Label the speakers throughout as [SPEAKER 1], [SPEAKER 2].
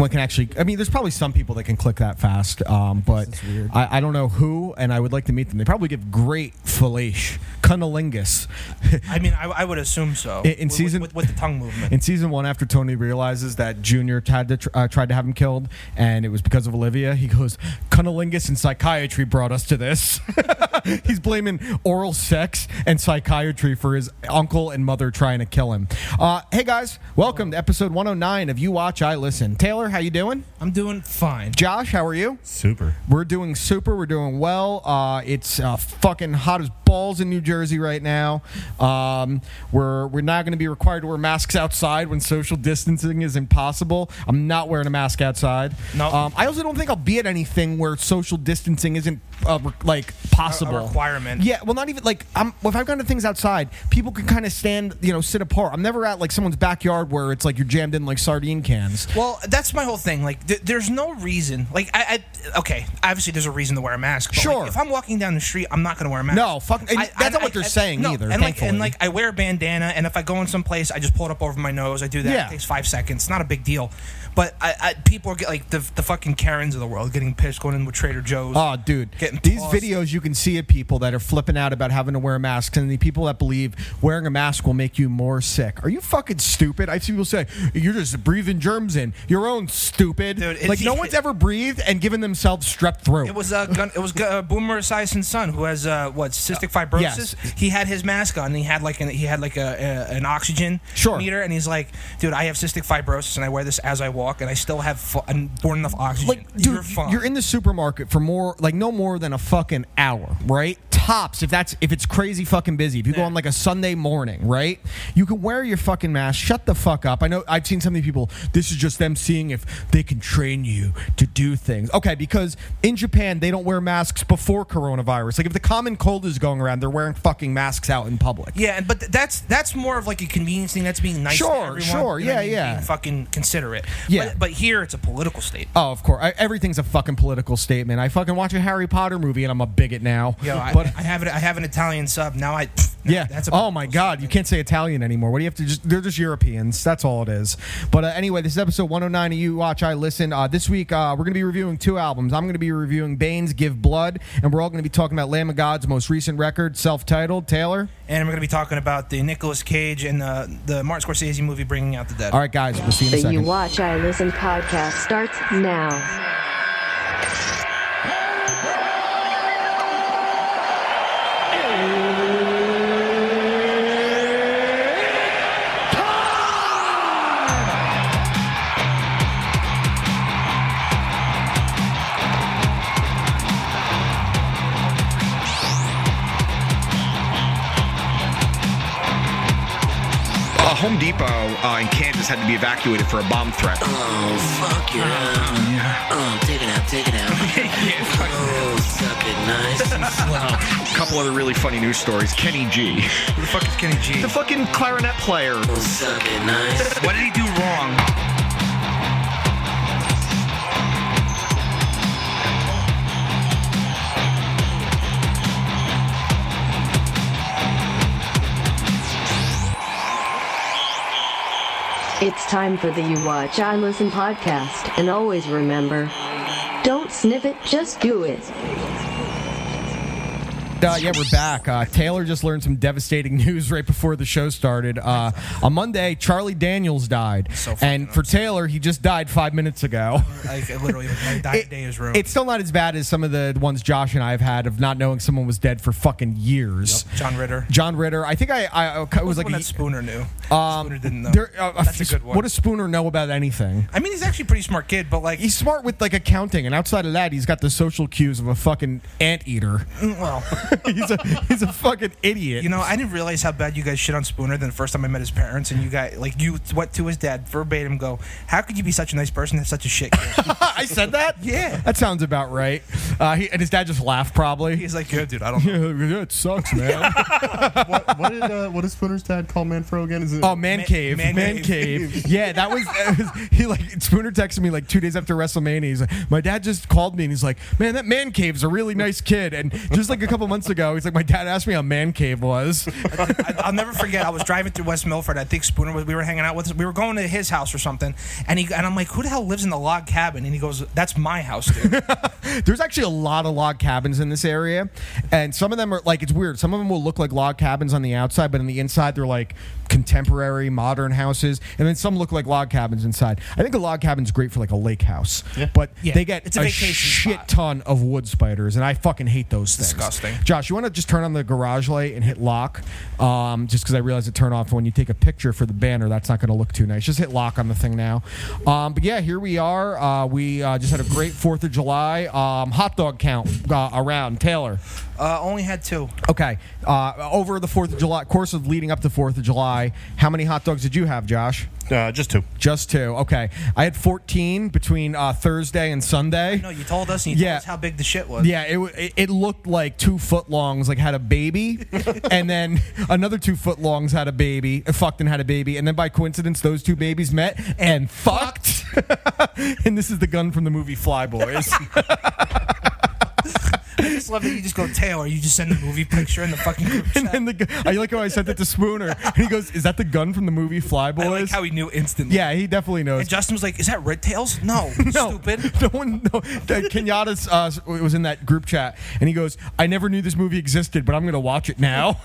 [SPEAKER 1] one can actually. I mean, there's probably some people that can click that fast, um, but I, I don't know who, and I would like to meet them. They probably give great fellage, cunnilingus.
[SPEAKER 2] I mean, I, I would assume so.
[SPEAKER 1] In- in
[SPEAKER 2] with,
[SPEAKER 1] season-
[SPEAKER 2] with, with the tongue movement.
[SPEAKER 1] In season one, after Tony realizes that Junior tried to, uh, tried to have him killed, and it was because of Olivia, he goes, "Cunnilingus and psychiatry brought us to this." He's blaming oral sex and psychiatry for his uncle and mother trying to kill him. Uh, hey guys, welcome to episode 109 of You Watch, I Listen. Taylor, how you doing?
[SPEAKER 2] I'm doing fine.
[SPEAKER 1] Josh, how are you?
[SPEAKER 3] Super.
[SPEAKER 1] We're doing super. We're doing well. Uh, it's uh, fucking hot as balls in New Jersey right now. Um, we're we're not going to be required to wear masks outside when social distancing is impossible. I'm not wearing a mask outside.
[SPEAKER 2] No.
[SPEAKER 1] Um, I also don't think I'll be at anything where social distancing isn't uh, re- like possible
[SPEAKER 2] requirement.
[SPEAKER 1] Yeah. Well, not even like I'm. If I've gone to things outside, people can kind of stand, you know, sit apart. I'm never at like someone's backyard where it's like you're jammed in like sardine cans.
[SPEAKER 2] Well, that's my whole thing. Like, th- there's no reason. Like, I, I okay. Obviously, there's a reason to wear a mask. But like,
[SPEAKER 1] Sure.
[SPEAKER 2] if I'm walking down the street, I'm not going to wear a mask.
[SPEAKER 1] No, fuck- and that's not what they're saying
[SPEAKER 2] no,
[SPEAKER 1] either,
[SPEAKER 2] And like,
[SPEAKER 1] thankfully.
[SPEAKER 2] and like, I wear a bandana, and if I go in some place, I just pull it up over my nose. I do that.
[SPEAKER 1] Yeah.
[SPEAKER 2] It takes five seconds. It's not a big deal. But I, I, people are get like the, the fucking Karens of the world getting pissed going in with Trader Joe's.
[SPEAKER 1] Oh, dude.
[SPEAKER 2] Getting
[SPEAKER 1] These
[SPEAKER 2] tossed.
[SPEAKER 1] videos you can see of people that are flipping out about having to wear masks, and the people that believe wearing a mask will make you more sick. Are you fucking stupid? I see people say, you're just breathing germs in. Your own stupid.
[SPEAKER 2] Dude, it-
[SPEAKER 1] like, no one's ever breathed and given themselves strep throat.
[SPEAKER 2] It was uh, gun, it was uh, Boomer Esiason's son who has uh, what cystic fibrosis.
[SPEAKER 1] Yes.
[SPEAKER 2] He had his mask on. And he had like an, he had like a, a an oxygen
[SPEAKER 1] Sure.
[SPEAKER 2] meter, and he's like, dude, I have cystic fibrosis, and I wear this as I walk, and I still have fu- and born enough oxygen.
[SPEAKER 1] like, dude,
[SPEAKER 2] you're fine.
[SPEAKER 1] in the supermarket for more, like, no more than a fucking hour, right? Tops. If that's if it's crazy fucking busy, if you go on like a Sunday morning, right? You can wear your fucking mask. Shut the fuck up. I know I've seen so many people. This is just them seeing if they can train you to do things. Okay, because in Japan they don't wear masks before coronavirus. Like if the common cold is going around, they're wearing fucking masks out in public.
[SPEAKER 2] yeah, and- but th- that's that's more of like a convenience thing. That's being nice.
[SPEAKER 1] Sure,
[SPEAKER 2] to everyone,
[SPEAKER 1] sure,
[SPEAKER 2] you know what I
[SPEAKER 1] yeah,
[SPEAKER 2] mean?
[SPEAKER 1] yeah.
[SPEAKER 2] Being fucking considerate.
[SPEAKER 1] Yeah.
[SPEAKER 2] but, but here it's a political state.
[SPEAKER 1] Oh, of course. I, everything's a fucking political statement. I fucking watch a Harry Potter movie and I'm a bigot now.
[SPEAKER 2] Yo, I,
[SPEAKER 1] but
[SPEAKER 2] I have it. I have an Italian sub now. I
[SPEAKER 1] Yeah.
[SPEAKER 2] That's a
[SPEAKER 1] oh my
[SPEAKER 2] political
[SPEAKER 1] God, you can't say Italian anymore. What do you have to just? They're just Europeans. That's all it is. But uh, anyway, this is episode 109 of You Watch, I Listen. Uh, this week uh, we're going to be reviewing two albums. I'm going to be reviewing Bane's Give Blood, and we're all going to be talking about Lamb of God's most recent record, self-titled. Taylor.
[SPEAKER 2] And we're gonna be talking about the Nicolas Cage and the the Martin Scorsese movie Bringing Out the Dead.
[SPEAKER 1] All right, guys, we'll see you in a
[SPEAKER 4] The You
[SPEAKER 1] second.
[SPEAKER 4] Watch I Listen podcast starts now.
[SPEAKER 5] A Home Depot uh, in Kansas had to be evacuated for a bomb threat.
[SPEAKER 6] Oh, fuck your arm. Oh, take it out, take it out. oh, suck it nice and slow.
[SPEAKER 5] A couple other really funny news stories. Kenny G,
[SPEAKER 2] Who the fuck is Kenny G?
[SPEAKER 5] the fucking clarinet player.
[SPEAKER 6] Oh, suck it nice.
[SPEAKER 2] What did he do wrong?
[SPEAKER 4] It's time for the You Watch I Listen podcast, and always remember don't sniff it, just do it.
[SPEAKER 1] Uh, yeah, we're back. Uh, Taylor just learned some devastating news right before the show started. Uh, on Monday, Charlie Daniels died,
[SPEAKER 2] So fucking
[SPEAKER 1] and for Taylor, he just died five minutes ago.
[SPEAKER 2] Like I literally, like, died
[SPEAKER 1] It-
[SPEAKER 2] today is room.
[SPEAKER 1] It's still not as bad as some of the ones Josh and I have had of not knowing someone was dead for fucking years.
[SPEAKER 2] John Ritter.
[SPEAKER 1] John Ritter. I think I, I it was
[SPEAKER 2] Like
[SPEAKER 1] like
[SPEAKER 2] one
[SPEAKER 1] a,
[SPEAKER 2] that Spooner knew. Spooner didn't know.
[SPEAKER 1] there- uh,
[SPEAKER 2] That's a good one.
[SPEAKER 1] What does Spooner know about anything?
[SPEAKER 2] I mean, he's actually a pretty smart kid, but like,
[SPEAKER 1] He's smart with like accounting, and outside of that, he's got the social cues of a fucking anteater.
[SPEAKER 2] well,
[SPEAKER 1] he's a he's a fucking idiot.
[SPEAKER 2] you know, I didn't realize how bad you guys shit on Spooner the first time I met his parents, and you guys like you went to his dad verbatim, go, "How could you be such a nice person and such a shit?" kid?"
[SPEAKER 1] I said that.
[SPEAKER 2] Yeah.
[SPEAKER 1] that sounds about right. Uh, he, and his dad just laughed, probably.
[SPEAKER 2] he's like, "Yeah, dude, I don't know."
[SPEAKER 1] yeah, it sucks, man.
[SPEAKER 3] what, what did uh, what does Spooner's dad call Manfro again? Is it
[SPEAKER 1] Oh, man
[SPEAKER 2] Man-
[SPEAKER 1] cave,
[SPEAKER 2] man
[SPEAKER 1] man,
[SPEAKER 2] cave.
[SPEAKER 1] cave. Yeah, that was, that was- he like Spooner texted me like two days after WrestleMania. He's like, my dad just called me and he's like, man, that man cave's a really nice kid. And just like a couple months months ago. He's like, my dad asked me how man cave was.
[SPEAKER 2] I, I'll never forget. I was driving through West Milford. I think Spooner was. We were hanging out with. We were going to his house or something. And he and I'm like, who the hell lives in the log cabin? And he goes, that's my house, dude.
[SPEAKER 1] There's actually a lot of log cabins in this area, and some of them are like it's weird. Some of them will look like log cabins on the outside, but on the inside they're like contemporary modern houses, and then some look like log cabins inside. I think a log cabin's great for like a lake house, but
[SPEAKER 2] Yeah.
[SPEAKER 1] they get
[SPEAKER 2] It's a
[SPEAKER 1] a,
[SPEAKER 2] vacation
[SPEAKER 1] shit
[SPEAKER 2] spot.
[SPEAKER 1] ton of wood spiders, and I fucking hate those things.
[SPEAKER 2] disgusting.
[SPEAKER 1] Josh, you want to just turn on the garage light and hit lock, um, just because I realized it turned off when you take a picture for the banner. That's not going to look too nice. Just hit lock on the thing now. Um, but yeah, here we are. Uh, we uh, just had a great Fourth of July um, hot dog count uh, around Taylor.
[SPEAKER 2] Uh, only had two.
[SPEAKER 1] Okay, uh, over the Fourth of July course of leading up to Fourth of July, how many hot dogs did you have, Josh?
[SPEAKER 7] Uh, just two.
[SPEAKER 1] Just two. Okay, I had fourteen between uh, Thursday and Sunday.
[SPEAKER 2] No, you told us, and you
[SPEAKER 1] Yeah.
[SPEAKER 2] told us how big the shit was.
[SPEAKER 1] Yeah, it, w- it it looked like two foot longs like had a baby, and then another two foot longs had a baby, uh, fucked and had a baby, and then by coincidence those two babies met and fucked. and this is the gun from the movie Flyboys.
[SPEAKER 2] I just love that you just go Taylor. You just send the movie picture in the fucking group
[SPEAKER 1] and
[SPEAKER 2] chat.
[SPEAKER 1] then the gu- I like how I sent it to Spooner, and he goes, "Is that the gun from the movie Flyboys?"
[SPEAKER 2] I like how he knew instantly.
[SPEAKER 1] yeah, he definitely knows.
[SPEAKER 2] And Justin was like, "Is that Red Tails? No,
[SPEAKER 1] No,
[SPEAKER 2] stupid."
[SPEAKER 1] No one. No, that Kenyatta's uh, was in that group chat, and he goes, "I never knew this movie existed, but I'm gonna watch it now."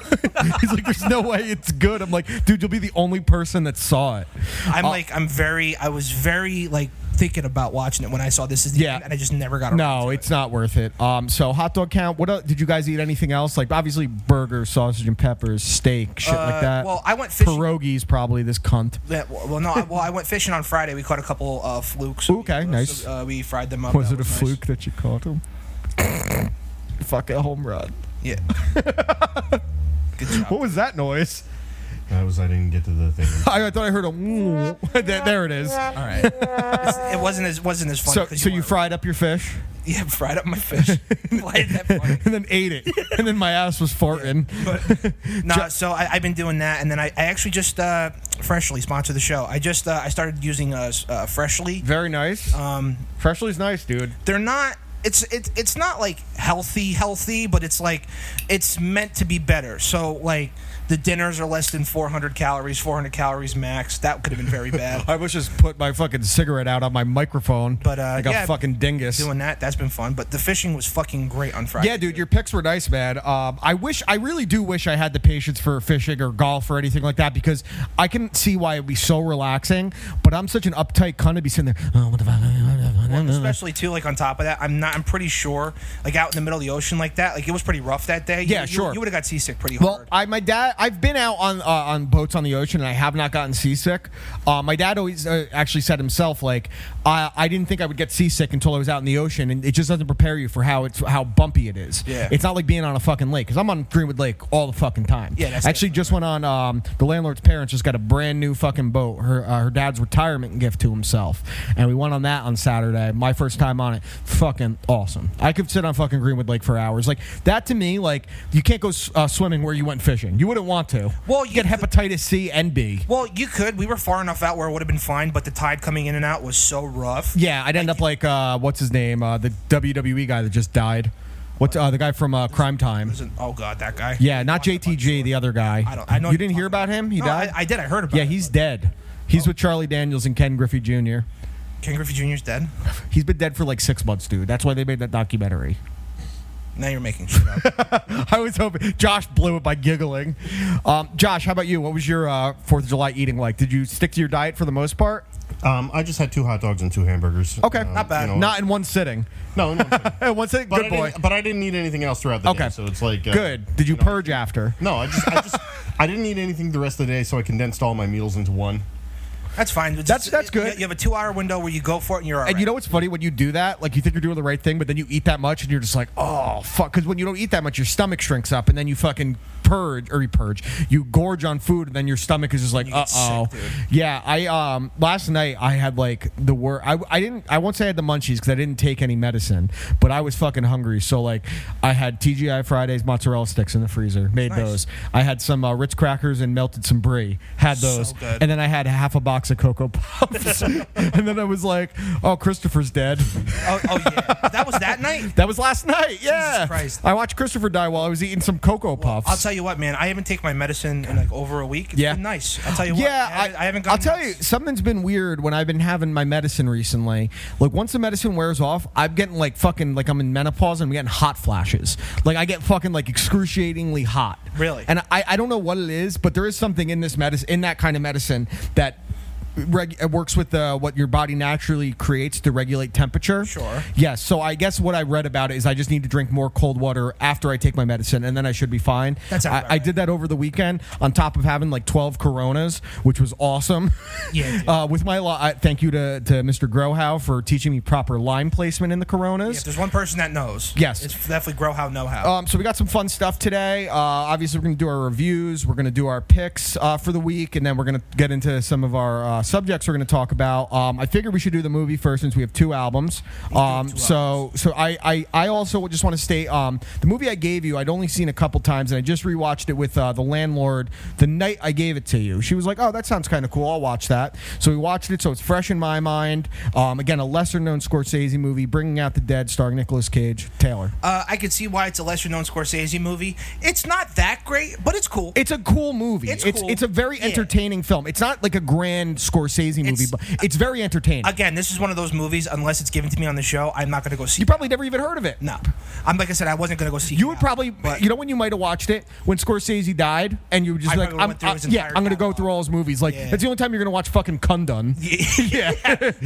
[SPEAKER 1] He's like, "There's no way it's good." I'm like, "Dude, you'll be the only person that saw it."
[SPEAKER 2] I'm like, I'm very, I was very like thinking about watching it when I saw this is the
[SPEAKER 1] Yeah.
[SPEAKER 2] end, and I just never got around.
[SPEAKER 1] No,
[SPEAKER 2] to
[SPEAKER 1] it's not worth it. Um, so hot dog count. What else, did you guys eat? Anything else? Like obviously burgers, sausage and peppers, steak, shit like that.
[SPEAKER 2] Uh, well, I went fishing-
[SPEAKER 1] pierogies. Probably this cunt.
[SPEAKER 2] Yeah, well, well, no. I, well, I went fishing on Friday. We caught a couple uh, flukes.
[SPEAKER 1] Okay,
[SPEAKER 2] So,
[SPEAKER 1] nice.
[SPEAKER 2] Uh, we fried them up.
[SPEAKER 1] Was
[SPEAKER 2] That
[SPEAKER 1] it a
[SPEAKER 2] nice.
[SPEAKER 1] fluke that you caught him? Fuck a home run.
[SPEAKER 2] Yeah. Good job.
[SPEAKER 1] What was that noise?
[SPEAKER 3] I was. I didn't get to the thing.
[SPEAKER 1] I, I thought I heard a. woo. there, there it is.
[SPEAKER 2] All right. It's- it wasn't as wasn't as
[SPEAKER 1] So,
[SPEAKER 2] funny. 'cause
[SPEAKER 1] so you
[SPEAKER 2] weren't-
[SPEAKER 1] fried up your fish
[SPEAKER 2] Yeah, fried up my fish. Why is that funny?
[SPEAKER 1] and then ate it, and then my ass was farting.
[SPEAKER 2] No, so I, I've been doing that, and then I, I actually just uh, freshly sponsor the show. I just uh, I started using uh, s- uh, freshly.
[SPEAKER 1] Very nice.
[SPEAKER 2] Um,
[SPEAKER 1] Freshly's nice, dude.
[SPEAKER 2] they're not it's it, it's not like healthy healthy but it's like it's meant to be better so like the dinners are less than 400 calories 400 calories max that could have been very bad
[SPEAKER 1] I wish just put my fucking cigarette out on my microphone.
[SPEAKER 2] But, uh,
[SPEAKER 1] I got
[SPEAKER 2] yeah,
[SPEAKER 1] fucking dingus.
[SPEAKER 2] doing that that's been fun but the fishing was fucking great on friday
[SPEAKER 1] Yeah, dude, your picks were nice, man. Um, I wish, I really do wish I had the patience for fishing or golf or anything like that because I can see why it'd be so relaxing. But I'm such an uptight cunt to be sitting there. Oh, what the fuck?
[SPEAKER 2] especially too like on top of that i'm not i'm pretty sure like out in the middle of the ocean like that like it was pretty rough that day You-
[SPEAKER 1] Yeah,
[SPEAKER 2] you,
[SPEAKER 1] sure.
[SPEAKER 2] you would have got seasick pretty
[SPEAKER 1] Well,
[SPEAKER 2] hard
[SPEAKER 1] I my dad. I've been out on uh, on boats on the ocean, and I have not gotten seasick. Uh, my dad always uh, actually said himself, like I, I didn't think I would get seasick until I was out in the ocean, and it just doesn't prepare you for how it's how bumpy it is.
[SPEAKER 2] Yeah.
[SPEAKER 1] it's not like being on a fucking lake because I'm on Greenwood Lake all the fucking time.
[SPEAKER 2] Yeah, that's
[SPEAKER 1] actually
[SPEAKER 2] different,
[SPEAKER 1] just went on. Um, the landlord's parents just got a brand new fucking boat. Her uh, her dad's retirement gift to himself, and we went on that on Saturday. My first time on it, fucking awesome. I could sit on fucking Greenwood Lake for hours. Like that to me, like you can't go s- uh, swimming where you went fishing. You wouldn't want to.
[SPEAKER 2] Well,
[SPEAKER 1] you
[SPEAKER 2] you
[SPEAKER 1] get hepatitis C and B.
[SPEAKER 2] well you could we were far enough out where it would have been fine but the tide coming in and out was so rough
[SPEAKER 1] Yeah, I'd end up like uh, what's his name, uh, the WWE guy that just died. What's uh, the guy from uh, Crime Time?
[SPEAKER 2] oh god that guy
[SPEAKER 1] Yeah, not JTG, the other guy.
[SPEAKER 2] I don't- I know
[SPEAKER 1] you
[SPEAKER 2] you're
[SPEAKER 1] didn't hear
[SPEAKER 2] talking
[SPEAKER 1] about him. He
[SPEAKER 2] No,
[SPEAKER 1] died.
[SPEAKER 2] I, I did. I heard about.
[SPEAKER 1] yeah,
[SPEAKER 2] it,
[SPEAKER 1] he's
[SPEAKER 2] but
[SPEAKER 1] dead. He's with Charlie Daniels and Ken Griffey Jr.
[SPEAKER 2] Ken Griffey Jr.'s dead.
[SPEAKER 1] He's been dead for like six months, dude. That's why they made that documentary.
[SPEAKER 2] Now you're making shit up.
[SPEAKER 1] I was hoping Josh blew it by giggling. Um, Josh, how about you? What was your uh, Fourth of July eating like? Did you stick to your diet for the most part?
[SPEAKER 3] Um, I just had two hot dogs and two hamburgers.
[SPEAKER 1] Okay,
[SPEAKER 3] Um,
[SPEAKER 2] not bad.
[SPEAKER 3] you know,
[SPEAKER 1] Not in one sitting.
[SPEAKER 3] no. in one sitting.
[SPEAKER 1] In one sitting,
[SPEAKER 3] But
[SPEAKER 1] good
[SPEAKER 3] I
[SPEAKER 1] boy.
[SPEAKER 3] didn't- But I didn't need anything else throughout the
[SPEAKER 1] Okay.
[SPEAKER 3] day, so it's like uh,
[SPEAKER 1] Good. Did you
[SPEAKER 3] know,
[SPEAKER 1] purge after?
[SPEAKER 3] No, I just, I just, I didn't need anything the rest of the day, so I condensed all my meals into one.
[SPEAKER 2] That's fine. It's-
[SPEAKER 1] That's- that's good.
[SPEAKER 2] You, you have a two-hour window where you go for it and you're. all
[SPEAKER 1] And you
[SPEAKER 2] right.
[SPEAKER 1] know what's funny when you do that? Like you think you're doing the right thing, but then you eat that much, and you're just like, oh fuck. Because when you don't eat that much, your stomach shrinks up, and then you fucking purge or you purge, you gorge on food, and then your stomach is just like, uh
[SPEAKER 2] get sick,
[SPEAKER 1] oh.
[SPEAKER 2] dude.
[SPEAKER 1] Yeah, I um last night I had like the worst. I, I didn't. I won't say I had the munchies because I didn't take any medicine, but I was fucking hungry. So like I had TGI Fridays mozzarella sticks in the freezer, made
[SPEAKER 2] Nice.
[SPEAKER 1] those. I had some uh, Ritz crackers and melted some brie, had those,
[SPEAKER 2] Oh, good.
[SPEAKER 1] and then I had half a box box of Cocoa Puffs. and then I was like, oh, Christopher's dead.
[SPEAKER 2] Oh, oh yeah, that was that night.
[SPEAKER 1] That was last night. Yeah.
[SPEAKER 2] Christ.
[SPEAKER 1] I watched Christopher die while I was eating some Cocoa Puffs.
[SPEAKER 2] I'll tell you what, man. I haven't taken my medicine in like over a week. It's
[SPEAKER 1] Yeah.
[SPEAKER 2] been nice. I'll tell you
[SPEAKER 1] yeah,
[SPEAKER 2] what. I haven't, I, haven't
[SPEAKER 1] I'll
[SPEAKER 2] gotten
[SPEAKER 1] tell you,
[SPEAKER 2] nuts.
[SPEAKER 1] something's been weird when I've been having my medicine recently. Like once the medicine wears off, I'm getting like fucking like I'm in menopause and I'm getting hot flashes. Like I get fucking like excruciatingly hot.
[SPEAKER 2] Really?
[SPEAKER 1] And I, I don't know what it is, but there is something in this medicine in that kind of medicine that. Reg- it works with uh, what your body naturally creates to regulate temperature.
[SPEAKER 2] Sure.
[SPEAKER 1] Yes. So I guess what I read about it is I just need to drink more cold water after I take my medicine, and then I should be fine.
[SPEAKER 2] That sounds
[SPEAKER 1] I,
[SPEAKER 2] about
[SPEAKER 1] I
[SPEAKER 2] right.
[SPEAKER 1] did that over the weekend on top of having like 12 Coronas, which was awesome.
[SPEAKER 2] Yeah, dude.
[SPEAKER 1] uh, with my li- I, thank you to, to Mr. Grohow for teaching me proper line placement in the
[SPEAKER 2] If
[SPEAKER 1] Coronas.
[SPEAKER 2] there's one person that knows,
[SPEAKER 1] Yes.
[SPEAKER 2] it's definitely grow how know how.
[SPEAKER 1] um, so we got some fun stuff today. Uh, obviously, we're going to do our reviews. We're going to do our picks uh, for the week, and then we're going to get into some of our uh, subjects we're going to talk about. Um, I figured we should do the movie first since we have two albums. Um,
[SPEAKER 2] two
[SPEAKER 1] so so I, I, I also just want to state um, the movie I gave you I'd only seen a couple times and I just rewatched it with uh, the landlord the night I gave it to you. She was like, "Oh, that sounds kind of cool. I'll watch that." So we watched it, so it's fresh in my mind. Um, again, a lesser known Scorsese movie, Bringing Out the Dead, starring Nicolas Cage, Taylor.
[SPEAKER 2] Uh, I can see why it's a lesser known Scorsese movie. It's not that great, but it's cool.
[SPEAKER 1] It's a cool movie.
[SPEAKER 2] It's
[SPEAKER 1] it's,
[SPEAKER 2] cool.
[SPEAKER 1] a very
[SPEAKER 2] Yeah.
[SPEAKER 1] entertaining film. It's not like a grand Scorsese movie,
[SPEAKER 2] It's-
[SPEAKER 1] but it's very entertaining.
[SPEAKER 2] Again, this is one of those movies. Unless it's given to me on the show, I'm not going to go see.
[SPEAKER 1] you probably never even heard of it.
[SPEAKER 2] it. No, I'm like I said, I wasn't going to go see.
[SPEAKER 1] You
[SPEAKER 2] it
[SPEAKER 1] would
[SPEAKER 2] out,
[SPEAKER 1] probably,
[SPEAKER 2] but
[SPEAKER 1] you know, when you might have watched it when Scorsese died, and you were just
[SPEAKER 2] I
[SPEAKER 1] like,
[SPEAKER 2] probably
[SPEAKER 1] I'm,
[SPEAKER 2] went through
[SPEAKER 1] I-
[SPEAKER 2] his
[SPEAKER 1] "Yeah,
[SPEAKER 2] entire
[SPEAKER 1] I'm gonna go
[SPEAKER 2] catalog.
[SPEAKER 1] through all his movies." Like
[SPEAKER 2] Yeah.
[SPEAKER 1] that's the only time you're gonna watch fucking Kundun. Yeah,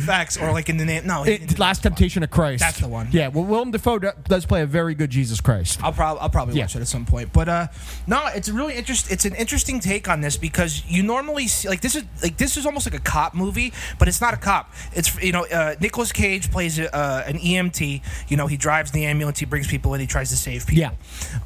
[SPEAKER 2] facts or like in the name. No, he didn't do
[SPEAKER 1] It-
[SPEAKER 2] that.
[SPEAKER 1] Last Temptation of Christ.
[SPEAKER 2] That's the one.
[SPEAKER 1] Yeah, well, Willem Dafoe do- does play a very good Jesus Christ.
[SPEAKER 2] I'll probably I'll probably
[SPEAKER 1] Yeah.
[SPEAKER 2] watch it at some point. But uh, no, it's a really interest. It's an interesting take on this because you normally see like this is like this is almost like a cop movie, but it's not a cop. It's you know uh, Nicolas Cage plays a, uh, an EMT. You know he drives the ambulance, he brings people in, he tries to save people.
[SPEAKER 1] Yeah.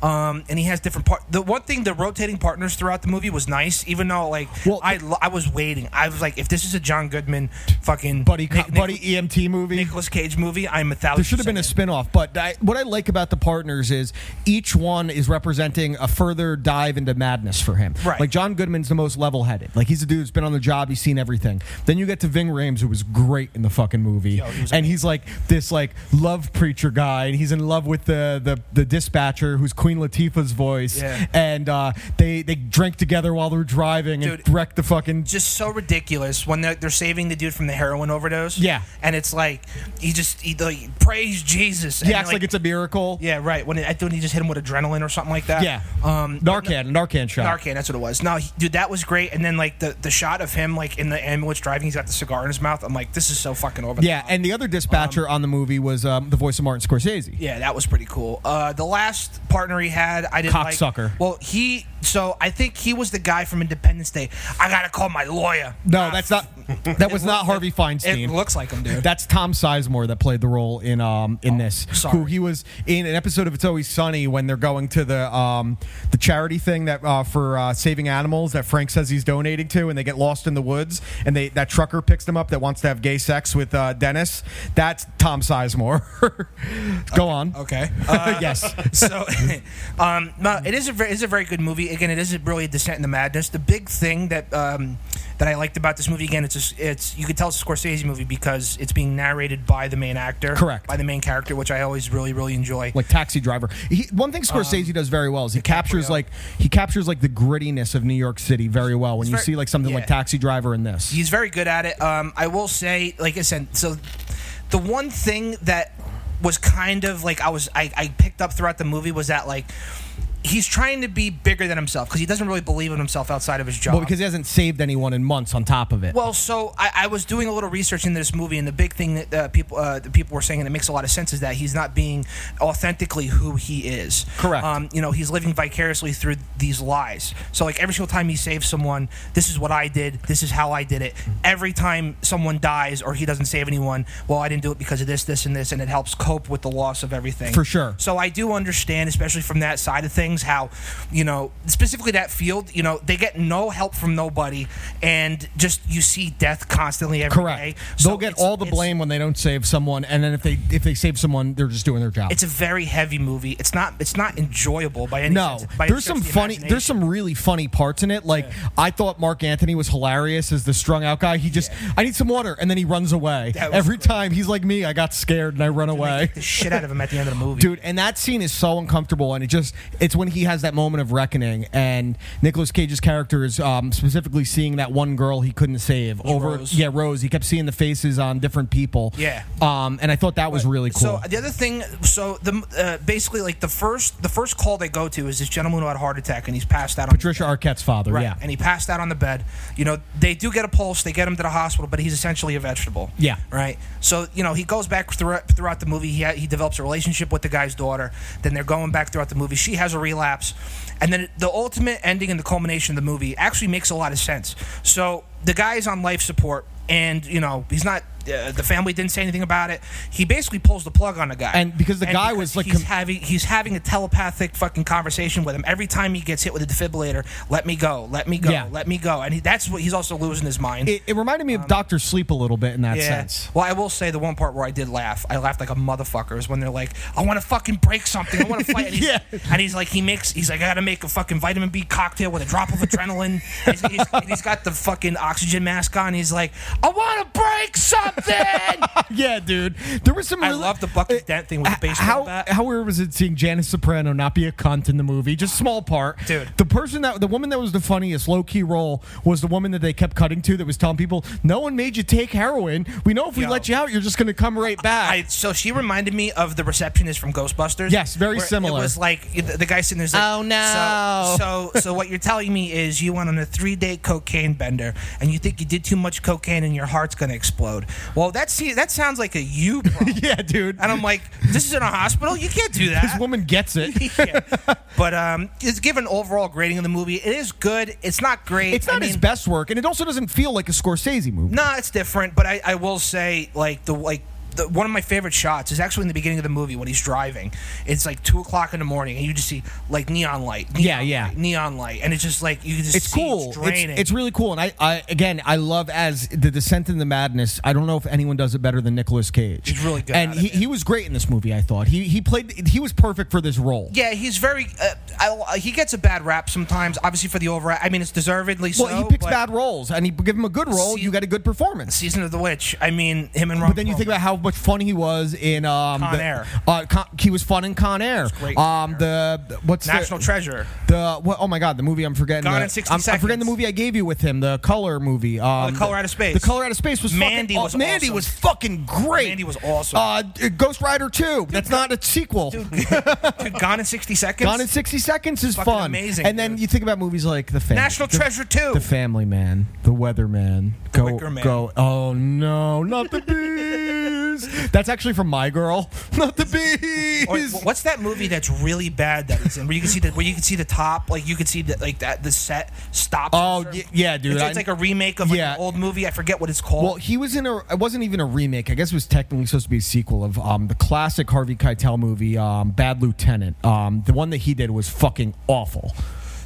[SPEAKER 2] Um, and he has different part. The one thing the rotating partners throughout the movie was nice, even though like
[SPEAKER 1] Well,
[SPEAKER 2] I lo- I was waiting. I was like, if this is a John Goodman fucking
[SPEAKER 1] Buddy, co-
[SPEAKER 2] Nic- Nic-
[SPEAKER 1] buddy, EMT movie.
[SPEAKER 2] Nicolas Cage E movie, I'm a thousand.
[SPEAKER 1] There should have been a
[SPEAKER 2] percent in.
[SPEAKER 1] spin-off, but I, what I like about the partners is each one is representing a further dive into madness for him.
[SPEAKER 2] Right.
[SPEAKER 1] Like John Goodman's the most level-headed. Like he's a dude who's been on the job, he's seen everything. Then you get to Ving Rhames, who was great in the fucking movie,
[SPEAKER 2] he was
[SPEAKER 1] and he's like this like love preacher guy, and he's in love with the the, the dispatcher, who's Queen Latifah's voice,
[SPEAKER 2] Yeah.
[SPEAKER 1] and uh, they they drank together while they were driving and
[SPEAKER 2] Dude.
[SPEAKER 1] wrecked the fucking.
[SPEAKER 2] just so ridiculous when they're, they're saving the dude from the heroin overdose.
[SPEAKER 1] Yeah.
[SPEAKER 2] and it's like he just he like praise Jesus.
[SPEAKER 1] He
[SPEAKER 2] and
[SPEAKER 1] acts like, it's a miracle.
[SPEAKER 2] yeah, right. When it, I think he just hit him with adrenaline or something like that.
[SPEAKER 1] Yeah.
[SPEAKER 2] um,
[SPEAKER 1] Narcan, Narcan shot.
[SPEAKER 2] Narcan, that's what it was. No, he, dude, that was great. And then like the, the shot of him like in the ambulance driving, he's got the cigar in his mouth. I'm like, this is so fucking over. the
[SPEAKER 1] Yeah,
[SPEAKER 2] top.
[SPEAKER 1] and the other dispatcher on the movie was um, the voice of Martin Scorsese.
[SPEAKER 2] Yeah, that was pretty cool. Uh, the last partner he had, I didn't like.
[SPEAKER 1] Cocksucker.
[SPEAKER 2] Well, he so I think he was the guy from Independence Day. I gotta call my lawyer.
[SPEAKER 1] No, that's not. That was not Harvey
[SPEAKER 2] It
[SPEAKER 1] Feinstein.
[SPEAKER 2] looks like him, dude.
[SPEAKER 1] That's Tom Sizemore that played the role in um in this.
[SPEAKER 2] Oh, sorry.
[SPEAKER 1] Who he was in an episode of It's Always Sunny when they're going to the um the charity thing that uh, for uh, saving animals that Frank says he's donating to, and they get lost in the woods, and they that trucker picks them up that wants to have gay sex with uh, Dennis. That's Tom Sizemore. Go on.
[SPEAKER 2] Okay. Uh,
[SPEAKER 1] yes.
[SPEAKER 2] so, um, no, it is a very, is a very good movie. Again, it is a really a descent into madness. The big thing that um, that I liked about this movie, again, it's a, it's you could tell it's a Scorsese movie because it's being narrated by the main actor,
[SPEAKER 1] Correct.
[SPEAKER 2] by the main character, which I always really really enjoy.
[SPEAKER 1] like Taxi Driver. He, one thing Scorsese
[SPEAKER 2] Um,
[SPEAKER 1] does very well is he captures like he captures like the grittiness of New York City very well. When you
[SPEAKER 2] very-
[SPEAKER 1] see like something like
[SPEAKER 2] yeah.
[SPEAKER 1] Taxi Driver in this,
[SPEAKER 2] he's very good at it. Um, I will say, like I said, so the one thing that was kind of like I was I, I picked up throughout the movie was that like he's trying to be bigger than himself because he doesn't really believe in himself outside of his job.
[SPEAKER 1] well, because he hasn't saved anyone in months. On top of it,
[SPEAKER 2] Well, so I, I was doing a little research in this movie, and the big thing that uh, people uh, the people were saying that makes a lot of sense is that he's not being authentically who he is.
[SPEAKER 1] Correct.
[SPEAKER 2] Um, you know, he's living vicariously through these lies. So, like every single time he saves someone, this is what I did. This is how I did it. Every time someone dies or he doesn't save anyone, well, I didn't do it because of this, this, and this, and it helps cope with the loss of everything.
[SPEAKER 1] For sure.
[SPEAKER 2] So I do understand, especially from that side of things things, how, you know, specifically that field, you know, they get no help from nobody and just you see death constantly every day.
[SPEAKER 1] Correct.
[SPEAKER 2] So
[SPEAKER 1] They'll get
[SPEAKER 2] it's-
[SPEAKER 1] all the
[SPEAKER 2] it's-
[SPEAKER 1] blame when they don't save someone, and then if they if they save someone, they're just doing their job.
[SPEAKER 2] It's a very heavy movie. It's not. It's not enjoyable by any.
[SPEAKER 1] no,
[SPEAKER 2] sense- by any
[SPEAKER 1] there's
[SPEAKER 2] stretch
[SPEAKER 1] some
[SPEAKER 2] of the
[SPEAKER 1] funny,
[SPEAKER 2] imagination.
[SPEAKER 1] there's some really funny parts in it. Like I thought Mark Anthony was hilarious as the strung out guy. He just, I need some water, and then he runs away.
[SPEAKER 2] That was
[SPEAKER 1] Every
[SPEAKER 2] great.
[SPEAKER 1] time he's like me, I got scared and I run away.
[SPEAKER 2] the shit out of him at the end of the movie,
[SPEAKER 1] dude and that scene is so uncomfortable and it just it's when he has that moment of reckoning and Nicolas cage's character is um, specifically seeing that one girl he couldn't save over
[SPEAKER 2] Rose.
[SPEAKER 1] yeah rose he kept seeing the faces on different people
[SPEAKER 2] Yeah.
[SPEAKER 1] um, and i thought that was really cool
[SPEAKER 2] So uh, the other thing, so the uh, basically like the first the first call they go to is this gentleman who had a heart attack and he's passed out on
[SPEAKER 1] patricia arquette's father
[SPEAKER 2] right,
[SPEAKER 1] yeah
[SPEAKER 2] and he passed out on the bed. You know, they do get a pulse, they get him to the hospital, but he's essentially a vegetable.
[SPEAKER 1] Yeah.
[SPEAKER 2] right. So you know he goes back throughout, throughout the movie. He ha- he develops a relationship with the guy's daughter. Then they're going back throughout the movie. She has a relapse, and then the ultimate ending and the culmination of the movie actually makes a lot of sense. So the guy is on life support, and you know he's not. Uh, the family didn't say anything about it. He basically pulls the plug on the guy,
[SPEAKER 1] And because the guy was, like,
[SPEAKER 2] he's
[SPEAKER 1] com-
[SPEAKER 2] having he's having a telepathic fucking conversation with him every time he gets hit with a defibrillator. Let me go, let me go,
[SPEAKER 1] Yeah.
[SPEAKER 2] let me go, and he, that's what he's also losing his mind.
[SPEAKER 1] it, it reminded me of dr sleep a little bit in that
[SPEAKER 2] Um, yeah.
[SPEAKER 1] sense
[SPEAKER 2] Well, I will say the one part where I did laugh, I laughed like a motherfucker is when they're like, "I want to fucking break something, I want to fight," and he's,
[SPEAKER 1] Yeah.
[SPEAKER 2] and he's like, he makes, he's like, "I got to make a fucking vitamin B cocktail with a drop of adrenaline." And he's, he's- and he's got the fucking oxygen mask on. He's like, "I want to break something."
[SPEAKER 1] yeah dude there was some
[SPEAKER 2] I
[SPEAKER 1] really-
[SPEAKER 2] love the Bucky
[SPEAKER 1] Uh,
[SPEAKER 2] Dent thing with the
[SPEAKER 1] h-
[SPEAKER 2] baseball
[SPEAKER 1] how,
[SPEAKER 2] bat.
[SPEAKER 1] How weird was it seeing Janice Soprano not be a cunt in the movie? Just small part,
[SPEAKER 2] Dude.
[SPEAKER 1] The person that the woman that was the funniest low key role was the woman that they kept cutting to that was telling people, "No one made you take heroin. We know if we
[SPEAKER 2] Yo.
[SPEAKER 1] let you out, you're just going to come right back."
[SPEAKER 2] I, so she reminded me of the receptionist from Ghostbusters.
[SPEAKER 1] Yes, very
[SPEAKER 2] where
[SPEAKER 1] similar.
[SPEAKER 2] It was like the, the guy sitting there's like,
[SPEAKER 1] Oh, no.
[SPEAKER 2] So, so, so what you're telling me is you went on a three day cocaine bender and you think you did too much cocaine and your heart's gonna explode. Well, that see, that sounds like a you problem.
[SPEAKER 1] yeah, dude.
[SPEAKER 2] And I'm like, this is in a hospital. You can't do that.
[SPEAKER 1] this woman gets it.
[SPEAKER 2] yeah. But um, it's given overall grading of the movie. It is good. It's not great.
[SPEAKER 1] It's not
[SPEAKER 2] I mean,
[SPEAKER 1] his best work, and it also doesn't feel like a Scorsese movie.
[SPEAKER 2] no, it's different, but I, I will say like the like the, one of my favorite shots is actually in the beginning of the movie when he's driving. It's like two o'clock in the morning, and you just see like neon light, neon
[SPEAKER 1] Yeah, yeah.
[SPEAKER 2] light, neon light, and it's just like you just
[SPEAKER 1] it's
[SPEAKER 2] see
[SPEAKER 1] cool. It's,
[SPEAKER 2] It's draining.
[SPEAKER 1] it's really cool. And I, I again, I love as the Descent into Madness. I don't know if anyone does it better than Nicolas Cage.
[SPEAKER 2] He's really good
[SPEAKER 1] and
[SPEAKER 2] at it,
[SPEAKER 1] he,
[SPEAKER 2] man.
[SPEAKER 1] he was great in this movie. I thought he he played he was perfect for this role.
[SPEAKER 2] yeah, he's very. Uh, I, he gets a bad rap sometimes, obviously for the overall. I mean, it's deservedly
[SPEAKER 1] Well,
[SPEAKER 2] so.
[SPEAKER 1] he picks
[SPEAKER 2] but
[SPEAKER 1] bad roles, and he give him a good role.
[SPEAKER 2] See-
[SPEAKER 1] you got a good performance.
[SPEAKER 2] Season of the Witch. I mean, him and Ron.
[SPEAKER 1] But then you think
[SPEAKER 2] Perlman.
[SPEAKER 1] about how much fun he was in um,
[SPEAKER 2] Con
[SPEAKER 1] the-
[SPEAKER 2] Air.
[SPEAKER 1] Uh, Con- he was fun in Con Air.
[SPEAKER 2] great in Con
[SPEAKER 1] um,
[SPEAKER 2] Air.
[SPEAKER 1] the what's
[SPEAKER 2] National
[SPEAKER 1] the,
[SPEAKER 2] Treasure.
[SPEAKER 1] The what, oh my god, the movie I'm forgetting.
[SPEAKER 2] Gone
[SPEAKER 1] the-
[SPEAKER 2] in 60
[SPEAKER 1] I'm, I'm forgetting
[SPEAKER 2] Seconds. Oh,
[SPEAKER 1] the movie I gave you with him. The color movie. Um,
[SPEAKER 2] The Color Out of Space.
[SPEAKER 1] The color out of space was
[SPEAKER 2] Mandy
[SPEAKER 1] fucking, aw-
[SPEAKER 2] was
[SPEAKER 1] Mandy
[SPEAKER 2] awesome.
[SPEAKER 1] was fucking great.
[SPEAKER 2] Mandy was awesome.
[SPEAKER 1] Uh, d- Ghost Rider Two. That's not a sequel.
[SPEAKER 2] Dude, Gone in sixty seconds.
[SPEAKER 1] Gone in 60 Seconds is
[SPEAKER 2] Fucking
[SPEAKER 1] fun.
[SPEAKER 2] amazing,
[SPEAKER 1] And then
[SPEAKER 2] dude.
[SPEAKER 1] you think about movies like The Family.
[SPEAKER 2] National
[SPEAKER 1] The-
[SPEAKER 2] Treasure 2.
[SPEAKER 1] The Family Man. The Weatherman. Go,
[SPEAKER 2] Wicker Man.
[SPEAKER 1] go. Oh, no. Not the bees. That's actually from My Girl. Not the
[SPEAKER 2] Or,
[SPEAKER 1] bees.
[SPEAKER 2] what's that movie that's really bad that it's in where you can see the where you can see the top like you can see the like that the set stops. at
[SPEAKER 1] Oh,
[SPEAKER 2] certain-
[SPEAKER 1] y- yeah, dude,
[SPEAKER 2] It's,
[SPEAKER 1] I-
[SPEAKER 2] it's like a remake of like,
[SPEAKER 1] Yeah.
[SPEAKER 2] an old movie. I forget what it's called.
[SPEAKER 1] Well, he was in a. It wasn't even a remake. I guess it was technically supposed to be a sequel of um, the classic Harvey Keitel movie, um, Bad Lieutenant. Um, the one that he did was fucking awful.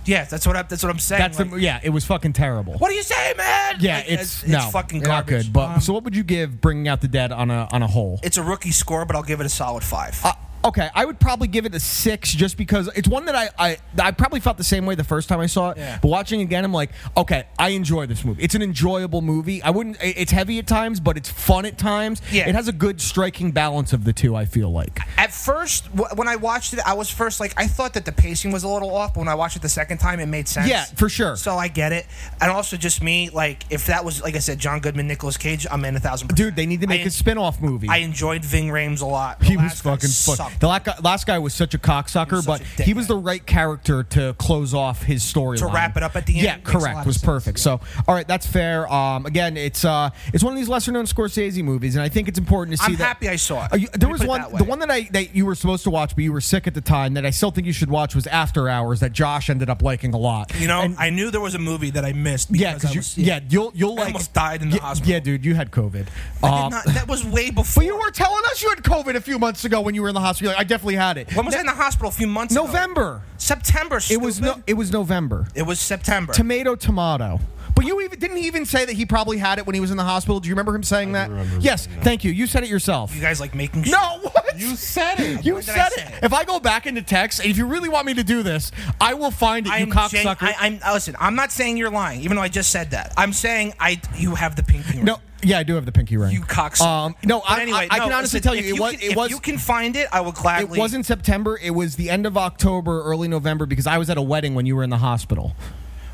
[SPEAKER 2] yeah, that's what I, that's what I'm saying.
[SPEAKER 1] That's
[SPEAKER 2] like,
[SPEAKER 1] the. Yeah, it was fucking terrible.
[SPEAKER 2] What do you say, man?
[SPEAKER 1] Yeah,
[SPEAKER 2] Like,
[SPEAKER 1] it's, no,
[SPEAKER 2] fucking
[SPEAKER 1] not
[SPEAKER 2] garbage.
[SPEAKER 1] good. But
[SPEAKER 2] Um,
[SPEAKER 1] so, what would you give Bringing Out the Dead on a on a whole?
[SPEAKER 2] it's a rookie score, but I'll give it a solid five.
[SPEAKER 1] Uh, okay, I would probably give it a six just because it's one that I, I I probably felt the same way the first time I saw it.
[SPEAKER 2] Yeah.
[SPEAKER 1] But watching again, I'm like, okay, I enjoy this movie. It's an enjoyable movie. I wouldn't. it- It's heavy at times, but it's fun at times.
[SPEAKER 2] Yeah.
[SPEAKER 1] it has a good striking balance of the two. I feel like.
[SPEAKER 2] At first, w- when I watched it, I was first like I thought that the pacing was a little off. But when I watched it the second time, it made sense.
[SPEAKER 1] Yeah, for sure.
[SPEAKER 2] So I get it, and also just me like if that was like I said, John Goodman, Nicolas Cage, I'm in a thousand. percent.
[SPEAKER 1] Dude, they need to
[SPEAKER 2] I
[SPEAKER 1] make a
[SPEAKER 2] en-
[SPEAKER 1] spin-off movie.
[SPEAKER 2] I enjoyed Ving Rhames a lot. The
[SPEAKER 1] he was
[SPEAKER 2] last guy
[SPEAKER 1] fucking fun.
[SPEAKER 2] sucked.
[SPEAKER 1] The last guy, last guy was such a cocksucker,
[SPEAKER 2] was
[SPEAKER 1] but
[SPEAKER 2] such a
[SPEAKER 1] he was
[SPEAKER 2] dickhead.
[SPEAKER 1] the right character to close off his storyline.
[SPEAKER 2] wrap it up at the end,
[SPEAKER 1] Yeah,
[SPEAKER 2] it makes a lot
[SPEAKER 1] correct.
[SPEAKER 2] of
[SPEAKER 1] Was
[SPEAKER 2] sense,
[SPEAKER 1] perfect.
[SPEAKER 2] yeah.
[SPEAKER 1] So, all right, that's fair. Um, again, it's uh, it's one of these lesser known Scorsese movies, and I think it's important to see.
[SPEAKER 2] I'm
[SPEAKER 1] that,
[SPEAKER 2] happy I saw it.
[SPEAKER 1] Are you-
[SPEAKER 2] Let
[SPEAKER 1] there
[SPEAKER 2] me
[SPEAKER 1] was
[SPEAKER 2] put it
[SPEAKER 1] one,
[SPEAKER 2] that way.
[SPEAKER 1] the one that I that you were supposed to watch, but you were sick at the time. That I still think you should watch was After Hours, that Josh ended up liking a lot.
[SPEAKER 2] You know,
[SPEAKER 1] And-
[SPEAKER 2] I knew there was a movie that I missed.
[SPEAKER 1] yeah,
[SPEAKER 2] because I
[SPEAKER 1] you,
[SPEAKER 2] was-
[SPEAKER 1] yeah, you'll you'll
[SPEAKER 2] I
[SPEAKER 1] like
[SPEAKER 2] almost died in the
[SPEAKER 1] yeah,
[SPEAKER 2] hospital.
[SPEAKER 1] Yeah, dude, you had COVID.
[SPEAKER 2] I did
[SPEAKER 1] Um,
[SPEAKER 2] not- that was way before.
[SPEAKER 1] But you were telling us you had COVID a few months ago when you were in the hospital. You're like, I definitely had it.
[SPEAKER 2] When was I in the hospital a few months ago?
[SPEAKER 1] November.
[SPEAKER 2] September.
[SPEAKER 1] It was no.
[SPEAKER 2] stupid.
[SPEAKER 1] It was November.
[SPEAKER 2] It was September.
[SPEAKER 1] Tomato, tomato. But you even didn't he even say that he probably had it when he was in the hospital. Do you remember him saying that?
[SPEAKER 3] remember
[SPEAKER 1] yes.
[SPEAKER 3] saying that.
[SPEAKER 1] Thank you. You said it yourself.
[SPEAKER 2] you guys like making
[SPEAKER 1] no. What?
[SPEAKER 3] You said it.
[SPEAKER 1] You
[SPEAKER 2] When did I
[SPEAKER 1] said
[SPEAKER 2] say
[SPEAKER 1] it.
[SPEAKER 2] it?
[SPEAKER 1] If I go back into text, if you really want me to do this, I will find it.
[SPEAKER 2] I
[SPEAKER 1] you
[SPEAKER 2] am
[SPEAKER 1] cocksucker.
[SPEAKER 2] gen- I, I'm uh, listen. I'm not saying you're lying, even though I just said that. I'm saying I you have the pink ring.
[SPEAKER 1] no. Yeah, I do have the pinky ring.
[SPEAKER 2] you cocksucker.
[SPEAKER 1] Um, no,
[SPEAKER 2] But
[SPEAKER 1] I, I, I
[SPEAKER 2] no,
[SPEAKER 1] can honestly
[SPEAKER 2] listen,
[SPEAKER 1] tell you,
[SPEAKER 2] if
[SPEAKER 1] it was.
[SPEAKER 2] Can,
[SPEAKER 1] it
[SPEAKER 2] if
[SPEAKER 1] was.
[SPEAKER 2] you can find it, I will
[SPEAKER 1] It
[SPEAKER 2] gladly.
[SPEAKER 1] wasn't September. It was the end of October, early November, because I was at a wedding when you were in the hospital.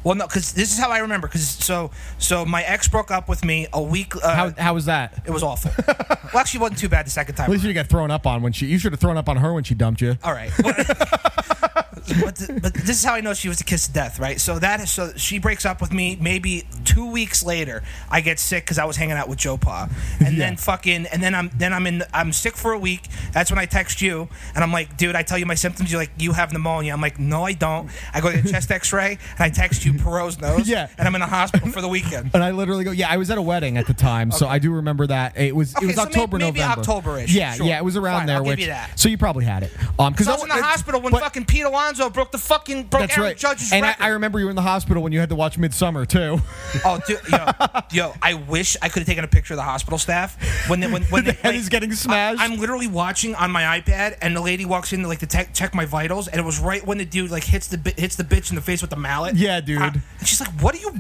[SPEAKER 2] Well, no, because this is how I remember. Because so so my ex broke up with me a week. Uh,
[SPEAKER 1] How, how was that?
[SPEAKER 2] it was awful. well, actually, it wasn't too bad the second time.
[SPEAKER 1] At least you got thrown up on when she. You should have thrown up on her when she dumped you.
[SPEAKER 2] All right. But, but, th- but this is how I know she was a kiss to death, right? So that is, so she breaks up with me. Maybe two weeks later, I get sick because I was hanging out with Joe Pa, and then fucking, and then I'm then I'm in I'm sick for a week. That's when I text you, and I'm like, dude, I tell you my symptoms. You're like, you have pneumonia. I'm like, no, I don't. I go to the chest X-ray, and I text you Perot's nose,
[SPEAKER 1] Yeah.
[SPEAKER 2] and I'm in the hospital for the weekend.
[SPEAKER 1] And I literally go, yeah, I was at a wedding at the time, so I do remember that it was it
[SPEAKER 2] Okay,
[SPEAKER 1] was
[SPEAKER 2] so may-
[SPEAKER 1] October,
[SPEAKER 2] maybe
[SPEAKER 1] November,
[SPEAKER 2] October-ish,
[SPEAKER 1] Yeah,
[SPEAKER 2] sure.
[SPEAKER 1] yeah, it was around
[SPEAKER 2] Fine,
[SPEAKER 1] there.
[SPEAKER 2] I'll give
[SPEAKER 1] which-
[SPEAKER 2] you that.
[SPEAKER 1] so you probably had it. Um, because
[SPEAKER 2] I was in the hospital when fucking Pete Alonso broke the fucking broke
[SPEAKER 1] That's
[SPEAKER 2] Aaron
[SPEAKER 1] right.
[SPEAKER 2] Judge's
[SPEAKER 1] and I,
[SPEAKER 2] record.
[SPEAKER 1] I remember you were in the hospital when you had to watch Midsummer too.
[SPEAKER 2] Oh, dude, yo, yo! I wish I could have taken a picture of the hospital staff when they, when when
[SPEAKER 1] The
[SPEAKER 2] they,
[SPEAKER 1] head is getting smashed.
[SPEAKER 2] I, am literally watching on my iPad, and the lady walks in to like to tech, check my vitals, and it was right when the dude like hits the bi- hits the bitch in the face with the mallet.
[SPEAKER 1] Yeah, dude.
[SPEAKER 2] Uh, and she's like, "What are you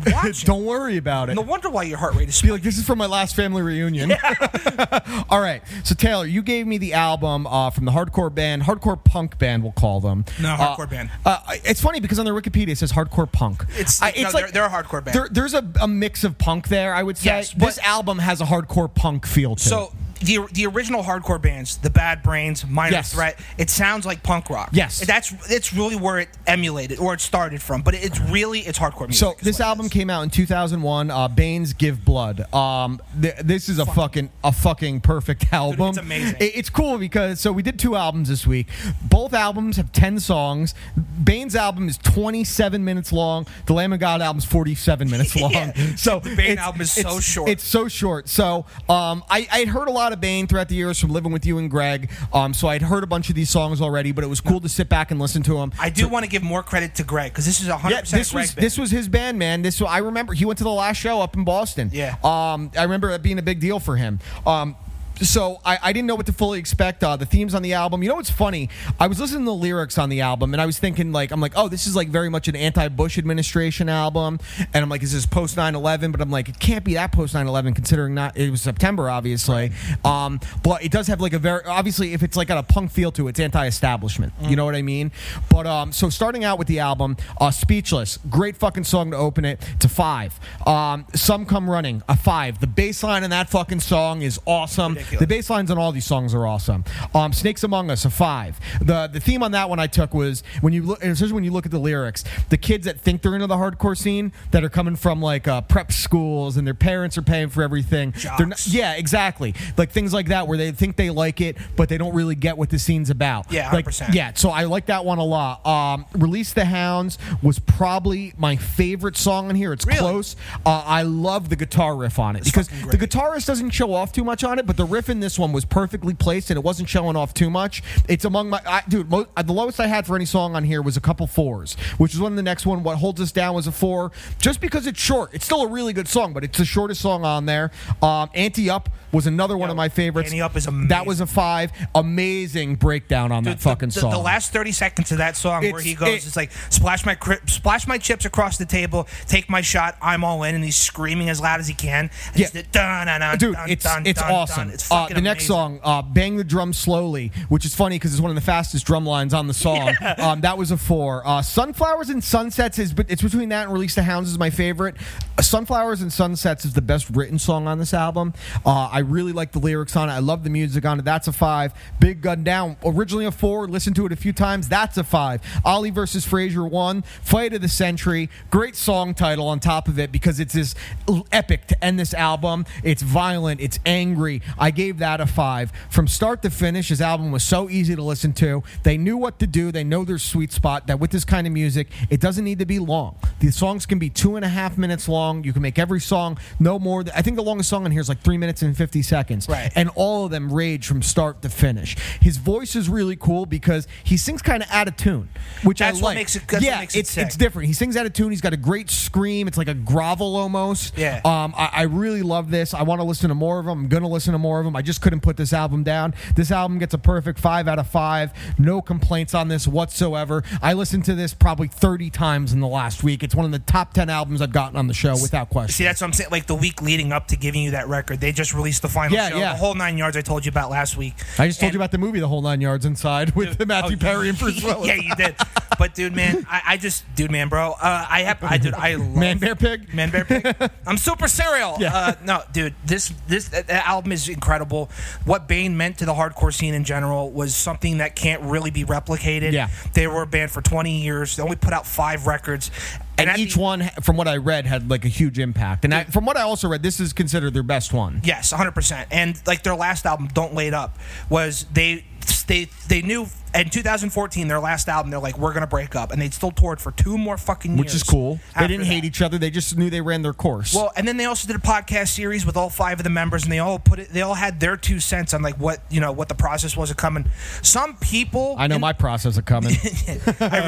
[SPEAKER 2] watching?
[SPEAKER 1] Don't worry about it.
[SPEAKER 2] no wonder why your heart rate is."
[SPEAKER 1] Be like, this is from my last family reunion. All right. So Taylor, you gave me the album uh, from the hardcore band, hardcore punk band, we'll call them.
[SPEAKER 2] No,
[SPEAKER 1] Uh,
[SPEAKER 2] hardcore band.
[SPEAKER 1] Uh, it's funny because on their Wikipedia it says hardcore punk.
[SPEAKER 2] It's-
[SPEAKER 1] I-
[SPEAKER 2] no, they're- they're a hardcore band.
[SPEAKER 1] there- there's a, a mix of punk there. I would say
[SPEAKER 2] Yes,
[SPEAKER 1] this
[SPEAKER 2] but-
[SPEAKER 1] album has a hardcore punk feel to it.
[SPEAKER 2] So the the original hardcore bands, the Bad Brains, Minor
[SPEAKER 1] Yes.
[SPEAKER 2] Threat, it sounds like punk rock.
[SPEAKER 1] Yes.
[SPEAKER 2] that's it's really where it emulated or it started from. But it's really it's hardcore music.
[SPEAKER 1] So
[SPEAKER 2] is
[SPEAKER 1] this
[SPEAKER 2] what it
[SPEAKER 1] album
[SPEAKER 2] is.
[SPEAKER 1] came out in 2001. Uh, Bane's "Give Blood." Um, th- this is a fucking a fucking perfect album.
[SPEAKER 2] it's amazing.
[SPEAKER 1] It- it's cool because so we did two albums this week. Both albums have 10 songs. Bane's album is 27 minutes long. The Lamb of God album's 47 minutes long. So the
[SPEAKER 2] Bane album is so short.
[SPEAKER 1] It's so short. So um, I I had heard a lot of Bane throughout the years from living with you and Greg. Um, so I'd heard a bunch of these songs already, but it was cool to sit back and listen to them.
[SPEAKER 2] I do want to give more credit to Greg because this is 100%
[SPEAKER 1] Yeah, this
[SPEAKER 2] Greg
[SPEAKER 1] was
[SPEAKER 2] band.
[SPEAKER 1] this was his band, man. This I remember he went to the last show up in Boston.
[SPEAKER 2] Yeah.
[SPEAKER 1] Um, I remember that being a big deal for him. Um, so I, I didn't know what to fully expect. Uh, the themes on the album, you know, what's funny. I was listening to the lyrics on the album, and I was thinking like, I'm like, oh, this is like very much an anti-Bush administration album, and I'm like, is this post 9/11? But I'm like, it can't be that post 9/11 considering not it was September, obviously. Um, but it does have like a very obviously if it's like got a punk feel to it, it's anti-establishment. You know what I mean? But um, so starting out with the album, uh, "Speechless," great fucking song to open it. It's a five. Um, "Some Come Running," a five. The bass line in that fucking song is awesome. The bass lines on all these songs are awesome. Um, "Snakes Among Us," a five. The the theme on that one I took was when you look, especially when you look at the lyrics, the kids that think they're into the hardcore scene that are coming from like uh, prep schools and their parents are paying for everything. They're not,
[SPEAKER 2] Jocks.
[SPEAKER 1] yeah, exactly. Like things like that where they think they like it, but they don't really get what the scene's about.
[SPEAKER 2] Yeah,
[SPEAKER 1] Like,
[SPEAKER 2] 100%.
[SPEAKER 1] yeah, so I like that one a lot. Um, Release the Hounds was probably my favorite song on here. It's
[SPEAKER 2] Really?
[SPEAKER 1] close. Uh, I love the guitar riff on it because
[SPEAKER 2] fucking
[SPEAKER 1] the
[SPEAKER 2] great.
[SPEAKER 1] guitarist doesn't show off too much on it, but the riff in this one was perfectly placed and it wasn't showing off too much. It's among my I, dude. Mo, uh, the lowest I had for any song on here was a couple fours, which is when the next one. What holds us down was a four, just because it's short. It's still a really good song, but it's the shortest song on there. Um, Anti Up was another one of my favorites.
[SPEAKER 2] Anti Up is
[SPEAKER 1] That was a five. Amazing breakdown on that
[SPEAKER 2] The-
[SPEAKER 1] fucking
[SPEAKER 2] the,
[SPEAKER 1] song.
[SPEAKER 2] The last thirty seconds of that song, where
[SPEAKER 1] It's-
[SPEAKER 2] he goes,
[SPEAKER 1] it-
[SPEAKER 2] it's like splash my cri- splash my chips across the table, take my shot, I'm all in, and he's screaming as loud as he can. And
[SPEAKER 1] Yeah.
[SPEAKER 2] he's the dun, dun, dun,
[SPEAKER 1] dude,
[SPEAKER 2] dun,
[SPEAKER 1] it's
[SPEAKER 2] dun,
[SPEAKER 1] it's
[SPEAKER 2] dun, dun.
[SPEAKER 1] awesome.
[SPEAKER 2] It's
[SPEAKER 1] uh,
[SPEAKER 2] fucking
[SPEAKER 1] the next
[SPEAKER 2] amazing.
[SPEAKER 1] song, uh, "Bang the Drum Slowly," which is funny because it's one of the fastest drum lines on the song. Um, that was a four. Uh, "Sunflowers and Sunsets" is, but it's between that and "Release the Hounds" is my favorite. Uh, "Sunflowers and Sunsets" is the best written song on this album. Uh, I really like the lyrics on it. I love the music on it. That's a five. "Big Gun Down" originally a four. Listened to it a few times. That's a five. "Ollie versus Frazier" one. "Fight of the Century." Great song title on top of it because it's this l- epic to end this album. It's violent. It's angry. I gave that a five. From start to finish, his album was so easy to listen to. They knew what to do. They know their sweet spot. That with this kind of music, it doesn't need to be long. The songs can be two and a half minutes long. You can make every song no more. Than, I think the longest song on here is like three minutes and fifty seconds.
[SPEAKER 2] Right.
[SPEAKER 1] And all of them rage from start to finish. His voice is really cool because he sings kind of out of tune, which I
[SPEAKER 2] That's
[SPEAKER 1] like.
[SPEAKER 2] what makes it- that's what
[SPEAKER 1] yeah,
[SPEAKER 2] makes it
[SPEAKER 1] it's it's
[SPEAKER 2] sick.
[SPEAKER 1] different. He sings out of tune. He's got a great scream. It's like a grovel almost.
[SPEAKER 2] Yeah.
[SPEAKER 1] Um, I, I really love this. I want to listen to more of them. I'm gonna listen to more of them. I just couldn't put this album down. This album gets a perfect five out of five. No complaints on this whatsoever. I listened to this probably 30 times in the last week. It's one of the top 10 albums I've gotten on the show without question.
[SPEAKER 2] See, that's what I'm saying. Like the week leading up to giving you that record, they just released the final
[SPEAKER 1] Yeah,
[SPEAKER 2] show,
[SPEAKER 1] yeah.
[SPEAKER 2] the whole nine yards I told you about last week.
[SPEAKER 1] I just told
[SPEAKER 2] And- Oh,
[SPEAKER 1] you about the movie The Whole Nine Yards Inside with Matthew Perry and Bruce Willis.
[SPEAKER 2] yeah, you did. But dude, man, I, I just, dude, man, bro, uh, I have, I dude, I love
[SPEAKER 1] Man, bear, pig?
[SPEAKER 2] man, bear, pig. I'm super serial.
[SPEAKER 1] Yeah.
[SPEAKER 2] Uh, no, dude, this this that that album is incredible. What Bane meant to the hardcore scene in general was something that can't really be replicated.
[SPEAKER 1] Yeah.
[SPEAKER 2] they were a band for 20 years. They only put out five records,
[SPEAKER 1] and
[SPEAKER 2] at
[SPEAKER 1] each
[SPEAKER 2] the-
[SPEAKER 1] one, from what I read, had like a huge impact. And I, from what I also read, this is considered their best one.
[SPEAKER 2] Yes, 100%. And like their last album, Don't Lay It Up, was they they they knew in 2014 their last album they're like we're gonna break up and they still toured for two more fucking
[SPEAKER 1] which
[SPEAKER 2] years
[SPEAKER 1] is cool. They
[SPEAKER 2] after
[SPEAKER 1] didn't hate
[SPEAKER 2] that.
[SPEAKER 1] each other. They just knew they ran their course.
[SPEAKER 2] Well, and then they also did a podcast series with all five of the members, and they all put it. They all had their two cents on like what you know what the process was of coming. Some people,
[SPEAKER 1] I know my process of coming.
[SPEAKER 2] I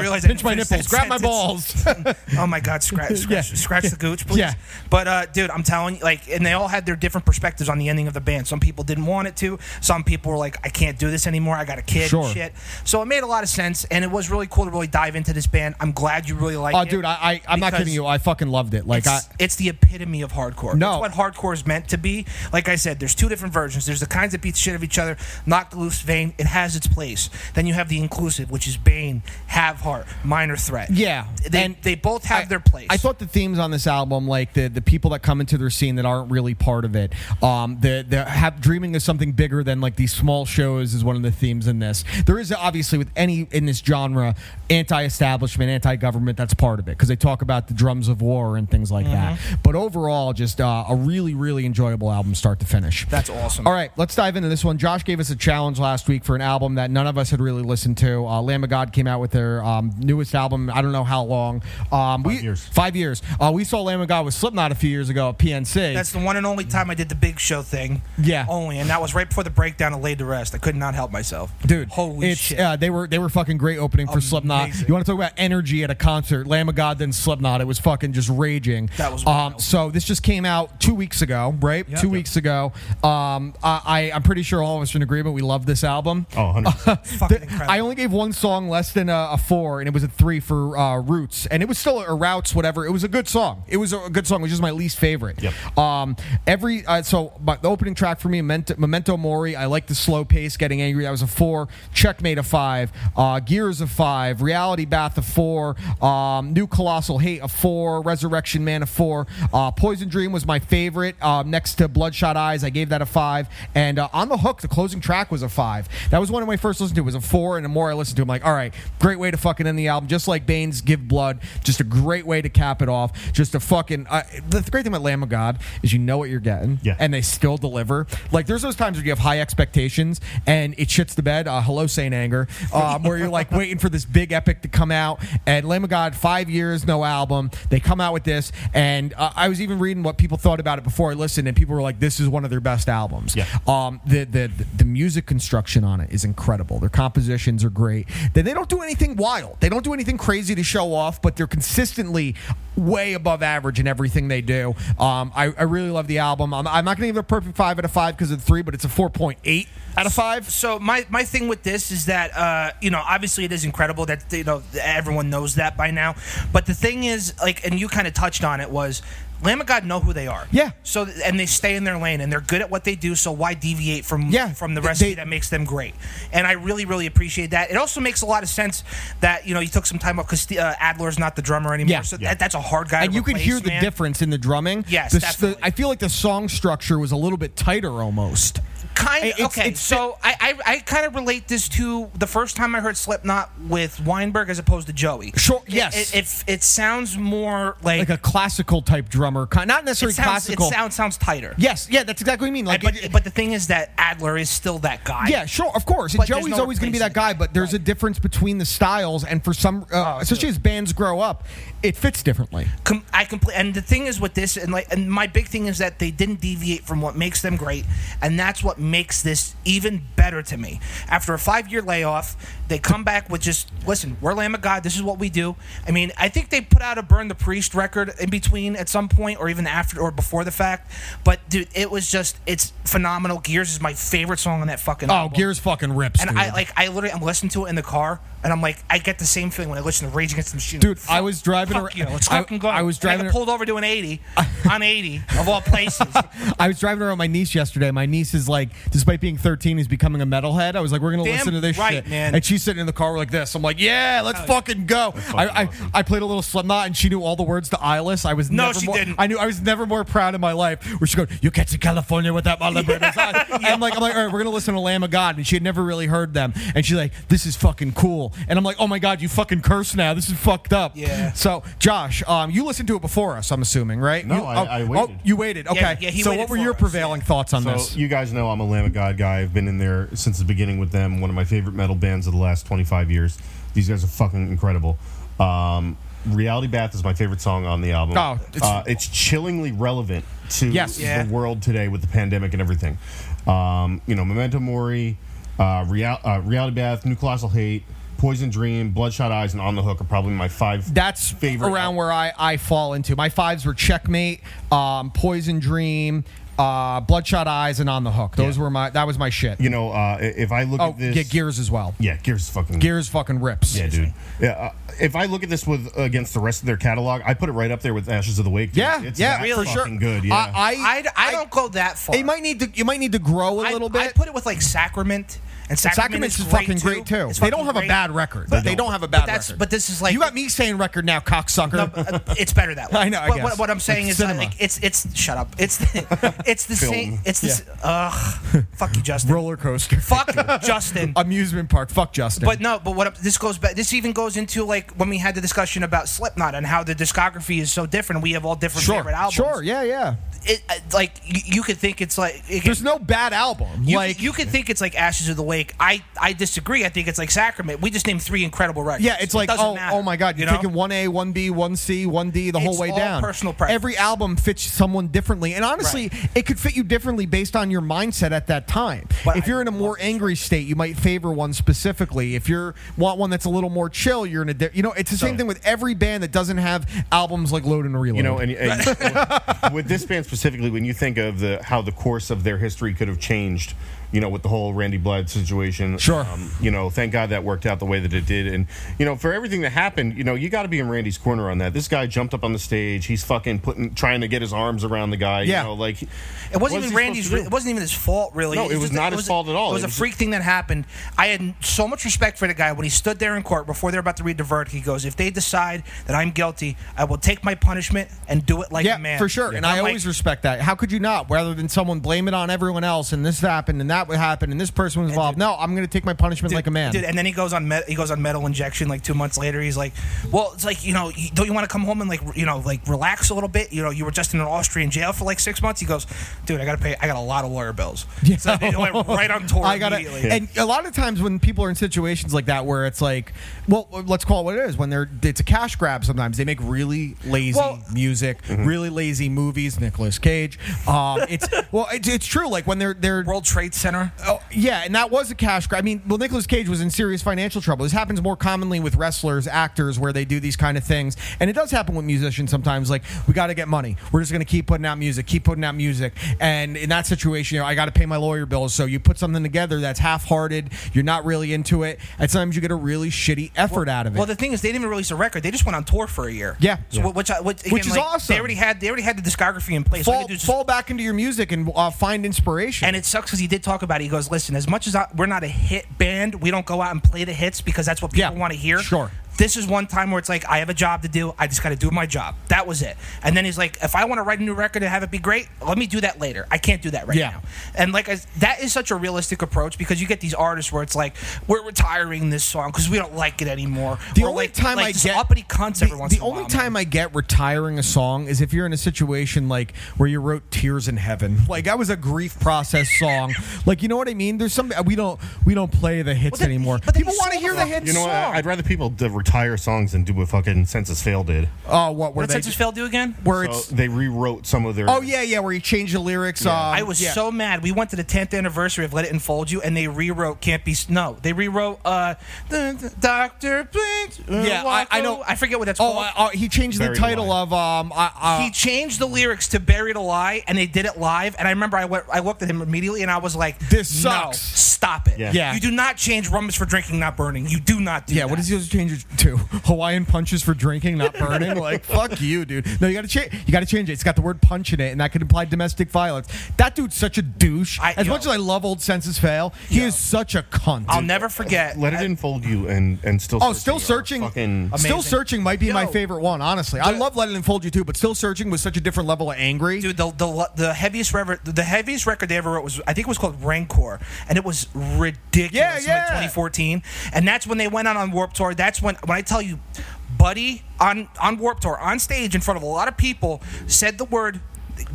[SPEAKER 2] realize I
[SPEAKER 1] Pinch
[SPEAKER 2] didn't
[SPEAKER 1] my
[SPEAKER 2] finish
[SPEAKER 1] nipples,
[SPEAKER 2] that
[SPEAKER 1] grab my
[SPEAKER 2] sentence.
[SPEAKER 1] balls.
[SPEAKER 2] oh my god, scratch, scratch,
[SPEAKER 1] Yeah.
[SPEAKER 2] scratch the gooch, please.
[SPEAKER 1] Yeah.
[SPEAKER 2] But uh, dude, I'm telling you, like, and they all had their different perspectives on the ending of the band. Some people didn't want it to. Some people were like, I can't do this anymore. I got a kid, and
[SPEAKER 1] Sure.
[SPEAKER 2] shit. So it made a lot of sense, and it was really cool to really dive into this band. I'm glad you really liked
[SPEAKER 1] Oh,
[SPEAKER 2] it.
[SPEAKER 1] dude, I, I I'm not
[SPEAKER 2] because
[SPEAKER 1] kidding you. I fucking loved it. Like I.
[SPEAKER 2] it's, it's the epitome of hardcore.
[SPEAKER 1] No.
[SPEAKER 2] That's what hardcore is meant to be. Like I said, there's two different versions. There's the kinds that beat the shit out of each other, knock the loose vein. It has its place. Then you have the inclusive, which is Bane, Have Heart, Minor Threat.
[SPEAKER 1] Yeah,
[SPEAKER 2] they,
[SPEAKER 1] and
[SPEAKER 2] they both
[SPEAKER 1] I-
[SPEAKER 2] have their place.
[SPEAKER 1] I thought the themes on this album, like the the people that come into their scene that aren't really part of it, um, the the have dreaming of something bigger than like these small shows is one of the themes in this. There is obviously with any in this genre, anti-establishment, anti-government. That's part of it because they talk about the drums of war and things like
[SPEAKER 2] Mm-hmm.
[SPEAKER 1] that. But overall, just uh, a really really enjoyable album, start to finish.
[SPEAKER 2] That's awesome.
[SPEAKER 1] All right, let's dive into this one. Josh gave us a challenge last week for an album that none of us had really listened to. Uh, Lamb of God came out with their um, newest album. I don't know how long. Um, we,
[SPEAKER 3] years.
[SPEAKER 1] Five years. Uh, we saw Lamb of God with Slipknot a few years ago at PNC.
[SPEAKER 2] That's the one and only time I did the big show thing.
[SPEAKER 1] Yeah.
[SPEAKER 2] Only, and that was right before the breakdown of Laid to Rest. I could not help myself.
[SPEAKER 1] Dude,
[SPEAKER 2] Holy
[SPEAKER 1] it's,
[SPEAKER 2] shit.
[SPEAKER 1] Uh, they were they were fucking great opening for Slipknot. You want to talk about energy at a concert? Lamb of God, then Slipknot. It was fucking just raging.
[SPEAKER 2] That was
[SPEAKER 1] um,
[SPEAKER 2] wild.
[SPEAKER 1] so. This just came out two weeks ago, right? Two weeks ago. Um, I, I I'm pretty sure all of us are in agreement. We love this album.
[SPEAKER 3] Oh, 100%.
[SPEAKER 2] Fucking
[SPEAKER 1] Th-
[SPEAKER 2] incredible.
[SPEAKER 1] I only gave one song less than a, a four, and it was a three for uh, Roots, and it was still a Routes, whatever. It was a good song. It was a good song, which is my least favorite.
[SPEAKER 3] Yep.
[SPEAKER 1] Um, every uh, so my, the opening track for me, Memento, Memento Mori. I like the slow pace, getting angry. That was a four. Checkmate a five. Uh, Gears a five. Reality Bath a four. Um, New Colossal Hate a four. Resurrection Man a four. Uh, Poison Dream was my favorite. Um, next to Bloodshot Eyes, I gave that a five. And uh, on the hook, the closing track was a five. That was one of my first listened to. It was a four, and the more I listened to, it, I'm like, all right, great way to fucking end the album. Just like Bane's "Give Blood," just a great way to cap it off. Just a fucking. Uh, the great thing about Lamb of God is you know what you're getting,
[SPEAKER 3] Yeah.
[SPEAKER 1] and they still deliver. Like there's those times where you have high expectations and it shits the bed. Uh, hello, Saint Anger, um, where you're like waiting for this big epic to come out. And Lamb of God, five years, no album. They come out with this, and uh, I was even reading what people thought about it before I listened, and people were like, "This is one of their best albums."
[SPEAKER 3] Yeah.
[SPEAKER 1] Um, the, the the music construction on it is incredible. Their compositions are great. They, they don't do anything wild. They don't do anything crazy to show off, but they're consistently way above average in everything they do. Um, I, I really love the album. I'm, I'm not going to give it a perfect five out of five because of the three, but it's a four point eight out of five.
[SPEAKER 2] so my, my thing with this is that uh, you know obviously it is incredible that you know everyone knows that by now but the thing is like and you kind of touched on it was Lamb of God know who they are.
[SPEAKER 1] Yeah.
[SPEAKER 2] So th- and they stay in their lane and they're good at what they do. So why deviate from
[SPEAKER 1] Yeah,
[SPEAKER 2] from the
[SPEAKER 1] they-
[SPEAKER 2] recipe
[SPEAKER 1] they-
[SPEAKER 2] that makes them great? And I really really appreciate that. It also makes a lot of sense that you know you took some time off because uh, Adler's not the drummer anymore.
[SPEAKER 1] Yeah.
[SPEAKER 2] So
[SPEAKER 1] Yeah.
[SPEAKER 2] That, that's a hard guy.
[SPEAKER 1] And
[SPEAKER 2] to
[SPEAKER 1] you can
[SPEAKER 2] replace,
[SPEAKER 1] hear the
[SPEAKER 2] man.
[SPEAKER 1] difference in the drumming.
[SPEAKER 2] Yes,
[SPEAKER 1] The s- the-
[SPEAKER 2] definitely.
[SPEAKER 1] I feel like the song structure was a little bit tighter almost.
[SPEAKER 2] kind of
[SPEAKER 1] It's-
[SPEAKER 2] okay.
[SPEAKER 1] it's-
[SPEAKER 2] so I I, I kind of relate this to the first time I heard Slipknot with Weinberg as opposed to Joey.
[SPEAKER 1] Sure,
[SPEAKER 2] It-
[SPEAKER 1] yes.
[SPEAKER 2] It, it, it sounds more
[SPEAKER 1] like
[SPEAKER 2] like,
[SPEAKER 1] a classical type drummer, kind, not
[SPEAKER 2] it
[SPEAKER 1] necessarily
[SPEAKER 2] sounds it
[SPEAKER 1] classical.
[SPEAKER 2] sounds sounds tighter.
[SPEAKER 1] yes, yeah, that's exactly what I mean. Like,
[SPEAKER 2] but
[SPEAKER 1] it-
[SPEAKER 2] but the thing is that Adler is still that guy.
[SPEAKER 1] yeah, sure, of course. And
[SPEAKER 2] But there's
[SPEAKER 1] Joey's
[SPEAKER 2] no
[SPEAKER 1] always going to be that
[SPEAKER 2] replacing
[SPEAKER 1] guy,
[SPEAKER 2] it.
[SPEAKER 1] but there's a
[SPEAKER 2] Right. Oh,
[SPEAKER 1] difference between the styles, and for some, uh, especially as bands grow up, it fits differently.
[SPEAKER 2] Com- I compl- and the thing is with this and like and my big thing is that they didn't deviate from what makes them great and that's what makes this even better to me. After a 5-year layoff, they come back with just listen, we're lamb of god, this is what we do. I mean, I think they put out a burn the priest record in between at some point or even after or before the fact, but dude, it was just it's phenomenal. Gears is my favorite song on that fucking
[SPEAKER 1] Oh,
[SPEAKER 2] album.
[SPEAKER 1] Gears fucking rips,
[SPEAKER 2] And
[SPEAKER 1] dude.
[SPEAKER 2] I like I literally I'm listening to it in the car and I'm like I get the same feeling when I listen to Rage Against the Machine.
[SPEAKER 1] Dude,
[SPEAKER 2] Fuck-
[SPEAKER 1] I was driving
[SPEAKER 2] Fuck
[SPEAKER 1] ar-
[SPEAKER 2] you. Let's
[SPEAKER 1] I-
[SPEAKER 2] fucking go.
[SPEAKER 1] I was
[SPEAKER 2] And
[SPEAKER 1] driving
[SPEAKER 2] I
[SPEAKER 1] ar-
[SPEAKER 2] got pulled over to an 80 on 80 of all places.
[SPEAKER 1] I was driving around with my niece yesterday. My niece is like, despite being 13, is becoming a metalhead. I was like, we're going to
[SPEAKER 2] Damn
[SPEAKER 1] listen to this
[SPEAKER 2] right,
[SPEAKER 1] shit.
[SPEAKER 2] man. Oh,
[SPEAKER 1] And she's sitting in the car like this. I'm like, yeah, let's fucking go. I, I, I played a little Slipknot and she knew all the words to Eyeless. I was
[SPEAKER 2] No,
[SPEAKER 1] never
[SPEAKER 2] she
[SPEAKER 1] more,
[SPEAKER 2] didn't.
[SPEAKER 1] I knew I was never more proud in my life. Where she goes, you catch in California with that mother burner's eye. And I'm like, I'm like, all right, we're going to listen to Lamb of God. And she had never really heard them. And she's like, this is fucking cool. And I'm like, oh my God, you fucking curse now. This is fucked up.
[SPEAKER 2] Yeah.
[SPEAKER 1] So, Josh, um, you listened to it before us, I'm assuming, right?
[SPEAKER 3] No,
[SPEAKER 1] You- oh,
[SPEAKER 3] I- I
[SPEAKER 1] oh,
[SPEAKER 3] waited.
[SPEAKER 1] you waited. Okay.
[SPEAKER 2] yeah, he
[SPEAKER 1] so,
[SPEAKER 2] waited
[SPEAKER 1] what were
[SPEAKER 2] for
[SPEAKER 1] your
[SPEAKER 2] us,
[SPEAKER 1] prevailing thoughts on
[SPEAKER 3] So
[SPEAKER 1] this?
[SPEAKER 3] you guys know I'm a Lamb of God guy. I've been in there since the beginning with them. One of my favorite metal bands of the last 25 years. These guys are fucking incredible. Um, Reality Bath is my favorite song on the album.
[SPEAKER 1] Oh, it's-
[SPEAKER 3] uh, it's chillingly relevant to
[SPEAKER 1] Yes.
[SPEAKER 2] Yeah.
[SPEAKER 3] the world today with the pandemic and everything. Um, you know, Memento Mori, uh, Real, uh, Reality Bath, New Colossal Hate, Poison Dream, Bloodshot Eyes, and On the Hook are probably my five.
[SPEAKER 1] That's
[SPEAKER 3] favorite
[SPEAKER 1] around where I, I fall into. My fives were Checkmate, um, Poison Dream, uh, Bloodshot Eyes, and On the Hook. Those were my. That was my shit.
[SPEAKER 3] You know, uh, i- if I look
[SPEAKER 1] oh,
[SPEAKER 3] at this,
[SPEAKER 1] get Gears as well.
[SPEAKER 3] Yeah, Gears is fucking
[SPEAKER 1] Gears fucking rips.
[SPEAKER 3] Yeah, dude. Yeah, uh, if I look at this with against the rest of their catalog, I put it right up there with Ashes of the Wake. dude.
[SPEAKER 1] Yeah,
[SPEAKER 3] it's
[SPEAKER 1] yeah,
[SPEAKER 3] that
[SPEAKER 1] for sure.
[SPEAKER 3] fucking good. Yeah,
[SPEAKER 1] I,
[SPEAKER 2] I,
[SPEAKER 1] I,
[SPEAKER 2] I don't go that far.
[SPEAKER 1] It might need to. You might need to grow a
[SPEAKER 2] I-
[SPEAKER 1] little
[SPEAKER 2] I,
[SPEAKER 1] bit.
[SPEAKER 2] put it with like Sacrament. And Sacrament
[SPEAKER 1] Sacrament's
[SPEAKER 2] is
[SPEAKER 1] is
[SPEAKER 2] great
[SPEAKER 1] fucking great too.
[SPEAKER 2] It's
[SPEAKER 1] They
[SPEAKER 2] fucking
[SPEAKER 1] don't have a
[SPEAKER 2] great.
[SPEAKER 1] bad record.
[SPEAKER 2] But-
[SPEAKER 1] They don't have a bad
[SPEAKER 2] that's-
[SPEAKER 1] record.
[SPEAKER 2] but this is like-
[SPEAKER 1] you got me saying record now, cocksucker.
[SPEAKER 2] Uh, it's better that way.
[SPEAKER 1] I know, I
[SPEAKER 2] but
[SPEAKER 1] guess.
[SPEAKER 2] What, what I'm saying
[SPEAKER 1] It's
[SPEAKER 2] is, that,
[SPEAKER 1] cinema.
[SPEAKER 2] like, it's it's shut up. It's the, it's the
[SPEAKER 3] Film.
[SPEAKER 2] same. It's the ugh. Fuck you, Justin.
[SPEAKER 1] Roller coaster.
[SPEAKER 2] Fuck Justin.
[SPEAKER 1] Amusement park. Fuck Justin.
[SPEAKER 2] But no, but what this goes back. This even goes into like when we had the discussion about Slipknot and how the discography is so different. We have all different
[SPEAKER 1] sure,
[SPEAKER 2] favorite albums.
[SPEAKER 1] sure, yeah, yeah.
[SPEAKER 2] It, uh, like you, you could think it's like it,
[SPEAKER 1] There's no bad album.
[SPEAKER 2] you,
[SPEAKER 1] like
[SPEAKER 2] you could think it's like Ashes of the Wake. I I disagree. I think it's like Sacrament. We just named three incredible records.
[SPEAKER 1] Yeah, it's
[SPEAKER 2] It
[SPEAKER 1] like
[SPEAKER 2] doesn't
[SPEAKER 1] oh,
[SPEAKER 2] matter,
[SPEAKER 1] oh my god, you're
[SPEAKER 2] you know?
[SPEAKER 1] taking one A, one B, one C, one D the whole
[SPEAKER 2] It's
[SPEAKER 1] way
[SPEAKER 2] all
[SPEAKER 1] down.
[SPEAKER 2] personal preference.
[SPEAKER 1] Every album fits someone differently, and honestly, it could fit you differently based on your mindset at that time.
[SPEAKER 2] But
[SPEAKER 1] if
[SPEAKER 2] I
[SPEAKER 1] you're in a more angry state, you might favor one specifically. If you want one that's a little more chill, you're in a di- you know. It's the same thing with every band that doesn't have albums like Load and Reload.
[SPEAKER 3] you know, and, and with this band specifically, when you think of the how the course of their history could have changed, you know, with the whole Randy Blood situation. um,
[SPEAKER 1] Sure.
[SPEAKER 3] you know, thank God that worked out the way that it did, and you know, for everything that happened, you know, you got to be in Randy's corner on that. This guy jumped up on the stage. He's fucking putting, trying to get his arms around the guy.
[SPEAKER 1] Yeah.
[SPEAKER 3] You know, like it
[SPEAKER 2] It wasn't even Randy's. It wasn't even his fault, really.
[SPEAKER 3] No, it was
[SPEAKER 2] just-
[SPEAKER 3] not his fault at all.
[SPEAKER 2] It was
[SPEAKER 3] It
[SPEAKER 2] a
[SPEAKER 3] was-
[SPEAKER 2] freak thing that happened. I had so much respect for the guy when he stood there in court before they're about to read the verdict. He goes, "If they decide that I'm guilty, I will take my punishment and do it like
[SPEAKER 1] yeah,
[SPEAKER 2] a man."
[SPEAKER 1] for sure. And I
[SPEAKER 2] I'm like,
[SPEAKER 1] always respect that. How could you not? Rather than someone blame it on everyone else, and this happened, and that would happen, and this person was involved. no, I'm going to take my punishment like a man.
[SPEAKER 2] Dude, and then he goes on med- he goes on metal injection like two months later. He's like, "Well, it's like you know, you- don't you want to come home and like re- you know like relax a little bit? You know, you were just in an Austrian jail for like six months." He goes, "Dude, I gotta pay. I got a lot of lawyer bills." So they went right on tour
[SPEAKER 1] I gotta,
[SPEAKER 2] immediately.
[SPEAKER 1] and a lot of times when people are in situations like that where it's like, well, let's call it what it is. When they're it's a cash grab. Sometimes they make really lazy
[SPEAKER 2] Well- mm-hmm.
[SPEAKER 1] music, really lazy movies. Nicolas Cage. Um, it's well, it's, it's true. Like when they're they're
[SPEAKER 2] World Trade Center.
[SPEAKER 1] Oh, yeah, and that was a cash grab. I mean, well, Nicolas Cage was in serious financial trouble. This happens more commonly with wrestlers, actors, where they do these kind of things, and it does happen with musicians sometimes. Like, we got to get money. We're just going to keep putting out music, keep putting out music, and in that situation, you know, I got to pay my lawyer bills. So you put something together that's half-hearted. You're not really into it. At times, you get a really shitty effort out of it.
[SPEAKER 2] Well, the thing is, they didn't even release a record. They just went on tour for a year.
[SPEAKER 1] Yeah.
[SPEAKER 2] So,
[SPEAKER 1] Yeah.
[SPEAKER 2] Which, I, which, again,
[SPEAKER 1] Which is
[SPEAKER 2] like,
[SPEAKER 1] awesome.
[SPEAKER 2] They already had they already had the discography in place. All you
[SPEAKER 1] fall,
[SPEAKER 2] do is just-
[SPEAKER 1] fall back into your music and uh, find inspiration.
[SPEAKER 2] and it sucks because he did talk about it. He goes, "Listen, as much as I, we're not a hit band, we don't go out and play the hits because that's what people
[SPEAKER 1] Yeah.
[SPEAKER 2] want to hear.
[SPEAKER 1] Sure.
[SPEAKER 2] This is one time where it's like, I have a job to do. I just got to do my job. That was it. And then he's like, if I want to write a new record and have it be great, let me do that later. I can't do that right
[SPEAKER 1] Yeah.
[SPEAKER 2] now. And like, I, that is such a realistic approach because you get these artists where it's like, we're retiring this song because we don't like it anymore.
[SPEAKER 1] The
[SPEAKER 2] Or
[SPEAKER 1] only
[SPEAKER 2] like,
[SPEAKER 1] time
[SPEAKER 2] like
[SPEAKER 1] I
[SPEAKER 2] this
[SPEAKER 1] get
[SPEAKER 2] uppity cunts
[SPEAKER 1] the,
[SPEAKER 2] every once
[SPEAKER 1] the
[SPEAKER 2] in a
[SPEAKER 1] only
[SPEAKER 2] while,
[SPEAKER 1] time
[SPEAKER 2] man.
[SPEAKER 1] I get retiring a song is if you're in a situation like where you wrote "Tears in Heaven." Like that was a grief process song. Like you know what I mean? There's some we don't we don't play the hits
[SPEAKER 2] Well, then-
[SPEAKER 1] anymore.
[SPEAKER 2] but then
[SPEAKER 1] People
[SPEAKER 2] you
[SPEAKER 1] want to
[SPEAKER 2] sold
[SPEAKER 1] hear
[SPEAKER 2] the
[SPEAKER 1] the
[SPEAKER 2] fuck-
[SPEAKER 1] hits.
[SPEAKER 3] You know what?
[SPEAKER 1] song.
[SPEAKER 3] I'd rather people d- retire songs than do what fucking Census Fail did.
[SPEAKER 1] Oh, what were
[SPEAKER 2] What did
[SPEAKER 1] they?
[SPEAKER 2] Census Fail do again?
[SPEAKER 1] Where
[SPEAKER 3] So
[SPEAKER 1] it's
[SPEAKER 3] Oh, they rewrote some of their.
[SPEAKER 1] oh yeah yeah where you change the lyrics. um,
[SPEAKER 2] I was
[SPEAKER 1] yeah.
[SPEAKER 2] so mad. We went to the 10th anniversary of Let It Unfold You, and they rewrote Can't Be. S- No, they rewrote uh, the, the Doctor. Please, uh,
[SPEAKER 1] yeah. I,
[SPEAKER 2] walk
[SPEAKER 1] I know.
[SPEAKER 2] away. I forget what that's
[SPEAKER 1] Oh,
[SPEAKER 2] called.
[SPEAKER 1] I- oh, he changed the
[SPEAKER 3] Buried
[SPEAKER 1] title
[SPEAKER 3] Alive.
[SPEAKER 1] of um. I, uh,
[SPEAKER 2] he changed the lyrics to "Buried Alive" and they did it live. And I remember I went, I looked at him immediately, and I was like,
[SPEAKER 1] This
[SPEAKER 2] no,
[SPEAKER 1] sucks."
[SPEAKER 2] stop it!
[SPEAKER 3] Yeah.
[SPEAKER 1] Yeah.
[SPEAKER 2] you do not change rum is for drinking, not burning. You do not do
[SPEAKER 1] Yeah,
[SPEAKER 2] that.
[SPEAKER 1] what does he always change it to? Hawaiian punches for drinking, not burning. like fuck you, dude. No, you gotta change. You gotta change it. It's got the word punch in it, and that could imply domestic violence. That dude's such a douche.
[SPEAKER 2] I-
[SPEAKER 1] as
[SPEAKER 2] yo.
[SPEAKER 1] much as I love old senses fail, he is such a cunt.
[SPEAKER 2] I'll never forget.
[SPEAKER 3] Let it unfold you and and still.
[SPEAKER 1] Oh, still
[SPEAKER 3] are
[SPEAKER 1] searching.
[SPEAKER 3] Fucking.
[SPEAKER 1] Still
[SPEAKER 2] Amazing.
[SPEAKER 1] searching might be my
[SPEAKER 2] Yo.
[SPEAKER 1] favorite one. Honestly, I love letting him fold you too, but still searching was such a different level of angry.
[SPEAKER 2] Dude, the, the the heaviest record the heaviest record they ever wrote was I think it was called Rancor, and it was ridiculous.
[SPEAKER 1] Yeah,
[SPEAKER 2] in like
[SPEAKER 1] yeah.
[SPEAKER 2] 2014, and that's when they went out on Warp Tour. That's when when I tell you, Buddy on on Warp Tour on stage in front of a lot of people said the word.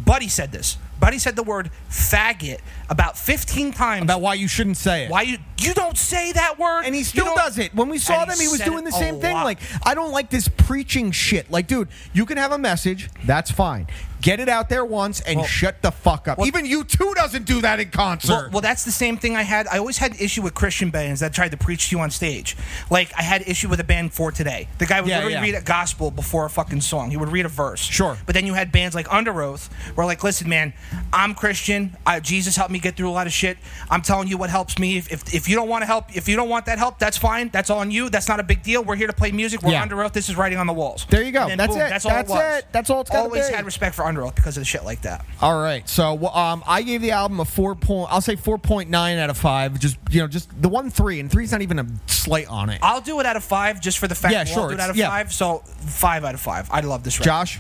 [SPEAKER 2] Buddy said this. Buddy said the word faggot about 15 times.
[SPEAKER 1] about why you shouldn't say it.
[SPEAKER 2] why you you don't say that word?
[SPEAKER 1] and he
[SPEAKER 2] You
[SPEAKER 1] still
[SPEAKER 2] don't-
[SPEAKER 1] does it. When we saw
[SPEAKER 2] And
[SPEAKER 1] them, he was
[SPEAKER 2] said
[SPEAKER 1] doing the
[SPEAKER 2] it
[SPEAKER 1] same
[SPEAKER 2] a
[SPEAKER 1] thing.
[SPEAKER 2] lot.
[SPEAKER 1] Like, I don't like this preaching shit. Like, dude, you can have a message. That's fine. Get it out there once and shut the fuck up.
[SPEAKER 2] well-
[SPEAKER 1] Even you two doesn't do that in concert.
[SPEAKER 2] Well, well, that's the same thing I had. I always had an issue with Christian bands that tried to preach to you on stage. Like I had issue with a band for today. The guy would
[SPEAKER 1] Yeah,
[SPEAKER 2] literally
[SPEAKER 1] yeah.
[SPEAKER 2] read a gospel before a fucking song. He would read a verse.
[SPEAKER 1] Sure.
[SPEAKER 2] But then you had bands like Under Oath, where like, listen, man, I'm Christian. I, Jesus helped me get through a lot of shit. I'm telling you what helps me. If, if, if you don't want to help, if you don't want that help, that's fine. That's on you. That's not a big deal. We're here to play music. We're
[SPEAKER 1] Yeah.
[SPEAKER 2] Under Oath. This is writing on the walls.
[SPEAKER 1] There you go.
[SPEAKER 2] And then,
[SPEAKER 1] That's
[SPEAKER 2] boom,
[SPEAKER 1] it.
[SPEAKER 2] That's all
[SPEAKER 1] That's
[SPEAKER 2] it was.
[SPEAKER 1] it. That's all it's gotta
[SPEAKER 2] Always
[SPEAKER 1] be.
[SPEAKER 2] had respect for Under Oath because of the shit like that.
[SPEAKER 1] All right. So um, I gave the album a four point. I'll say four point nine out of five. Just you know, just the one three and three's not even a slight on it.
[SPEAKER 2] I'll do it out of five just for the fact
[SPEAKER 1] Yeah,
[SPEAKER 2] that
[SPEAKER 1] sure,
[SPEAKER 2] I'll do it
[SPEAKER 1] it's-
[SPEAKER 2] out of
[SPEAKER 1] yeah.
[SPEAKER 2] five. So five out of five. I love this record.
[SPEAKER 1] Josh.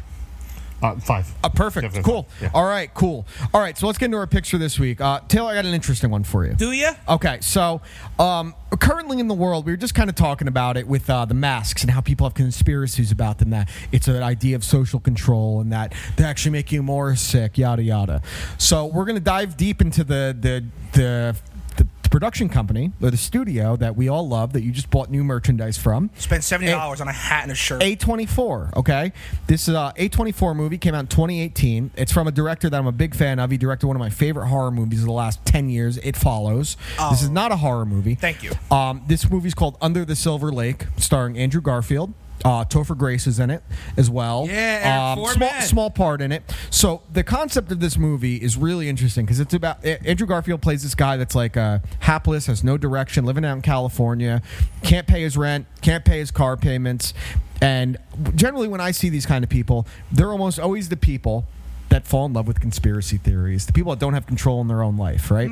[SPEAKER 3] Uh, five.
[SPEAKER 1] Uh, perfect.
[SPEAKER 3] Definitely.
[SPEAKER 1] Cool.
[SPEAKER 3] Yeah.
[SPEAKER 1] All right. Cool. All right. So let's get into our picks for this week. Uh, Taylor, I got an interesting one for you.
[SPEAKER 2] Do you?
[SPEAKER 1] Okay, so um, currently in the world, we were just kind of talking about it with uh, the masks and how people have conspiracies about them. That it's an idea of social control and that they actually make you more sick, yada yada. So we're gonna dive deep into the the the. the Production company or the studio that we all love that you just bought new merchandise from.
[SPEAKER 2] Spent seventy dollars on a hat and a shirt.
[SPEAKER 1] A24, okay? This is uh, a A24 movie came out in 2018. It's from a director that I'm a big fan of. He directed one of my favorite horror movies of the last 10 years. It follows. This is not a horror movie.
[SPEAKER 2] Oh. Thank you.
[SPEAKER 1] Um, this movie's called Under the Silver Lake, starring Andrew Garfield. Uh, Topher Grace is in it as well.
[SPEAKER 2] Yeah, Eric
[SPEAKER 1] um,
[SPEAKER 2] Foreman.
[SPEAKER 1] small, small part in it. So the concept of this movie is really interesting because it's about A- Andrew Garfield plays this guy that's like uh, hapless, has no direction, living out in California, can't pay his rent, can't pay his car payments, and generally when I see these kind of people, they're almost always the people that fall in love with conspiracy theories, the people that don't have control in their own life, right?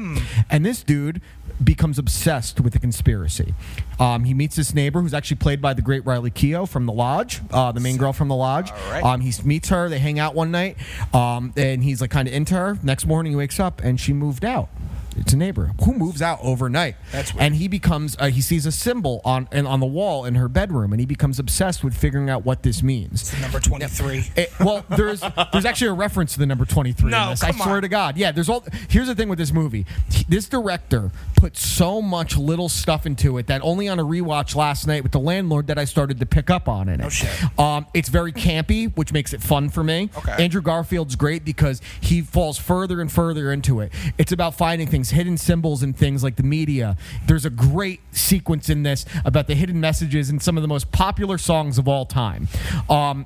[SPEAKER 1] And this dude becomes obsessed with the conspiracy. Um, he meets this neighbor who's actually played by the great Riley Keough from The Lodge, uh, the main girl from The Lodge. Um, he meets her, they hang out one night, um, and he's like kind of into her. Next morning, he wakes up and she moved out. It's a neighbor who moves out overnight, That's and he becomes uh, he sees a symbol on and on the wall in her bedroom, and he becomes obsessed with figuring out what this means.
[SPEAKER 2] Number twenty three.
[SPEAKER 1] It- Eh, well, there's there's actually a reference to the number 23. in
[SPEAKER 2] No,
[SPEAKER 1] this.
[SPEAKER 2] come
[SPEAKER 1] I swear
[SPEAKER 2] on.
[SPEAKER 1] to God. Yeah, there's all. Here's the thing with this movie. He- This director put so much little stuff into it that only on a rewatch last night with the landlord that I started to pick up on in it.
[SPEAKER 2] shit.
[SPEAKER 1] Um, it's very campy, which makes it fun for me.
[SPEAKER 2] Okay.
[SPEAKER 1] Andrew Garfield's great because he falls further and further into it. It's about finding things, hidden symbols, and things like the media. There's a great sequence in this about the hidden messages in some of the most popular songs of all time. Um,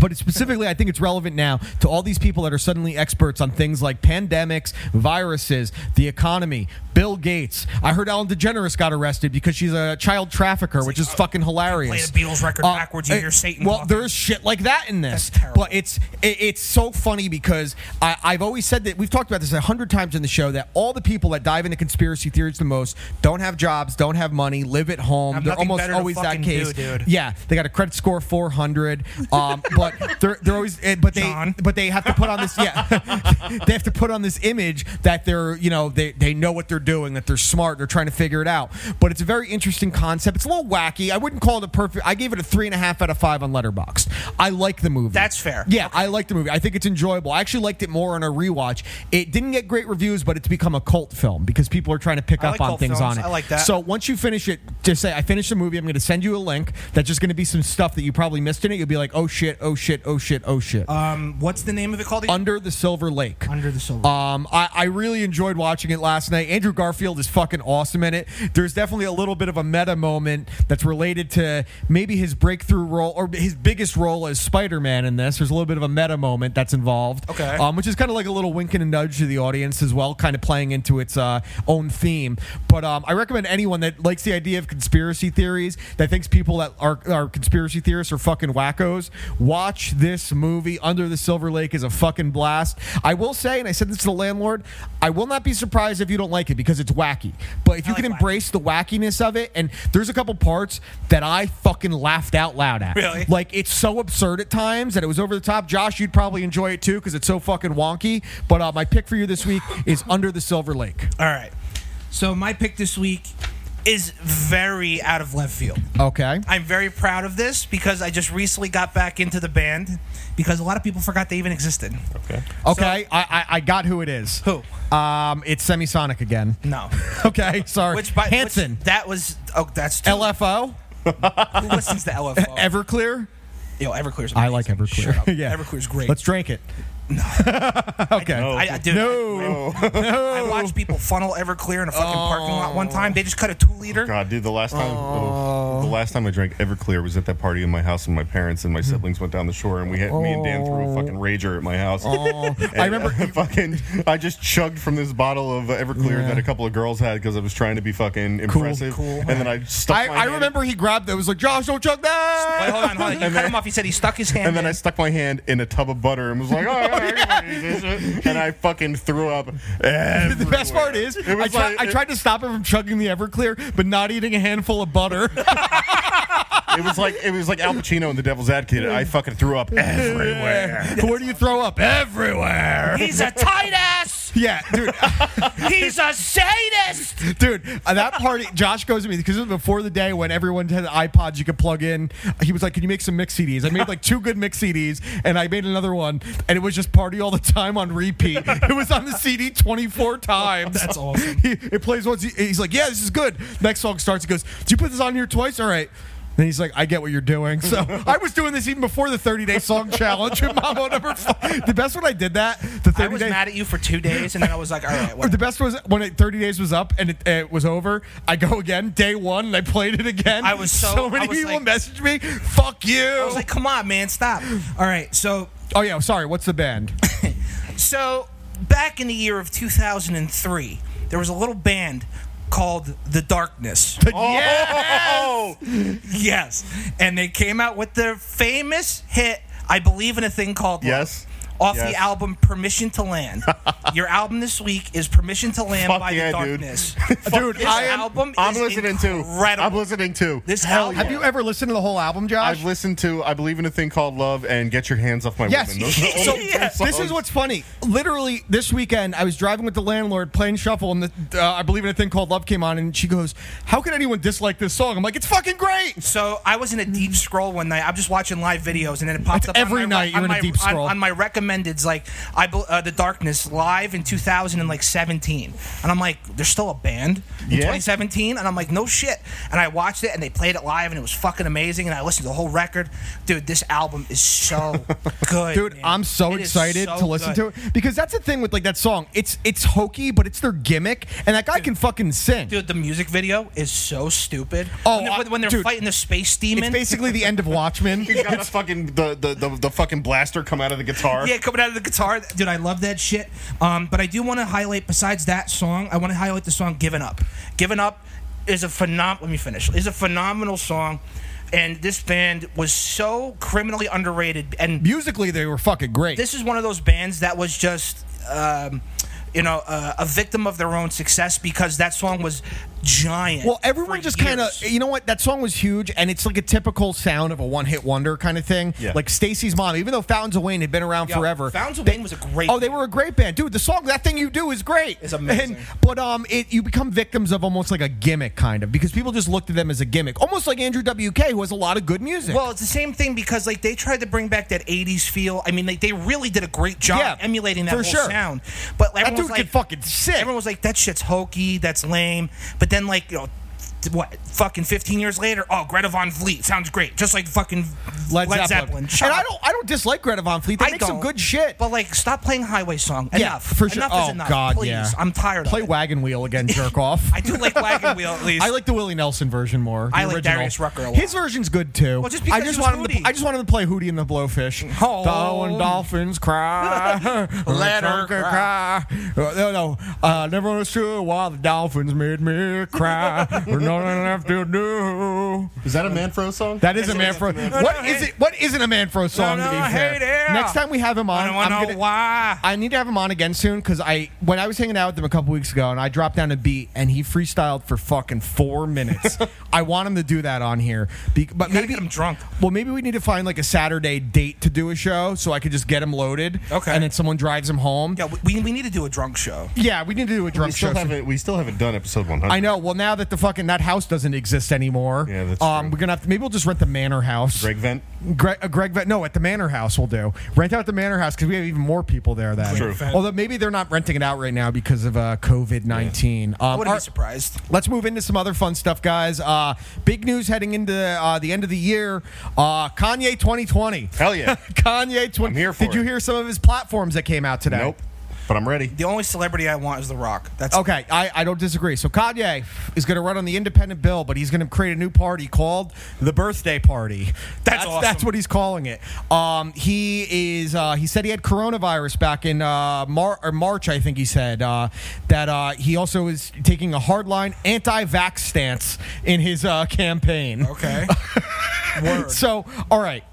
[SPEAKER 1] But it's specifically, I think it's relevant now to all these people that are suddenly experts on things like pandemics, viruses, the economy, Bill Gates. I heard Ellen DeGeneres got arrested because she's a child trafficker, which is fucking hilarious.
[SPEAKER 2] play the Beatles record backwards, you
[SPEAKER 1] eh,
[SPEAKER 2] hear Satan
[SPEAKER 1] Well,
[SPEAKER 2] walking.
[SPEAKER 1] there's shit like that in this,
[SPEAKER 2] That's terrible.
[SPEAKER 1] but it's it, it's so funny because I, I've always said that we've talked about this a hundred times in the show that all the people that dive into conspiracy theories the most don't have jobs, don't have money, live at home.
[SPEAKER 2] Have
[SPEAKER 1] They're
[SPEAKER 2] nothing
[SPEAKER 1] almost
[SPEAKER 2] better to
[SPEAKER 1] always that
[SPEAKER 2] fucking
[SPEAKER 1] case.
[SPEAKER 2] do, dude.
[SPEAKER 1] Yeah, they got a credit score 400, um, but they're they're always eh, but they
[SPEAKER 2] John.
[SPEAKER 1] but they have to put on this yeah they have to put on this image that they're you know they they know what they're doing that they're smart they're trying to figure it out. But it's a very interesting concept. It's a little wacky. I wouldn't call it a perfect. I gave it a three and a half out of five on Letterboxd. I like the movie.
[SPEAKER 2] That's fair.
[SPEAKER 1] Yeah, I like the movie. I think it's enjoyable. I actually liked it more on a rewatch. It didn't get great reviews, but it's become a cult film because people are trying to pick
[SPEAKER 2] I
[SPEAKER 1] up
[SPEAKER 2] like
[SPEAKER 1] on
[SPEAKER 2] cult
[SPEAKER 1] things
[SPEAKER 2] films.
[SPEAKER 1] on it.
[SPEAKER 2] I like that.
[SPEAKER 1] So once you finish it, just say I finished the movie. I'm going to send you a link. That's just going to be some stuff that you probably missed in it. You'll be like, oh shit, oh shit, oh shit, oh shit.
[SPEAKER 2] Um, what's the name of it called? again?
[SPEAKER 1] Under the Silver Lake.
[SPEAKER 2] Under the Silver.
[SPEAKER 1] Um, I, I really enjoyed watching it last night. Andrew Garfield is fucking awesome in it. There's definitely a little bit of a meta moment that's related to maybe his breakthrough role or his biggest role as Spider-Man in this. There's a little bit of a meta moment that's involved.
[SPEAKER 2] Okay.
[SPEAKER 1] Um, which is kind of like a little wink and a nudge to the audience as well, kind of playing into its uh, own theme. But um, I recommend anyone that likes the idea of conspiracy theories, that thinks people that are, are conspiracy theorists are fucking wackos, watch this movie. Under the Silver Lake is a fucking blast. I will say, and I said this to the landlord, I will not be surprised if you don't like it because it's wacky. But if you
[SPEAKER 2] like
[SPEAKER 1] can
[SPEAKER 2] wacky.
[SPEAKER 1] embrace the wackiness of it, and there's a couple parts that I fucking laughed out loud at.
[SPEAKER 2] Really?
[SPEAKER 1] Like, like it's so absurd at times that it was over the top. Josh, you'd probably enjoy it too because it's so fucking wonky. But uh, my pick for you this week is Under the Silver Lake.
[SPEAKER 2] All right. So my pick this week is very out of left field.
[SPEAKER 1] Okay.
[SPEAKER 2] I'm very proud of this because I just recently got back into the band because a lot of people forgot they even existed.
[SPEAKER 3] Okay.
[SPEAKER 1] Okay. I, I I got who it is.
[SPEAKER 2] Who?
[SPEAKER 1] Um, it's Semisonic again.
[SPEAKER 2] No.
[SPEAKER 1] Okay. Sorry.
[SPEAKER 2] Which by which-
[SPEAKER 1] Hanson.
[SPEAKER 2] that was oh that's two.
[SPEAKER 1] LFO.
[SPEAKER 2] Who listens to LFO?
[SPEAKER 1] Everclear.
[SPEAKER 2] Yo, Everclear's.
[SPEAKER 1] I like
[SPEAKER 2] amazing.
[SPEAKER 1] Everclear.
[SPEAKER 2] Shut up.
[SPEAKER 1] yeah.
[SPEAKER 2] Everclear's great.
[SPEAKER 1] Let's drink it. okay.
[SPEAKER 2] I, I, dude,
[SPEAKER 1] No.
[SPEAKER 2] I,
[SPEAKER 3] Oh.
[SPEAKER 2] I watched people funnel Everclear in a fucking parking lot one time. They just cut a two liter.
[SPEAKER 3] God, dude, the last time oh, the last time I drank Everclear was at that party in my house, and my parents and my
[SPEAKER 1] Hmm.
[SPEAKER 3] siblings went down the shore, and we had me and Dan threw a fucking rager at my house. And
[SPEAKER 1] Oh. I remember.
[SPEAKER 3] I fucking. I just chugged from this bottle of Everclear that a couple of girls had because I was trying to be fucking impressive,
[SPEAKER 2] cool.
[SPEAKER 3] and then I stuck.
[SPEAKER 1] I,
[SPEAKER 3] my
[SPEAKER 1] I
[SPEAKER 3] hand-
[SPEAKER 1] remember he grabbed it. Was like Josh, don't chug that.
[SPEAKER 2] Wait, hold on, hold on. You cut him off. He said he stuck his hand.
[SPEAKER 3] And then I
[SPEAKER 2] in.
[SPEAKER 3] stuck my hand in a tub of butter and was like, "Oh, yeah, I can use this." and I fucking threw up.
[SPEAKER 1] The best part is, I,
[SPEAKER 3] It was
[SPEAKER 1] try-
[SPEAKER 3] like-
[SPEAKER 1] I tried to stop him from chugging the Everclear, but not eating a handful of butter.
[SPEAKER 3] It was like it was like Al Pacino in The Devil's Advocate. I fucking threw up everywhere.
[SPEAKER 1] Where do you throw up? Everywhere.
[SPEAKER 2] He's a tight ass.
[SPEAKER 1] Yeah, dude,
[SPEAKER 2] He's a sadist.
[SPEAKER 1] dude. uh, That party, Josh goes to me because it was before the day when everyone had iPods you could plug in. He was like, "Can you make some mix CDs?" I made like two good mix CDs, and I made another one, and it was just party all the time on repeat. It was on the CD twenty four times.
[SPEAKER 2] That's awesome.
[SPEAKER 1] He, it plays once. He, he's like, "Yeah, this is good." Next song starts. He goes, "Did you put this on here twice?" All right. Then he's like, "I get what you're doing." So I was doing this even before the 30 day song challenge with Mambo number five. The best when I did that, the 30
[SPEAKER 2] I was
[SPEAKER 1] day.
[SPEAKER 2] mad at you for two days, and then I was like, all right,
[SPEAKER 1] Or
[SPEAKER 2] whatever.
[SPEAKER 1] the best was when it, 30 days was up and it, it was over. I go again, day one, and I played it again.
[SPEAKER 2] I was so-
[SPEAKER 1] many
[SPEAKER 2] I was
[SPEAKER 1] people
[SPEAKER 2] like-
[SPEAKER 1] messaged me. Fuck you.
[SPEAKER 2] I was like, come on, man, stop. All right, so
[SPEAKER 1] oh yeah, sorry. What's the band?
[SPEAKER 2] so back in the year of 2003, there was a little band called The Darkness.
[SPEAKER 3] Oh,
[SPEAKER 2] yes, and they came out with their famous hit, I Believe in a Thing Called Love,
[SPEAKER 3] Yes.
[SPEAKER 2] Off
[SPEAKER 3] Yes.
[SPEAKER 2] the album Permission to Land. Your album this week is Permission to Land
[SPEAKER 3] Fuck
[SPEAKER 2] by
[SPEAKER 3] yeah,
[SPEAKER 2] The
[SPEAKER 3] dude.
[SPEAKER 2] Darkness.
[SPEAKER 1] Dude,
[SPEAKER 2] This
[SPEAKER 1] I am.
[SPEAKER 2] album
[SPEAKER 3] I'm
[SPEAKER 2] is
[SPEAKER 3] listening to.
[SPEAKER 2] incredible.
[SPEAKER 3] I'm listening to.
[SPEAKER 2] This
[SPEAKER 3] Hell
[SPEAKER 2] album-
[SPEAKER 3] yeah.
[SPEAKER 1] Have you ever listened to the whole album, Josh?
[SPEAKER 3] I've listened to I Believe in a Thing Called Love and Get Your Hands Off My
[SPEAKER 1] Yes.
[SPEAKER 3] Woman. Those are the only
[SPEAKER 1] so
[SPEAKER 3] two
[SPEAKER 1] this
[SPEAKER 3] songs.
[SPEAKER 1] is what's funny. Literally this weekend, I was driving with the landlord playing shuffle, and the, uh, I believe in a thing called love came on, and she goes, "How can anyone dislike this song?" I'm like, "It's fucking great."
[SPEAKER 2] So I was in a deep scroll one night. I'm just watching live videos, and then it popped
[SPEAKER 1] Mm-hmm. That's
[SPEAKER 2] up on
[SPEAKER 1] every
[SPEAKER 2] my-
[SPEAKER 1] night you're
[SPEAKER 2] on
[SPEAKER 1] in a
[SPEAKER 2] my-
[SPEAKER 1] deep
[SPEAKER 2] on-
[SPEAKER 1] scroll.
[SPEAKER 2] on, my recommendeds like I bel- uh, the Darkness live in 2000 and like 17, and I'm like, there's still a band in
[SPEAKER 3] Yeah.
[SPEAKER 2] 2017, and I'm like, no shit. And I watched it, and they played it live, and it was fucking amazing. And I listened to the whole record, dude. This album is so good,
[SPEAKER 1] Dude,
[SPEAKER 2] man.
[SPEAKER 1] I'm so
[SPEAKER 2] It is
[SPEAKER 1] excited
[SPEAKER 2] so
[SPEAKER 1] to listen
[SPEAKER 2] good.
[SPEAKER 1] to it because that's the thing with like that song. It's it's hokey, but it's their gimmick, and that guy can fucking sing.
[SPEAKER 2] Dude, the music video is so stupid.
[SPEAKER 1] Oh,
[SPEAKER 2] when
[SPEAKER 1] I-
[SPEAKER 2] they're, when- when they're
[SPEAKER 1] dude.
[SPEAKER 2] fighting the space
[SPEAKER 1] it's
[SPEAKER 2] demon.
[SPEAKER 1] basically the end of Watchmen.
[SPEAKER 3] He's got the fucking the, the, the, the fucking blaster come out of the guitar.
[SPEAKER 2] Yeah, coming out of the guitar, dude. I love that shit. Um, but I do want to highlight. Besides that song, I want to highlight the song "Giving Up." "Giving Up" is a phenom. Let me finish. Is a phenomenal song, and this band was so criminally underrated. And
[SPEAKER 1] Musically, they were fucking great.
[SPEAKER 2] this is one of those bands that was just um, you know uh, a victim of their own success because that song was giant
[SPEAKER 1] Well, everyone
[SPEAKER 2] for
[SPEAKER 1] just kind of,
[SPEAKER 2] years.
[SPEAKER 1] you know what? That song was huge, and it's like a typical sound of a one-hit wonder kind of thing.
[SPEAKER 3] Yeah.
[SPEAKER 1] Like Stacy's mom, even though Fountains of Wayne had been around
[SPEAKER 2] Yeah,
[SPEAKER 1] forever.
[SPEAKER 2] Fountains of
[SPEAKER 1] they-
[SPEAKER 2] Wayne was a great
[SPEAKER 1] Oh, they
[SPEAKER 2] band.
[SPEAKER 1] were a great band, dude. The song "That Thing You Do" is great.
[SPEAKER 2] It's amazing.
[SPEAKER 1] but um, it you become victims of almost like a gimmick kind of because people just looked at them as a gimmick, almost like Andrew WK, who has a lot of good music.
[SPEAKER 2] Well, it's the same thing because like they tried to bring back that '80s feel. I mean, like they really did a great job
[SPEAKER 1] Yeah,
[SPEAKER 2] emulating that
[SPEAKER 1] for
[SPEAKER 2] whole
[SPEAKER 1] sure.
[SPEAKER 2] sound. But
[SPEAKER 1] that
[SPEAKER 2] everyone
[SPEAKER 1] dude
[SPEAKER 2] was like,
[SPEAKER 1] could fucking sing.
[SPEAKER 2] everyone was like, "That shit's hokey. That's lame." But then, like, you know, th- what? Fucking 15 years later, oh, Greta Von Fleet sounds great, just like fucking
[SPEAKER 1] Led,
[SPEAKER 2] Led,
[SPEAKER 1] Zeppelin.
[SPEAKER 2] Zeppelin. Shut
[SPEAKER 1] And I
[SPEAKER 2] up.
[SPEAKER 1] don't, I don't dislike Greta Von Fleet. They
[SPEAKER 2] I
[SPEAKER 1] make some
[SPEAKER 2] don't,
[SPEAKER 1] good shit.
[SPEAKER 2] But like, stop playing Highway Song. Enough.
[SPEAKER 1] yeah, for sure.
[SPEAKER 2] Enough
[SPEAKER 1] oh
[SPEAKER 2] is enough.
[SPEAKER 1] God,
[SPEAKER 2] Please.
[SPEAKER 1] yeah.
[SPEAKER 2] I'm tired
[SPEAKER 1] Play
[SPEAKER 2] of it.
[SPEAKER 1] Wagon Wheel again, jerk off.
[SPEAKER 2] I do like Wagon Wheel at least.
[SPEAKER 1] I like the Willie Nelson version more. the
[SPEAKER 2] I like
[SPEAKER 1] original.
[SPEAKER 2] Darius Rucker a lot.
[SPEAKER 1] His version's good too.
[SPEAKER 2] Well, just because
[SPEAKER 1] I just
[SPEAKER 2] he was
[SPEAKER 1] wanted him
[SPEAKER 2] Hootie.
[SPEAKER 1] to, I just wanted him to play Hootie and the Blowfish.
[SPEAKER 2] Oh.
[SPEAKER 1] Dow and dolphins cry.
[SPEAKER 2] Let her
[SPEAKER 1] Rucker Uh, No, no. I never understood why the dolphins made me cry. There's nothing left to do.
[SPEAKER 3] Is that a Manfro song?
[SPEAKER 1] That is a
[SPEAKER 2] That's a-
[SPEAKER 1] Manfro.
[SPEAKER 2] No,
[SPEAKER 1] What
[SPEAKER 2] no,
[SPEAKER 1] is
[SPEAKER 2] hey.
[SPEAKER 1] it? What isn't a Manfro song?
[SPEAKER 2] No,
[SPEAKER 1] to be
[SPEAKER 2] no,
[SPEAKER 1] fair?
[SPEAKER 2] hey there.
[SPEAKER 1] Next time we have him on,
[SPEAKER 2] I don't
[SPEAKER 1] I'm
[SPEAKER 2] know
[SPEAKER 1] gonna-
[SPEAKER 2] why.
[SPEAKER 1] I need to have him on again soon because I when I was hanging out with him a couple weeks ago and I dropped down a beat and he freestyled for fucking four minutes. I want him to do that on here, be, but
[SPEAKER 2] gotta
[SPEAKER 1] maybe
[SPEAKER 2] get him drunk.
[SPEAKER 1] Well, maybe we need to find like a Saturday date to do a show so I could just get him loaded.
[SPEAKER 2] Okay.
[SPEAKER 1] and then someone drives him home.
[SPEAKER 2] yeah, we, we need to do a drunk show.
[SPEAKER 1] Yeah, we need to do a
[SPEAKER 3] we
[SPEAKER 1] drunk
[SPEAKER 3] still
[SPEAKER 1] show.
[SPEAKER 3] haven't we still haven't done episode one hundred.
[SPEAKER 1] I know. Well, now that the fucking that house doesn't exist anymore,
[SPEAKER 3] Yeah, that's
[SPEAKER 1] um,
[SPEAKER 3] true.
[SPEAKER 1] we're gonna have to, maybe we'll just rent the manor house.
[SPEAKER 3] Greg Vent.
[SPEAKER 1] Greg, uh, Greg, Vet- no, at the Manor House we'll do. Rent out the Manor House because we have even more people there. Then,
[SPEAKER 3] True.
[SPEAKER 1] although maybe they're not renting it out right now because of uh, COVID nineteen.
[SPEAKER 2] I
[SPEAKER 1] Um,
[SPEAKER 2] wouldn't
[SPEAKER 1] our-
[SPEAKER 2] be surprised.
[SPEAKER 1] Let's move into some other fun stuff, guys. Uh, big news heading into uh, the end of the year. Uh, Kanye twenty twenty.
[SPEAKER 3] Hell yeah.
[SPEAKER 1] Kanye twenty.
[SPEAKER 3] I'm here for
[SPEAKER 1] Did you
[SPEAKER 3] it.
[SPEAKER 1] hear some of his platforms that came out today?
[SPEAKER 3] Nope. But I'm ready.
[SPEAKER 2] The only celebrity I want is The Rock. That's
[SPEAKER 1] Okay, I, I don't disagree. So Kanye is going to run on the independent bill, but he's going to create a new party called the Birthday Party. That's
[SPEAKER 2] awesome.
[SPEAKER 1] that's what he's calling it. Um, he is. Uh, he said he had coronavirus back in uh, Mar- or March, I think he said. Uh, that uh, he also is taking a hardline anti-vax stance in his uh, campaign.
[SPEAKER 2] Okay. Word.
[SPEAKER 1] So, all right.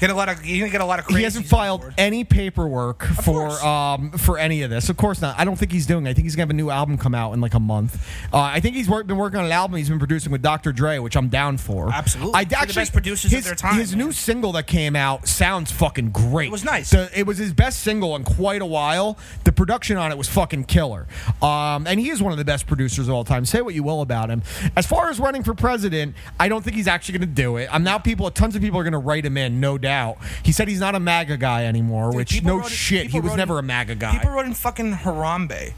[SPEAKER 2] Get a lot of you get a lot of.
[SPEAKER 1] He hasn't
[SPEAKER 2] crazies on
[SPEAKER 1] filed
[SPEAKER 2] board.
[SPEAKER 1] any paperwork for
[SPEAKER 2] course.
[SPEAKER 1] um, for any of this. Of course not. I don't think he's doing. it. I think he's gonna have a new album come out in like a month. Uh, I think he's wor- been working on an album he's been producing with Dr. Dre, which I'm down for.
[SPEAKER 2] Absolutely.
[SPEAKER 1] I
[SPEAKER 2] They're the
[SPEAKER 1] actually
[SPEAKER 2] best producers of
[SPEAKER 1] his-
[SPEAKER 2] their time,
[SPEAKER 1] His
[SPEAKER 2] man.
[SPEAKER 1] new single that came out sounds fucking great. It
[SPEAKER 2] was nice.
[SPEAKER 1] it was his best single in quite a while. The production on it was fucking killer. Um, and he is one of the best producers of all time. Say what you will about him. As far as running for president, I don't think he's actually going to do it. I'm now people, tons of people are going to write him in, no doubt. He said he's not a MAGA guy anymore, which
[SPEAKER 2] People
[SPEAKER 1] no
[SPEAKER 2] wrote in-
[SPEAKER 1] shit, he
[SPEAKER 2] people
[SPEAKER 1] was
[SPEAKER 2] wrote
[SPEAKER 1] never a
[SPEAKER 2] in-
[SPEAKER 1] MAGA guy.
[SPEAKER 2] People wrote in fucking Harambe,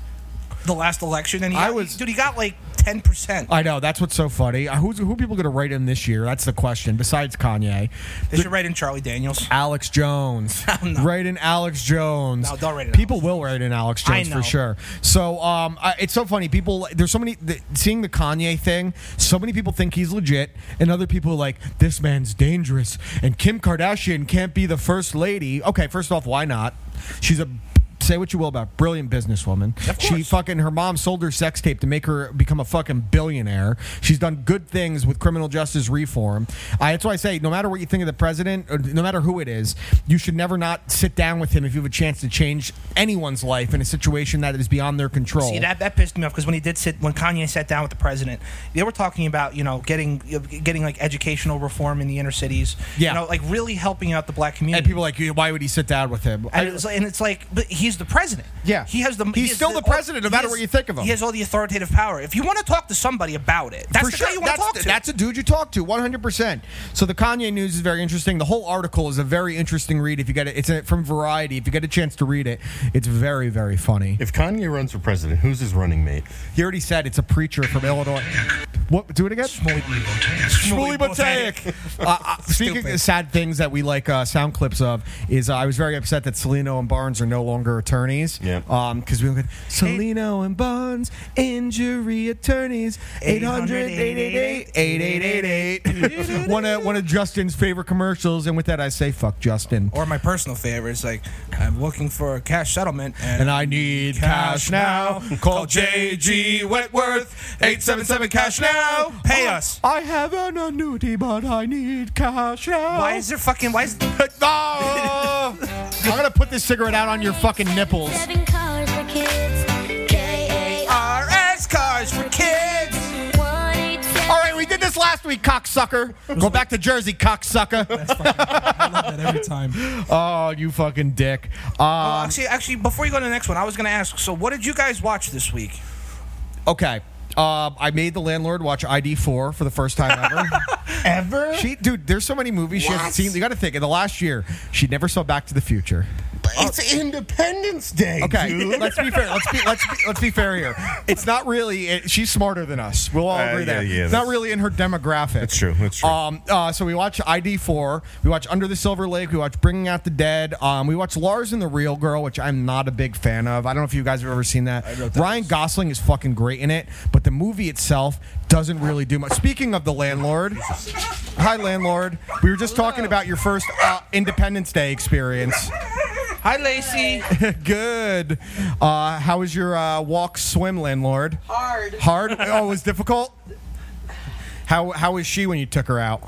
[SPEAKER 2] the last election, and he
[SPEAKER 1] I
[SPEAKER 2] got, he-
[SPEAKER 1] was-
[SPEAKER 2] dude. He got like ten percent.
[SPEAKER 1] I know that's what's so funny. Uh, Who's, who are people going to write in this year? That's the question. Besides Kanye,
[SPEAKER 2] They should write in Charlie Daniels.
[SPEAKER 1] Alex Jones. Write in Alex Jones.
[SPEAKER 2] No, don't write in
[SPEAKER 1] People
[SPEAKER 2] Alex
[SPEAKER 1] will write in Alex
[SPEAKER 2] I
[SPEAKER 1] Jones for
[SPEAKER 2] know.
[SPEAKER 1] sure. So um, I, it's so funny. People, there's so many the, seeing the Kanye thing. So many people think he's legit, and other people are like this man's dangerous. And Kim Kardashian can't be the first lady. Okay, first off, why not? She's a Say what you will about brilliant businesswoman. She fucking her mom sold her sex tape to make her become a fucking billionaire. She's done good things with criminal justice reform. I, that's why I say, no matter what you think of the president, or no matter who it is, you should never not sit down with him if you have a chance to change anyone's life in a situation that is beyond their control.
[SPEAKER 2] See that that pissed me off because when he did sit when Kanye sat down with the president, they were talking about you know getting getting like educational reform in the inner cities.
[SPEAKER 1] Yeah.
[SPEAKER 2] you know, like really helping out the black community.
[SPEAKER 1] and people are like, why would he sit down with him?
[SPEAKER 2] And it's, and it's like, but he's he's the president.
[SPEAKER 1] Yeah.
[SPEAKER 2] he has the.
[SPEAKER 1] He's
[SPEAKER 2] he has
[SPEAKER 1] still the president, no
[SPEAKER 2] he
[SPEAKER 1] matter
[SPEAKER 2] has-
[SPEAKER 1] what you think of him.
[SPEAKER 2] He has all the authoritative power. If you want to talk to somebody about it, that's
[SPEAKER 1] For
[SPEAKER 2] the
[SPEAKER 1] sure.
[SPEAKER 2] guy you want
[SPEAKER 1] that's,
[SPEAKER 2] to talk to.
[SPEAKER 1] that's a dude you talk to, 100%. So the Kanye news is very interesting. The whole article is a very interesting read. If you get it, it's a- from Variety. If you get a chance to read it, it's very, very funny.
[SPEAKER 3] If Kanye runs for president, who's his running mate?
[SPEAKER 1] He already said it's a preacher from Illinois. What? Do it again? Shmuley Botanik. Uh, uh, speaking
[SPEAKER 2] Stupid.
[SPEAKER 1] of sad things that we like uh, sound clips of, is uh, I was very upset that Salino and Barnes are no longer attorneys.
[SPEAKER 3] Yeah.
[SPEAKER 1] Because we were going, Salino and Barnes, injury attorneys, 800-888-8888. one, of, one of Justin's favorite commercials. And with that, I say, fuck Justin.
[SPEAKER 2] Or my personal favorite is like, I'm looking for a cash settlement, and,
[SPEAKER 1] And I need cash now. Call JG Wentworth, 877 cash now.
[SPEAKER 2] Pay us.
[SPEAKER 1] I have an annuity, but I need cash now.
[SPEAKER 2] why is there fucking why is
[SPEAKER 1] Ah! I'm gonna put this cigarette out on your fucking nipples.
[SPEAKER 7] Seven cars for kids. K-A-R.
[SPEAKER 2] RS cars for kids?
[SPEAKER 7] One eight seven.
[SPEAKER 1] All right, we did this last week, cocksucker. Go back to Jersey, cocksucker.
[SPEAKER 2] I love that every time.
[SPEAKER 1] Oh, you fucking dick. Uh,
[SPEAKER 2] actually, actually, before you go to the next one, I was gonna ask. So, what did you guys watch this week?
[SPEAKER 1] okay. Uh, I made the landlord watch ID four for the first time ever.
[SPEAKER 3] Ever?
[SPEAKER 1] she, dude, there's so many movies she hasn't seen. You got to think in the last year, she never saw Back to the Future.
[SPEAKER 3] It's Independence Day.
[SPEAKER 1] Okay,
[SPEAKER 3] dude.
[SPEAKER 1] let's be fair. Let's be let's be, let's be fair here. It's not really. It, she's smarter than us. We'll all
[SPEAKER 3] Uh,
[SPEAKER 1] agree
[SPEAKER 3] yeah,
[SPEAKER 1] there.
[SPEAKER 3] yeah,
[SPEAKER 1] it's not
[SPEAKER 3] that's-
[SPEAKER 1] really in her demographic.
[SPEAKER 3] That's true, that's true.
[SPEAKER 1] Um, uh, so we watch ID four. We watch Under the Silver Lake. We watch Bringing Out the Dead. Um, we watch Lars and the Real Girl, which I'm not a big fan of. I don't know if you guys have ever seen that. Ryan Gosling is fucking great in it, but the movie itself doesn't really do much. Speaking of the landlord, hi landlord. We were just talking about your first uh, Independence Day experience.
[SPEAKER 2] Hi, Lacey.
[SPEAKER 1] Good. Uh, how was your uh, walk swim, landlord?
[SPEAKER 8] Hard.
[SPEAKER 1] Hard? Oh, it was difficult? How, how was she when you took her out?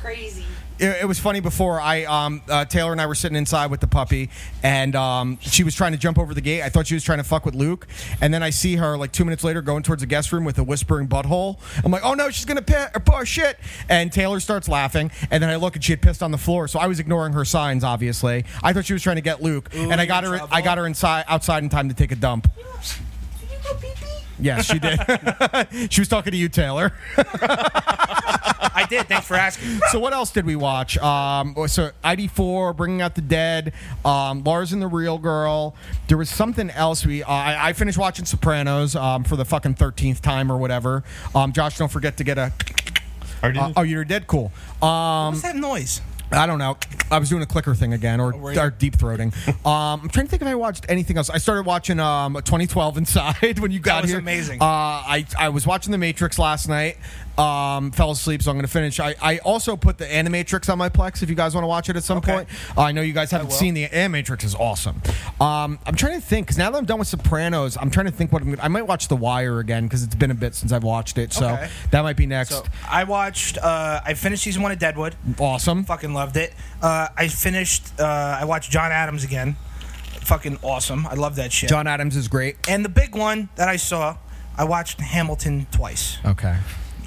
[SPEAKER 8] Crazy.
[SPEAKER 1] It, it was funny before I um, uh, Taylor and I were sitting inside with the puppy, and um, she was trying to jump over the gate. I thought she was trying to fuck with Luke, and then I see her like two minutes later going towards the guest room with a whispering butthole. I'm like, oh no, she's gonna piss or push shit, and Taylor starts laughing, and then I look and she had pissed on the floor, so I was ignoring her signs. Obviously, I thought she was trying to get Luke, and I got her.
[SPEAKER 2] you're in
[SPEAKER 1] I
[SPEAKER 2] trouble.
[SPEAKER 1] got her inside outside in time to take a dump.
[SPEAKER 8] Did you go pee pee?
[SPEAKER 1] Yes, she did. she was talking to you, Taylor.
[SPEAKER 2] I did. Thanks for asking.
[SPEAKER 1] so what else did we watch? Um, so ID4, Bringing Out the Dead, um, Lars and the Real Girl. There was something else. We uh, I, I finished watching Sopranos um, for the fucking thirteenth time or whatever. Um, Josh, don't forget to get a.
[SPEAKER 3] Already
[SPEAKER 1] Uh,
[SPEAKER 3] did?
[SPEAKER 1] oh, you're dead. Cool. Um,
[SPEAKER 2] What's that noise?
[SPEAKER 1] I don't know. I was doing a clicker thing again, or,
[SPEAKER 2] Oh, were you?
[SPEAKER 1] or deep throating. Um, I'm trying to think if I watched anything else. I started watching um, 2012 Inside when you got
[SPEAKER 2] was
[SPEAKER 1] here.
[SPEAKER 2] amazing.
[SPEAKER 1] Uh, I I was watching The Matrix last night. Um, fell asleep, so I'm going to finish. I, I also put the Animatrix on my Plex. If you guys want to watch it at some
[SPEAKER 2] Okay.
[SPEAKER 1] point, uh, I know you guys haven't
[SPEAKER 2] will.
[SPEAKER 1] seen the Animatrix is awesome. Um, I'm trying to think because now that I'm done with Sopranos, I'm trying to think what I'm. Gonna, I might watch The Wire again because it's been a bit since I've watched it. So
[SPEAKER 2] Okay.
[SPEAKER 1] that might be next.
[SPEAKER 2] So, I watched. Uh, I finished season one of Deadwood.
[SPEAKER 1] awesome.
[SPEAKER 2] Fucking loved it. Uh, I finished. Uh, I watched John Adams again. Fucking awesome. I love that shit.
[SPEAKER 1] John Adams is great.
[SPEAKER 2] And the big one that I saw, I watched Hamilton twice.
[SPEAKER 1] Okay.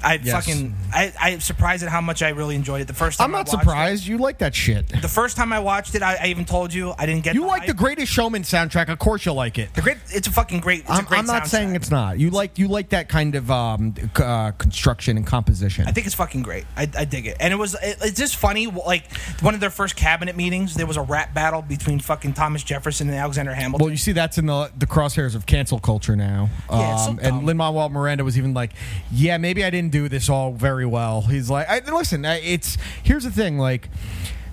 [SPEAKER 2] I
[SPEAKER 1] Yes.
[SPEAKER 2] fucking I, I'm surprised at how much I really enjoyed it. The first time
[SPEAKER 1] I'm
[SPEAKER 2] I
[SPEAKER 1] not
[SPEAKER 2] watched
[SPEAKER 1] surprised. You like that shit.
[SPEAKER 2] It, the first time I watched it, I, I even told you I didn't get.
[SPEAKER 1] You like the
[SPEAKER 2] hype.
[SPEAKER 1] Greatest Showman soundtrack. Of course, you like it.
[SPEAKER 2] The great. It's a fucking great. It's
[SPEAKER 1] I'm,
[SPEAKER 2] a great
[SPEAKER 1] I'm not
[SPEAKER 2] soundtrack.
[SPEAKER 1] saying it's not. You like you like that kind of um, c- uh, construction and composition.
[SPEAKER 2] I think it's fucking great. I, I dig it. And it was. It, it's just funny. Like one of their first cabinet meetings, there was a rap battle between fucking Thomas Jefferson and Alexander Hamilton.
[SPEAKER 1] Well, you see, that's in the the crosshairs of cancel culture now. Um,
[SPEAKER 2] Yeah, it's so
[SPEAKER 1] and
[SPEAKER 2] dumb.
[SPEAKER 1] Lin Manuel Miranda was even like, "Yeah, maybe I didn't do this all very well." He's like, I, "Listen, I, it's here's the thing. Like,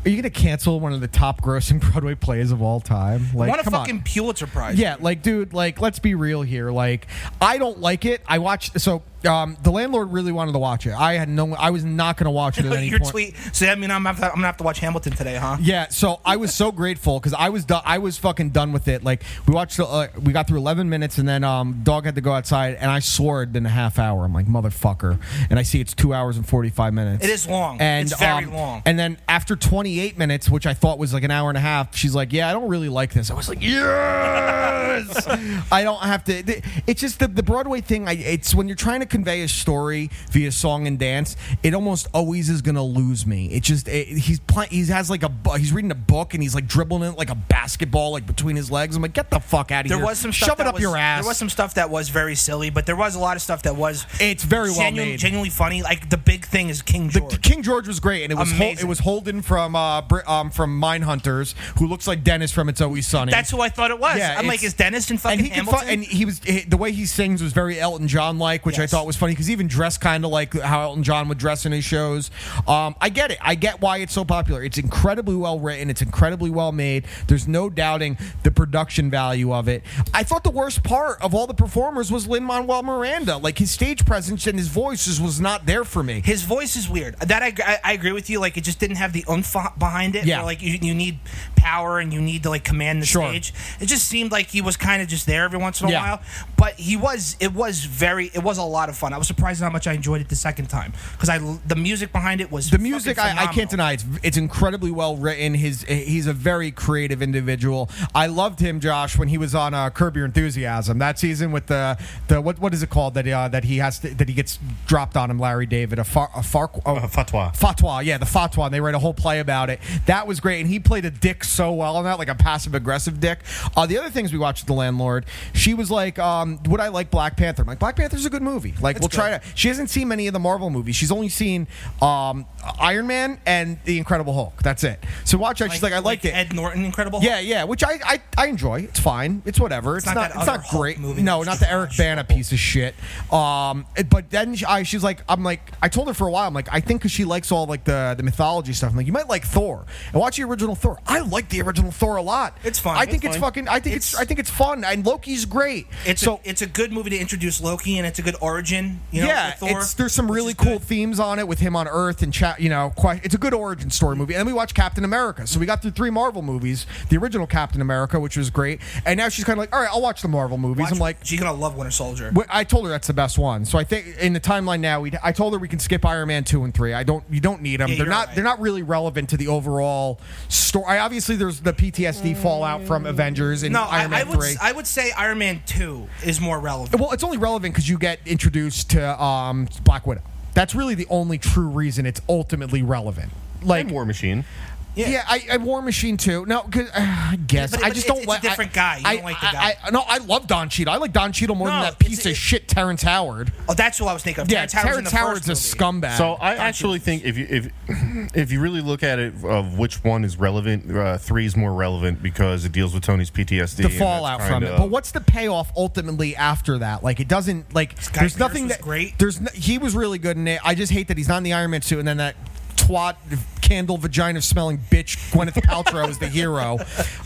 [SPEAKER 1] are you going to cancel one of the top grossing Broadway plays of all time? Like,
[SPEAKER 2] Won a
[SPEAKER 1] come on.
[SPEAKER 2] fucking Pulitzer Prize.
[SPEAKER 1] Yeah, like, dude, like, let's be real here. Like, I don't like it. I watched so um, the landlord really wanted to watch it. I had no, I was not going to watch it at any
[SPEAKER 2] Your
[SPEAKER 1] point.
[SPEAKER 2] tweet. So I mean, I'm gonna have to, I'm gonna have to watch Hamilton today, huh?
[SPEAKER 1] Yeah, so I was so grateful because I was do- I was fucking done with it. Like we watched, uh, we got through eleven minutes, and then um, dog had to go outside, and I swore it'd been a half hour. I'm like motherfucker, and I see it's two hours and forty five minutes.
[SPEAKER 2] It is long. It's very
[SPEAKER 1] um,
[SPEAKER 2] long.
[SPEAKER 1] And then after twenty eight minutes, which I thought was like an hour and a half, she's like, "Yeah, I don't really like this." I was like, "Yes, I don't have to." th- It's just the, the Broadway thing. I, it's when you're trying to convey his story via song and dance, it almost always is going to lose me. It just it, he's playing. He has like a bu- he's reading a book and he's like dribbling it like a basketball like between his legs. I'm like, get the fuck out of
[SPEAKER 2] There
[SPEAKER 1] here.
[SPEAKER 2] was some stuff
[SPEAKER 1] shove it
[SPEAKER 2] that
[SPEAKER 1] up
[SPEAKER 2] was-
[SPEAKER 1] your ass.
[SPEAKER 2] There was some stuff that was very silly, but there was a lot of stuff that was.
[SPEAKER 1] It's very well
[SPEAKER 2] genu-
[SPEAKER 1] made.
[SPEAKER 2] Genuinely funny. Like the big thing is King
[SPEAKER 1] The-
[SPEAKER 2] George.
[SPEAKER 1] King George was great, and it was Hol-
[SPEAKER 2] Amazing.
[SPEAKER 1] it was Holden from uh, Br- um, from Mindhunters, who looks like Dennis from It's Always Sunny.
[SPEAKER 2] That's who I thought it was.
[SPEAKER 1] Yeah,
[SPEAKER 2] I'm like,
[SPEAKER 1] it's-
[SPEAKER 2] is Dennis in fucking
[SPEAKER 1] and he could fu-
[SPEAKER 2] Hamilton?
[SPEAKER 1] and he was he, the way he sings was very Elton John like, which I
[SPEAKER 2] Yes.
[SPEAKER 1] thought was funny because he even dressed kind of like how Elton John would dress in his shows. Um, I get it. I get why it's so popular. It's incredibly well written. It's incredibly well made. There's no doubting the production value of it. I thought the worst part of all the performers was Lin Manuel Miranda. Like his stage presence and his voice just was not there for me.
[SPEAKER 2] His voice is weird. That I, I, I agree with you. Like it just didn't have the oomph behind it.
[SPEAKER 1] Yeah.
[SPEAKER 2] where, like you, you need power and you need to like command the
[SPEAKER 1] Sure.
[SPEAKER 2] stage. It just seemed like he was kind of just there every once in a
[SPEAKER 1] Yeah.
[SPEAKER 2] while. But he was. It was very. It was a lot of fun. I was surprised how much I enjoyed it the second time because I l- the music behind it was
[SPEAKER 1] the
[SPEAKER 2] fucking
[SPEAKER 1] music I, I
[SPEAKER 2] phenomenal.
[SPEAKER 1] can't deny it's it's incredibly well written his he's a very creative individual i loved him josh when he was on uh, curb your enthusiasm that season with the the what what is it called that uh, that he has to, that he gets dropped on him larry david a far a far oh,
[SPEAKER 3] Uh, fatwa.
[SPEAKER 1] fatwa yeah the fatwa and they write a whole play about it that was great and he played a dick so well on that like a passive aggressive dick uh, the other things we watched with the landlord she was like um, would i like black panther i'm like black panther's a good movie like we'll try to she hasn't seen many of the marvel movies she's only seen um, iron man and the incredible hulk that's it so watch out she's like i liked it
[SPEAKER 2] Ed Norton, Incredible. Hulk?
[SPEAKER 1] yeah, yeah, which I, I, I enjoy. It's fine. It's whatever. It's,
[SPEAKER 2] not
[SPEAKER 1] not,
[SPEAKER 2] that
[SPEAKER 1] it's
[SPEAKER 2] other
[SPEAKER 1] not
[SPEAKER 2] Hulk
[SPEAKER 1] great.
[SPEAKER 2] movie
[SPEAKER 1] No,
[SPEAKER 2] that's
[SPEAKER 1] not
[SPEAKER 2] just
[SPEAKER 1] the Eric
[SPEAKER 2] trash.
[SPEAKER 1] Bana piece of shit. Um, it- but then she, I, she's like, I'm like, I told her for a while, I'm like, I think because she likes all like the, the mythology stuff. I'm like, you might like Thor and watch the original Thor. I like the original Thor a lot.
[SPEAKER 2] It's fun.
[SPEAKER 1] I think it's,
[SPEAKER 2] It's fun.
[SPEAKER 1] fucking. I think it's,
[SPEAKER 2] It's-
[SPEAKER 1] I think it's fun. And Loki's great.
[SPEAKER 2] It's
[SPEAKER 1] so
[SPEAKER 2] a, it's a good movie to introduce Loki, and it's a good origin. You know,
[SPEAKER 1] yeah,
[SPEAKER 2] with Thor,
[SPEAKER 1] it's, there's some
[SPEAKER 2] which
[SPEAKER 1] really
[SPEAKER 2] is good.
[SPEAKER 1] cool themes on it with him on Earth and chat. You know, quite, it's a good origin story movie. And then we watched Captain America, so we got through three Marvel movies, the original Captain America, which was great. And now she's kind of like, all right, I'll watch the Marvel movies.
[SPEAKER 2] Watch-
[SPEAKER 1] I'm like.
[SPEAKER 2] she's gonna love Winter Soldier.
[SPEAKER 1] wh- I told her that's the best one, so I think in the timeline now we. I told her we can skip Iron Man two and three. I don't. You don't need them.
[SPEAKER 2] Yeah,
[SPEAKER 1] they're
[SPEAKER 2] you're
[SPEAKER 1] not.
[SPEAKER 2] right.
[SPEAKER 1] They're not really relevant to the overall story. I, obviously, there's the PTSD fallout from Avengers and
[SPEAKER 2] No, I,
[SPEAKER 1] Iron
[SPEAKER 2] I
[SPEAKER 1] Man
[SPEAKER 2] would
[SPEAKER 1] three.
[SPEAKER 2] I would say Iron Man Two is more relevant.
[SPEAKER 1] Well, it's only relevant because you get introduced to um, Black Widow. That's really the only true reason it's ultimately relevant. Like,
[SPEAKER 3] And War Machine.
[SPEAKER 1] yeah, I, I War Machine too. No, 'cause, uh, I guess
[SPEAKER 2] Yeah, but-
[SPEAKER 1] I
[SPEAKER 2] but
[SPEAKER 1] just
[SPEAKER 2] it's-
[SPEAKER 1] don't
[SPEAKER 2] it's a
[SPEAKER 1] like
[SPEAKER 2] different guy. You
[SPEAKER 1] I,
[SPEAKER 2] don't like the
[SPEAKER 1] I-
[SPEAKER 2] guy.
[SPEAKER 1] I- no, I love Don Cheadle. I like Don Cheadle more than
[SPEAKER 2] No,
[SPEAKER 1] that
[SPEAKER 2] it's-
[SPEAKER 1] piece of
[SPEAKER 2] it-
[SPEAKER 1] shit Terrence Howard.
[SPEAKER 2] oh, that's what I was thinking of.
[SPEAKER 1] Yeah,
[SPEAKER 2] Terrence, Howard's in the
[SPEAKER 1] Terrence Howard's a
[SPEAKER 2] first movie.
[SPEAKER 1] scumbag.
[SPEAKER 3] So I actually think if you if if you really look at it of which one is relevant, uh, three is more relevant because it deals with Tony's PTSD.
[SPEAKER 1] the
[SPEAKER 3] and that's
[SPEAKER 1] fallout from
[SPEAKER 3] kinda-
[SPEAKER 1] it. But what's the payoff ultimately after that? Like it doesn't like there's
[SPEAKER 2] Pierce
[SPEAKER 1] nothing
[SPEAKER 2] was
[SPEAKER 1] that
[SPEAKER 2] great.
[SPEAKER 1] There's no, he was really good in it. I just hate that he's not in the Iron Man suit and then that twat candle vagina smelling bitch Gwyneth Paltrow is the hero.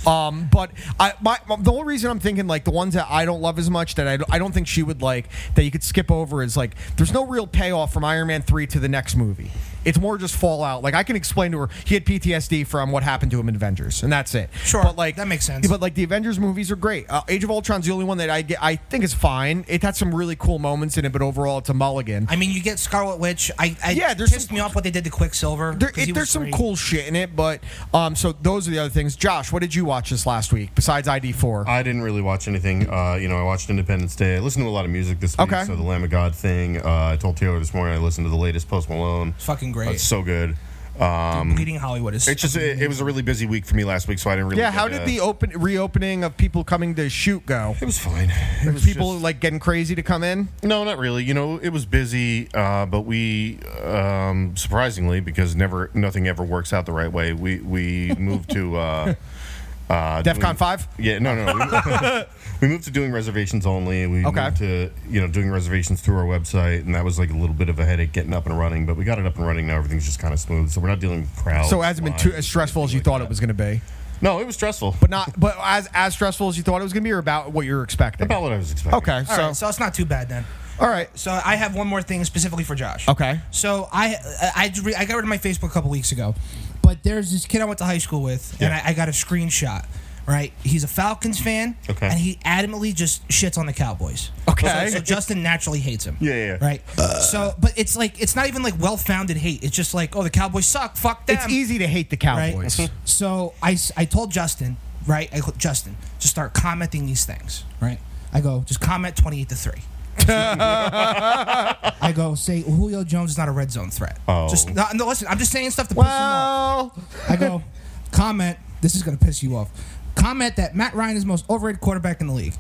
[SPEAKER 1] Um, but I my, my- the only reason I'm thinking like the ones that I don't love as much that I, don't- I don't think she would like that you could skip over is like there's no real payoff from Iron Man 3 to the next movie. It's more just fallout. Like I can explain to her he had PTSD from what happened to him in Avengers and that's it.
[SPEAKER 2] Sure,
[SPEAKER 1] But like
[SPEAKER 2] that makes sense.
[SPEAKER 1] But but like the Avengers movies are great. Uh, Age of Ultron's the only one that I get, I think is fine. It had some really cool moments in it, but overall it's a mulligan.
[SPEAKER 2] I mean, you get Scarlet Witch. I, I
[SPEAKER 1] Yeah,
[SPEAKER 2] yeah,
[SPEAKER 1] there's
[SPEAKER 2] pissed
[SPEAKER 1] some-
[SPEAKER 2] me off what they did to Quicksilver.
[SPEAKER 1] there,
[SPEAKER 2] 'cause he
[SPEAKER 1] it-
[SPEAKER 2] was
[SPEAKER 1] there's some
[SPEAKER 2] great.
[SPEAKER 1] cool shit in it, but um, so those are the other things. Josh, what did you watch this last week besides ID four?
[SPEAKER 3] I didn't really watch anything. Uh, you know, I watched Independence Day. I listened to a lot of music this week.
[SPEAKER 1] Okay.
[SPEAKER 3] So the Lamb of God thing. Uh, I told Taylor this morning I listened to the latest Post Malone.
[SPEAKER 2] fucking
[SPEAKER 3] It's
[SPEAKER 2] great.
[SPEAKER 3] so good. Um,
[SPEAKER 2] Bleeding Hollywood is.
[SPEAKER 3] it's just it, it was a really busy week for me last week, so I didn't really.
[SPEAKER 1] yeah,
[SPEAKER 3] get
[SPEAKER 1] how
[SPEAKER 3] to-
[SPEAKER 1] did the open reopening of people coming to shoot go?
[SPEAKER 3] uh, It was fine. It was
[SPEAKER 1] People
[SPEAKER 3] just-
[SPEAKER 1] like getting crazy to come in.
[SPEAKER 3] No, not really. You know, it was busy, uh, but we um, surprisingly, because never nothing ever works out the right way. We we moved to uh, uh,
[SPEAKER 1] DEF CON
[SPEAKER 3] doing-
[SPEAKER 1] 5?
[SPEAKER 3] Yeah, no, no. We, we moved to doing reservations only. We
[SPEAKER 1] Okay.
[SPEAKER 3] moved to you know doing reservations through our website, and that was like a little bit of a headache getting up and running. But we got it up and running now. Everything's just kind of smooth, so we're not dealing with crowds.
[SPEAKER 1] So it hasn't been too
[SPEAKER 3] lines,
[SPEAKER 1] as stressful as you
[SPEAKER 3] anything
[SPEAKER 1] thought
[SPEAKER 3] like
[SPEAKER 1] it was going to be,
[SPEAKER 3] that. No, it was stressful,
[SPEAKER 1] but not but as as stressful as you thought it was going to be, or about what you're expecting.
[SPEAKER 3] about what I was expecting.
[SPEAKER 1] okay, so
[SPEAKER 2] all right, so it's not too bad then.
[SPEAKER 1] all right,
[SPEAKER 2] So I have one more thing specifically for Josh.
[SPEAKER 1] Okay.
[SPEAKER 2] So I I, I, I got rid of my Facebook a couple weeks ago, but there's this kid I went to high school with, and
[SPEAKER 3] Yeah.
[SPEAKER 2] I, I got a screenshot. Right, he's a Falcons fan,
[SPEAKER 3] Okay.
[SPEAKER 2] and he adamantly just shits on the Cowboys.
[SPEAKER 1] Okay.
[SPEAKER 2] so, so Justin naturally hates him.
[SPEAKER 3] Yeah, yeah, yeah.
[SPEAKER 2] right. so, but it's like it's not even like well-founded hate. It's just like, oh, the Cowboys suck. Fuck them.
[SPEAKER 1] it's easy to hate the
[SPEAKER 2] right?
[SPEAKER 1] Cowboys.
[SPEAKER 2] so I, s- I told Justin, right? I, go, Justin, just start commenting these things, right? I go, just comment 28 to 3. I go say Julio Jones is not a red zone threat.
[SPEAKER 3] Oh.
[SPEAKER 2] Just no, no, listen. I'm just saying stuff to piss him off.
[SPEAKER 1] Well,
[SPEAKER 2] I go comment. This is gonna piss you off. Comment that Matt Ryan is the most overrated quarterback in the league.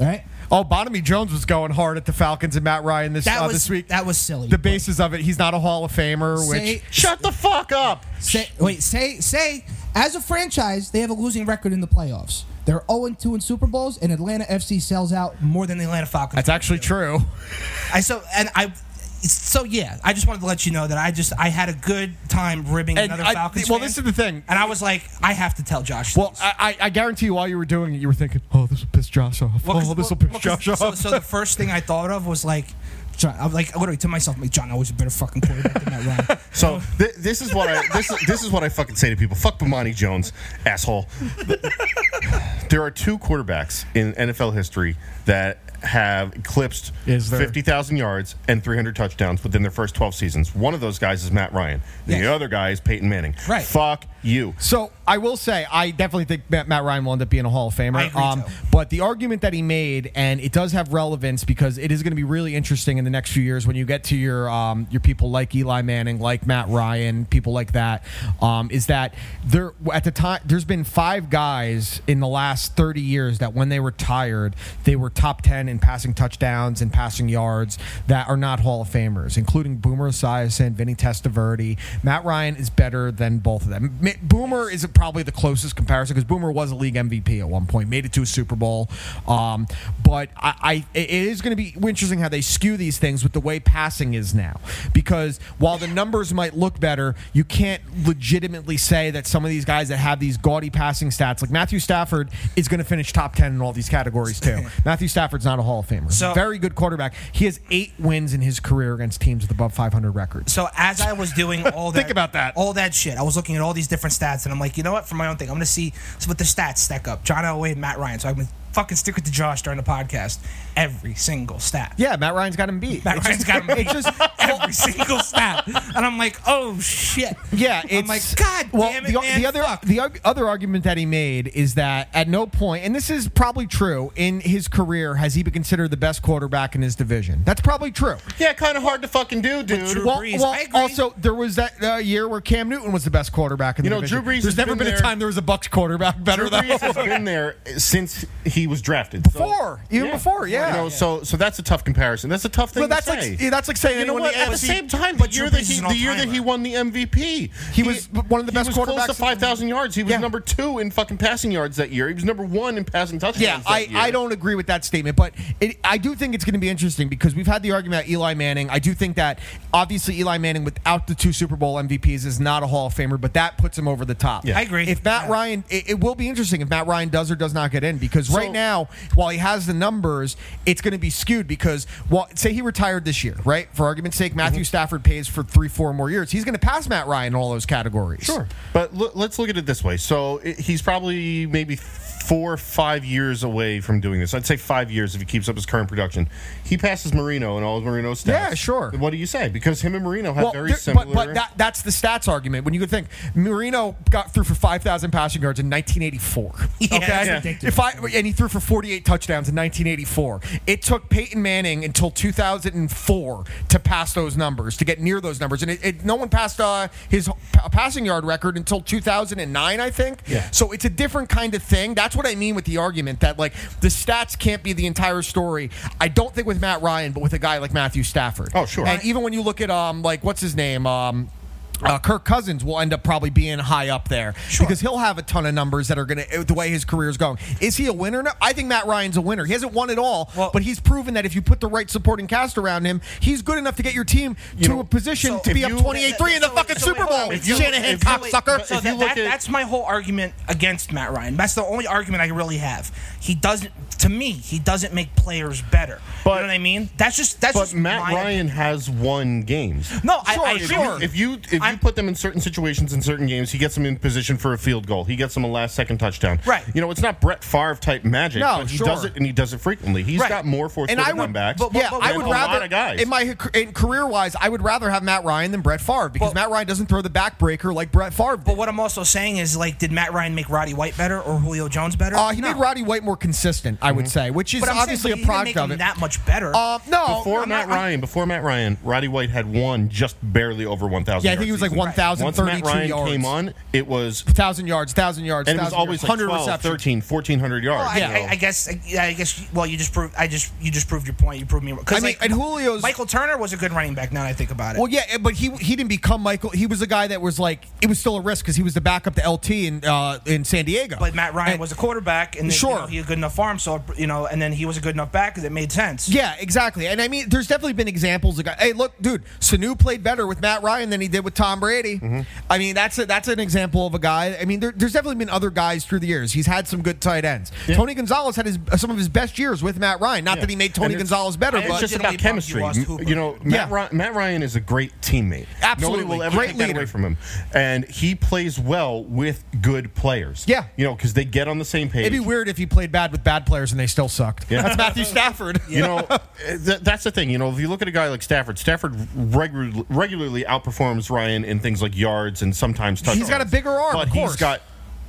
[SPEAKER 2] All right.
[SPEAKER 1] oh, Bonamy Jones was going hard at the Falcons and Matt Ryan this
[SPEAKER 2] That
[SPEAKER 1] uh,
[SPEAKER 2] was
[SPEAKER 1] this week.
[SPEAKER 2] That was silly.
[SPEAKER 1] the basis of it, he's not a Hall of Famer.
[SPEAKER 2] Say-
[SPEAKER 1] which shut the fuck up.
[SPEAKER 2] Say, wait, say, say, as a franchise, they have a losing record in the playoffs. They're 0 2 in Super Bowls, and Atlanta FC sells out more than the Atlanta Falcons.
[SPEAKER 1] That's actually true.
[SPEAKER 2] I so and I. So yeah, I just wanted to let you know that I just I had a good time ribbing
[SPEAKER 1] And
[SPEAKER 2] another
[SPEAKER 1] I-
[SPEAKER 2] Falcons.
[SPEAKER 1] well,
[SPEAKER 2] fan,
[SPEAKER 1] this is the thing.
[SPEAKER 2] and I was like, I have to tell Josh.
[SPEAKER 1] Well,
[SPEAKER 2] this.
[SPEAKER 1] I, I I guarantee you, while you were doing it, you were thinking, "Oh, this will piss Josh off.
[SPEAKER 2] Well, 'cause-
[SPEAKER 1] oh, this will
[SPEAKER 2] well,
[SPEAKER 1] piss
[SPEAKER 2] well, 'cause-
[SPEAKER 1] Josh off."
[SPEAKER 2] So, so the first thing I thought of was like, John, I'm like literally to myself, I'm like John, I was a better fucking quarterback than that Ryan.
[SPEAKER 1] Oh.
[SPEAKER 3] So th- this is what I this is, this is what I fucking say to people. Fuck Bomani Jones, asshole. there are two quarterbacks in NFL history that have eclipsed
[SPEAKER 1] Is there-
[SPEAKER 3] fifty thousand yards and three hundred touchdowns within their first twelve seasons. One of those guys is Matt Ryan. The
[SPEAKER 2] Yes.
[SPEAKER 3] other guy is Peyton Manning.
[SPEAKER 2] Right.
[SPEAKER 3] Fuck you.
[SPEAKER 1] So I will say, I definitely think Matt, Matt Ryan will end up being a Hall of Famer. Um,
[SPEAKER 2] I agree, too.
[SPEAKER 1] but the argument that he made, and it does have relevance because it is going to be really interesting in the next few years when you get to your um, your people like Eli Manning, like Matt Ryan, people like that. Um, is that there at the time? There's been five guys in the last 30 years that when they retired, they were top 10 in passing touchdowns and passing yards that are not Hall of Famers, including Boomer Esiason, Vinny Testaverde. Matt Ryan is better than both of them. Ma- Boomer is probably the closest comparison because Boomer was a league MVP at one point, made it to a Super Bowl. Um, but I, I, it is going to be interesting how they skew these things with the way passing is now, because while the numbers might look better, you can't legitimately say that some of these guys that have these gaudy passing stats, like Matthew Stafford, is going to finish top ten in all these categories too. Matthew Stafford's not a Hall of Famer. He's a
[SPEAKER 2] So-
[SPEAKER 1] very good quarterback. He has eight wins in his career against teams with above 500 records.
[SPEAKER 2] So as I was doing all that,
[SPEAKER 1] Think about that.
[SPEAKER 2] all that shit, I was looking at all these different stats, and I'm like, you know what? For my own thing, I'm gonna see what the stats stack up. John Elway and Matt Ryan. So I'm gonna fucking stick with the Josh during the podcast. Every single stat.
[SPEAKER 1] Yeah, Matt Ryan's got him beat.
[SPEAKER 2] Matt
[SPEAKER 1] It's
[SPEAKER 2] Ryan's
[SPEAKER 1] just-
[SPEAKER 2] got him beat.
[SPEAKER 1] It's just
[SPEAKER 2] every single stat, and I'm like, oh shit.
[SPEAKER 1] Yeah, it's,
[SPEAKER 2] I'm like, God damn it,
[SPEAKER 1] the,
[SPEAKER 2] man,
[SPEAKER 1] the other
[SPEAKER 2] fuck."
[SPEAKER 1] the o- other argument that he made is that at no point, and this is probably true in his career, has he been considered the best quarterback in his division. That's probably true.
[SPEAKER 3] Yeah, kind of hard to fucking do, dude.
[SPEAKER 2] Drew
[SPEAKER 1] Well,
[SPEAKER 2] Brees,
[SPEAKER 1] well,
[SPEAKER 2] I agree.
[SPEAKER 1] also there was that uh, year where Cam Newton was the best quarterback in
[SPEAKER 3] You
[SPEAKER 1] the
[SPEAKER 3] know,
[SPEAKER 1] division.
[SPEAKER 3] Drew Brees
[SPEAKER 1] There's
[SPEAKER 3] has
[SPEAKER 1] never
[SPEAKER 3] been
[SPEAKER 1] been a
[SPEAKER 3] there-
[SPEAKER 1] time there was a Bucks quarterback better
[SPEAKER 3] Drew
[SPEAKER 1] than
[SPEAKER 3] Brees has been there since he was drafted.
[SPEAKER 1] Before, even before, yeah.
[SPEAKER 3] You know, so so that's a tough comparison. That's a tough thing.
[SPEAKER 1] But that's
[SPEAKER 3] to say.
[SPEAKER 1] like yeah, that's like saying
[SPEAKER 3] You know
[SPEAKER 1] anyone in
[SPEAKER 3] what? At
[SPEAKER 1] AFC
[SPEAKER 3] the same time,
[SPEAKER 2] But
[SPEAKER 3] the year
[SPEAKER 2] Drew
[SPEAKER 3] that
[SPEAKER 2] Brees is
[SPEAKER 3] he,
[SPEAKER 2] an
[SPEAKER 3] the year that
[SPEAKER 2] all-timer.
[SPEAKER 3] he won the MVP, he,
[SPEAKER 1] was one of the best
[SPEAKER 3] he was Close
[SPEAKER 1] quarterbacks
[SPEAKER 3] to
[SPEAKER 1] in-
[SPEAKER 3] five thousand yards. He was
[SPEAKER 1] Yeah.
[SPEAKER 3] number two in fucking passing yards that year. He was number one in passing touchdowns.
[SPEAKER 1] Yeah,
[SPEAKER 3] that
[SPEAKER 1] I,
[SPEAKER 3] year.
[SPEAKER 1] I don't agree with that statement, but it, I do think it's going to be interesting because we've had the argument about Eli Manning. I do think that obviously Eli Manning without the two Super Bowl MVPs is not a Hall of Famer, but that puts him over the top.
[SPEAKER 3] Yeah. I
[SPEAKER 2] agree.
[SPEAKER 1] If Matt
[SPEAKER 2] Yeah.
[SPEAKER 1] Ryan, it, it will be interesting if Matt Ryan does or does not get in because
[SPEAKER 3] So-
[SPEAKER 1] right now, while he has the numbers, it's going to be skewed because well, say he retired this year, right? For argument's sake,
[SPEAKER 3] Mm-hmm.
[SPEAKER 1] Matthew Stafford pays for three, four more years. He's going to pass Matt Ryan in all those categories.
[SPEAKER 3] Sure, but look, let's look at it this way. So it, he's probably maybe four or five years away from doing this. I'd say five years if he keeps up his current production. He passes Marino and all of Marino's stats.
[SPEAKER 1] Yeah, sure.
[SPEAKER 3] What do you say? Because him and Marino have very
[SPEAKER 1] there-
[SPEAKER 3] similar.
[SPEAKER 1] But, but that, that's the stats argument. When you could think Marino got through for five thousand passing yards in 1984.
[SPEAKER 2] Yeah,
[SPEAKER 1] okay,
[SPEAKER 2] that's ridiculous.
[SPEAKER 1] if I and he threw for 48 touchdowns in 1984. It took Peyton Manning until 2004 to pass those numbers, to get near those numbers, and it, it, no one passed uh, his p- passing yard record until 2009, I think.
[SPEAKER 3] Yeah.
[SPEAKER 1] So it's a different kind of thing. That's what I mean with the argument that like the stats can't be the entire story. I don't think with Matt Ryan, but with a guy like Matthew Stafford.
[SPEAKER 3] Oh, sure.
[SPEAKER 1] And even when you look at um like what's his name um. Uh, Kirk Cousins will end up probably being high up there because he'll have a ton of numbers that are going to the way his career is going. Is he a winner? No, I think Matt Ryan's a winner. He hasn't won it all,
[SPEAKER 2] Well-
[SPEAKER 1] but he's proven that if you put the right supporting cast around him, he's good enough to get your team to
[SPEAKER 3] know,
[SPEAKER 1] a position
[SPEAKER 2] so
[SPEAKER 1] to be
[SPEAKER 3] if
[SPEAKER 1] up
[SPEAKER 3] you-
[SPEAKER 1] twenty eight three in the
[SPEAKER 2] So-
[SPEAKER 1] fucking
[SPEAKER 2] so
[SPEAKER 1] Super
[SPEAKER 2] wait, hold on,
[SPEAKER 1] Bowl.
[SPEAKER 2] wait, so-
[SPEAKER 1] Shanahan
[SPEAKER 3] if you-
[SPEAKER 1] cocksucker.
[SPEAKER 2] So
[SPEAKER 3] If
[SPEAKER 2] that,
[SPEAKER 3] you look
[SPEAKER 2] that-
[SPEAKER 3] at-
[SPEAKER 2] that's my whole argument against Matt Ryan. That's the only argument I really have. He doesn't, to me, he doesn't make players better. you
[SPEAKER 3] But-
[SPEAKER 2] know what I mean? That's just that's
[SPEAKER 3] But
[SPEAKER 2] just
[SPEAKER 3] Matt
[SPEAKER 2] my-
[SPEAKER 3] Ryan has won games.
[SPEAKER 2] No, I, I
[SPEAKER 1] Sure,
[SPEAKER 2] agree
[SPEAKER 1] sure.
[SPEAKER 2] with you.
[SPEAKER 3] If you if
[SPEAKER 2] I'm-
[SPEAKER 3] you put them in certain situations in certain games, he gets them in position for a field goal. He gets them a last second touchdown.
[SPEAKER 2] Right.
[SPEAKER 3] You know, it's not Brett Favre type magic,
[SPEAKER 1] No,
[SPEAKER 3] but he
[SPEAKER 1] sure.
[SPEAKER 3] does it and he does it frequently. He's
[SPEAKER 2] Right.
[SPEAKER 3] got more fourth
[SPEAKER 1] and
[SPEAKER 3] quarter
[SPEAKER 1] I would,
[SPEAKER 3] comebacks.
[SPEAKER 1] but- yeah,
[SPEAKER 2] but-
[SPEAKER 1] I
[SPEAKER 2] but-
[SPEAKER 1] would
[SPEAKER 3] a lot
[SPEAKER 1] rather
[SPEAKER 3] of guys.
[SPEAKER 1] in my in career wise, I would rather have Matt Ryan than Brett Favre because
[SPEAKER 2] Well-
[SPEAKER 1] Matt Ryan doesn't throw the backbreaker like Brett Favre. Did.
[SPEAKER 2] But what I'm also saying is, like, did Matt Ryan make Roddy White better or Julio Jones better?
[SPEAKER 1] Uh, he
[SPEAKER 2] No.
[SPEAKER 1] made Roddy White more consistent. I would say, which is
[SPEAKER 2] But I'm
[SPEAKER 1] obviously
[SPEAKER 2] saying, but
[SPEAKER 1] a
[SPEAKER 2] it
[SPEAKER 1] product
[SPEAKER 2] didn't make
[SPEAKER 1] of
[SPEAKER 2] him
[SPEAKER 1] it.
[SPEAKER 2] That much better.
[SPEAKER 1] Um, no,
[SPEAKER 3] Before
[SPEAKER 1] no,
[SPEAKER 3] Matt
[SPEAKER 1] I-
[SPEAKER 3] Ryan, before Matt Ryan, Roddy White had one just barely over 1,000
[SPEAKER 1] Yeah, I think
[SPEAKER 3] yards
[SPEAKER 1] he was like
[SPEAKER 3] season.
[SPEAKER 1] 1,032
[SPEAKER 3] Once Matt Ryan
[SPEAKER 1] yards.
[SPEAKER 3] came on, it was,
[SPEAKER 1] thousand yards, thousand yards,
[SPEAKER 3] and it was
[SPEAKER 1] 1,000 yards,
[SPEAKER 3] always like
[SPEAKER 1] 100
[SPEAKER 3] 12,
[SPEAKER 1] receptions. Oh,
[SPEAKER 3] 13, 1,400 yards.
[SPEAKER 1] yeah.
[SPEAKER 2] I, I, I guess. I, yeah, I guess. Well, you just proved. I just. You just proved your point. You proved me. Because
[SPEAKER 1] I mean, and Julio's-
[SPEAKER 2] Michael Turner was a good running back. Now that I think about it.
[SPEAKER 1] Well, yeah, but he he didn't become Michael. He was a guy that was like it was still a risk because he was the backup to LT in uh, in San Diego.
[SPEAKER 2] but Matt Ryan
[SPEAKER 1] And-
[SPEAKER 2] was a quarterback, and then, you
[SPEAKER 1] Sure.
[SPEAKER 2] know, he was a good enough farm. So you know, and then he was a good enough back because it made sense.
[SPEAKER 1] Yeah, exactly. And I mean, there's definitely been examples of guys. Hey, look, dude, Sanu played better with Matt Ryan than he did with Tom Brady.
[SPEAKER 3] Mm-hmm.
[SPEAKER 1] I mean, that's a, that's an example of a guy. I mean, there, there's definitely been other guys through the years. He's had some good tight ends. Tony Gonzalez had his, uh, some of his best years with Matt Ryan. Not
[SPEAKER 3] Yeah.
[SPEAKER 1] that he made
[SPEAKER 3] And
[SPEAKER 1] Tony
[SPEAKER 3] it's-
[SPEAKER 1] Gonzalez better,
[SPEAKER 2] and
[SPEAKER 1] but
[SPEAKER 3] it's just
[SPEAKER 2] Legitimately
[SPEAKER 3] about chemistry.
[SPEAKER 2] bummed you lost Hooper.
[SPEAKER 3] You know,
[SPEAKER 1] Yeah.
[SPEAKER 3] Matt, Ryan, Matt Ryan is a great teammate.
[SPEAKER 1] Absolutely.
[SPEAKER 3] Nobody will ever
[SPEAKER 1] Great
[SPEAKER 3] take that
[SPEAKER 1] leader.
[SPEAKER 3] away from him. And he plays well with good players.
[SPEAKER 1] Yeah.
[SPEAKER 3] You know, because they get on the same page.
[SPEAKER 1] it'd be weird if he played bad with bad players and they still sucked. That's Matthew Stafford.
[SPEAKER 3] You know, eh, th- that's the thing. You know, if you look at a guy like Stafford, Stafford regu- regularly outperforms Ryan in things like yards and sometimes touchdowns.
[SPEAKER 1] He's got a bigger arm,
[SPEAKER 3] but
[SPEAKER 1] of course.
[SPEAKER 3] he's got.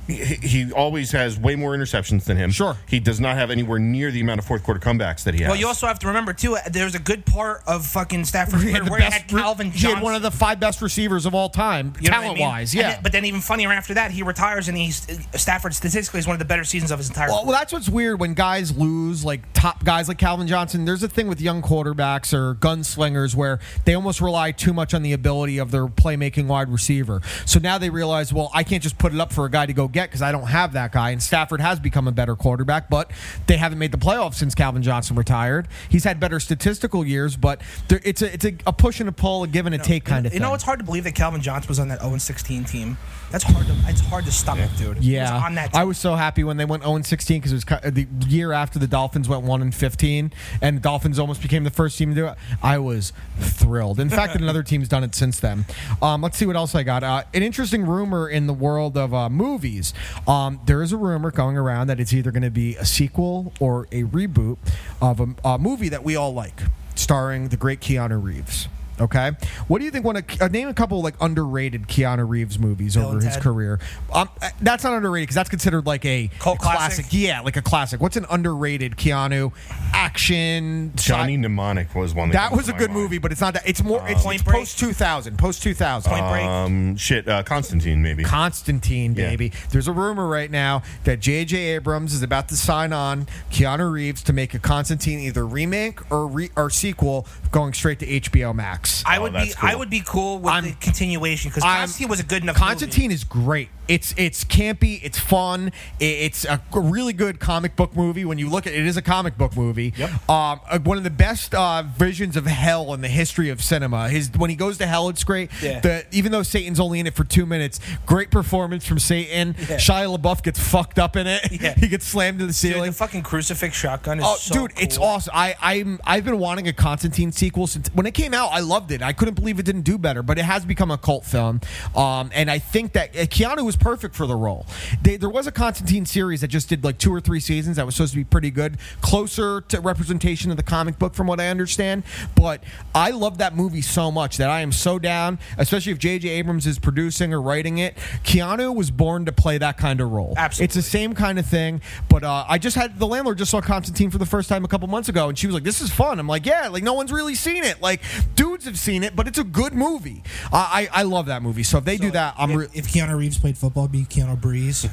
[SPEAKER 3] He, he always has way more interceptions than him.
[SPEAKER 1] Sure.
[SPEAKER 3] he does not have anywhere near the amount of fourth quarter comebacks that he has.
[SPEAKER 2] Well, you also have to remember too. uh, There's a good part of fucking Stafford
[SPEAKER 1] He
[SPEAKER 2] where
[SPEAKER 1] had the
[SPEAKER 2] where he
[SPEAKER 1] best-
[SPEAKER 2] had Calvin
[SPEAKER 1] he
[SPEAKER 2] Johnson.
[SPEAKER 1] had one of the five best receivers of all time,
[SPEAKER 2] You know what I
[SPEAKER 1] talent
[SPEAKER 2] mean?
[SPEAKER 1] wise.
[SPEAKER 2] And
[SPEAKER 1] Yeah,
[SPEAKER 2] then- but then even funnier after that, he retires and he's uh, Stafford statistically is one of the better seasons of his entire.
[SPEAKER 1] Well, well, that's what's weird when guys lose, like top guys like Calvin Johnson. There's a thing with young quarterbacks or gunslingers where they almost rely too much on the ability of their playmaking wide receiver. So now they realize, well, I can't just put it up for a guy to go get because I don't have that guy. And Stafford has become a better quarterback, but they haven't made the playoffs since Calvin Johnson retired. He's had better statistical years, but there, it's a it's a, a push and a pull, a give and a take kind of
[SPEAKER 2] You
[SPEAKER 1] thing.
[SPEAKER 2] know, it's hard to believe that Calvin Johnson was on that 0 16 team. That's hard to. It's hard to stomach, dude. He was
[SPEAKER 1] Yeah,
[SPEAKER 2] on that.
[SPEAKER 1] I
[SPEAKER 2] team.
[SPEAKER 1] was so happy when they went 0 16 because it was ki- uh, the year after the Dolphins went 1 and 15, and the Dolphins almost became the first team to do it. I was thrilled. In fact, that another team's done it since then. Um, let's see what else I got. Uh, an interesting rumor in the world of uh, movies. Um, there is a rumor going around that it's either going to be a sequel or a reboot of a, a movie that we all like, starring the great Keanu Reeves. Okay, what do you think? One of, uh, name a couple like underrated Keanu Reeves movies over
[SPEAKER 2] and
[SPEAKER 1] his
[SPEAKER 2] Ted.
[SPEAKER 1] career career. Um, uh, that's not underrated because that's considered like a,
[SPEAKER 2] Cult
[SPEAKER 1] a classic.
[SPEAKER 2] classic?
[SPEAKER 1] Yeah, like a classic. What's an underrated Keanu action?
[SPEAKER 3] Johnny
[SPEAKER 1] sci-
[SPEAKER 3] Mnemonic was one.
[SPEAKER 1] That
[SPEAKER 3] comes
[SPEAKER 1] was
[SPEAKER 3] to
[SPEAKER 1] a
[SPEAKER 3] my Uh,
[SPEAKER 1] good
[SPEAKER 3] mind.
[SPEAKER 1] movie, but it's not that. It's more. It's,
[SPEAKER 2] Point
[SPEAKER 1] it's
[SPEAKER 2] Break?
[SPEAKER 1] post two thousand. Post two thousand. Uh,
[SPEAKER 2] Point break.
[SPEAKER 3] Um, shit, uh, Constantine maybe.
[SPEAKER 1] Constantine,
[SPEAKER 3] Yeah.
[SPEAKER 1] baby. There's a rumor right now that J.J. Abrams is about to sign on Keanu Reeves to make a Constantine either remake or re- or sequel, going straight to HBO Max.
[SPEAKER 2] I would be.
[SPEAKER 3] oh, that's cool.
[SPEAKER 2] I would be cool with the
[SPEAKER 1] I'm-
[SPEAKER 2] continuation because
[SPEAKER 1] I'm-
[SPEAKER 2] Constantine was a good enough.
[SPEAKER 1] Constantine is great. It's it's campy. It's fun. i- It's a g- really good comic book movie. When you look at it, it is a comic book movie.
[SPEAKER 3] Yep.
[SPEAKER 1] Um, uh, one of the best uh, visions of hell in the history of cinema. His when he goes to hell, it's great.
[SPEAKER 2] Yeah.
[SPEAKER 1] The, even though Satan's only in it for two minutes, great performance from Satan.
[SPEAKER 2] Yeah.
[SPEAKER 1] Shia LaBeouf gets fucked up in it.
[SPEAKER 2] Yeah.
[SPEAKER 1] he gets slammed to the
[SPEAKER 2] Dude,
[SPEAKER 1] ceiling.
[SPEAKER 2] the fucking crucifix shotgun is
[SPEAKER 1] Oh,
[SPEAKER 2] so
[SPEAKER 1] dude, it's
[SPEAKER 2] cool.
[SPEAKER 1] awesome. I, I'm I've been wanting a Constantine sequel since when it came out. I loved it. I couldn't believe it didn't do better, but it has become a cult film. Um, and I think that uh, Keanu was perfect for the role. They, there was a Constantine series that just did like two or three seasons that was supposed to be pretty good, closer to representation of the comic book, from what I understand. But I love that movie so much that I am so down, especially if J.J. Abrams is producing or writing it. Keanu was born to play that kind of role.
[SPEAKER 2] Absolutely.
[SPEAKER 1] It's a same kind of thing. But uh, I just had the landlord just saw Constantine for the first time a couple months ago, and she was like, "This is fun." I'm like, "Yeah, like no one's really seen it. Like dudes have seen it, but it's a good movie. I I, I love that movie. So if they do that, I'm re-
[SPEAKER 9] If Keanu Reeves played football, it'd be Keanu Breeze.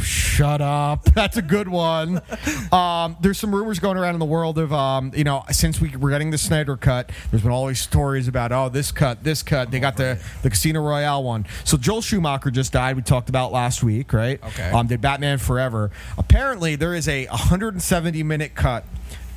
[SPEAKER 1] shut up. That's a good one. Um, there's some rumors going around in the world of um, you know since we we're getting the Snyder cut. There's been all these stories about oh this cut, this cut. They got the the Casino Royale one. So Joel Schumacher just died. We talked about last week, right?
[SPEAKER 9] Okay.
[SPEAKER 1] Um, did Batman Forever? Apparently, there is a 170 minute cut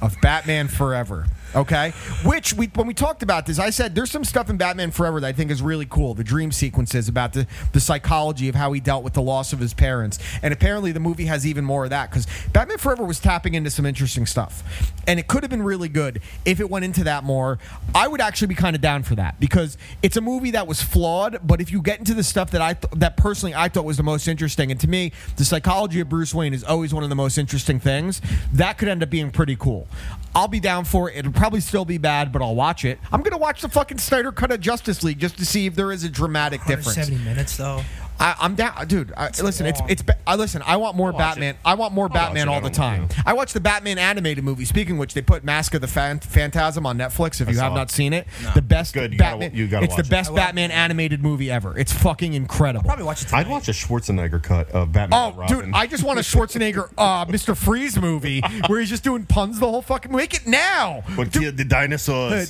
[SPEAKER 1] of Batman Forever. Okay, which we when we talked about this, I said there's some stuff in Batman Forever that I think is really cool. The dream sequences about the the psychology of how he dealt with the loss of his parents, and apparently the movie has even more of that because Batman Forever was tapping into some interesting stuff, and it could have been really good if it went into that more. I would actually be kind of down for that because it's a movie that was flawed, but if you get into the stuff that I th- that personally I thought was the most interesting, and to me, the psychology of Bruce Wayne is always one of the most interesting things. That could end up being pretty cool. I'll be down for it. It'll probably still be bad, but I'll watch it. I'm gonna watch the fucking Snyder cut of Justice League just to see if there is a dramatic difference.
[SPEAKER 9] 170 minutes though.
[SPEAKER 1] I, I'm down, dude. I, listen, it's it's. ba- I listen. I want more Batman. I want more Batman
[SPEAKER 3] it,
[SPEAKER 1] all
[SPEAKER 3] I
[SPEAKER 1] the
[SPEAKER 3] don't
[SPEAKER 1] time.
[SPEAKER 3] want
[SPEAKER 1] I watched the Batman animated movie. Speaking of which, they put Mask of the Phan- Phantasm on Netflix. If you have
[SPEAKER 3] saw
[SPEAKER 1] not
[SPEAKER 3] it.
[SPEAKER 1] seen it, the best
[SPEAKER 3] Good, you gotta-
[SPEAKER 1] Batman.
[SPEAKER 3] you gotta
[SPEAKER 1] it's
[SPEAKER 3] watch
[SPEAKER 1] the
[SPEAKER 3] it.
[SPEAKER 1] best Batman animated movie ever. It's fucking incredible.
[SPEAKER 2] Probably watch it.
[SPEAKER 3] I'd watch a Schwarzenegger cut of Batman.
[SPEAKER 1] Oh,
[SPEAKER 3] and Robin.
[SPEAKER 1] dude! I just want a Schwarzenegger, uh, Mr. Freeze movie where he's just doing puns the whole fucking. Make it now!
[SPEAKER 3] But
[SPEAKER 1] Dude,
[SPEAKER 3] the, the dinosaurs,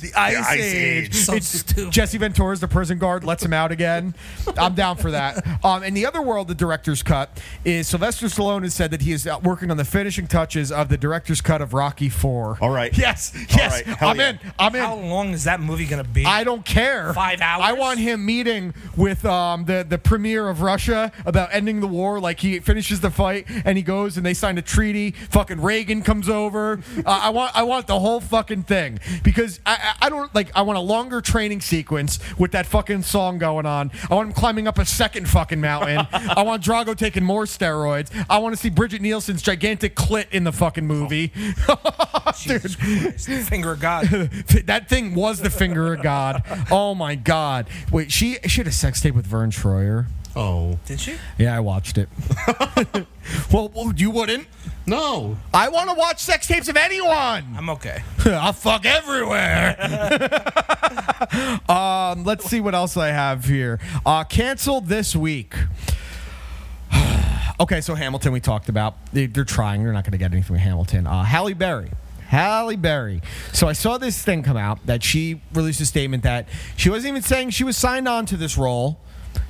[SPEAKER 1] the Ice, Age.
[SPEAKER 9] So
[SPEAKER 1] It's
[SPEAKER 9] stupid.
[SPEAKER 1] Jesse Ventura's the prison guard, lets him out again. I'm down for that. Um, in the other world, the director's cut is Sylvester Stallone has said that he is uh, working on the finishing touches of the director's cut of Rocky Four.
[SPEAKER 3] All right.
[SPEAKER 1] Yes.
[SPEAKER 3] All
[SPEAKER 1] Yes.
[SPEAKER 3] right. Hell
[SPEAKER 1] I'm
[SPEAKER 3] yeah.
[SPEAKER 1] in. I'm in.
[SPEAKER 2] How long is that movie gonna be?
[SPEAKER 1] I don't care.
[SPEAKER 2] Five hours?
[SPEAKER 1] I want him meeting with um, the the premier of Russia about ending the war. Like he finishes the fight and he goes and they sign a treaty. Fucking Reagan comes over. Uh, I want I want the whole fucking thing because I, I I don't like I want a longer training sequence with that fucking song going on. I want him climbing up a second fucking mountain. I want Drago taking more steroids. I want to see Bridget Nielsen's gigantic clit in the fucking movie.
[SPEAKER 2] Jesus Christ. Finger of God.
[SPEAKER 1] that thing was the finger of God. Oh my God! Wait, she she had a sex tape with Vern Troyer.
[SPEAKER 3] oh
[SPEAKER 2] Did she?
[SPEAKER 1] Yeah, I watched it. well, well, you wouldn't.
[SPEAKER 3] no,
[SPEAKER 1] I want to watch sex tapes of anyone.
[SPEAKER 2] I'm okay.
[SPEAKER 1] I fuck everywhere. um, let's see what else I have here. Uh, canceled this week. okay, so Hamilton we talked about. They, they're trying. They're not going to get anything with Hamilton. Uh, Halle Berry. Halle Berry. So I saw this thing come out that she released a statement that she wasn't even saying she was signed on to this role.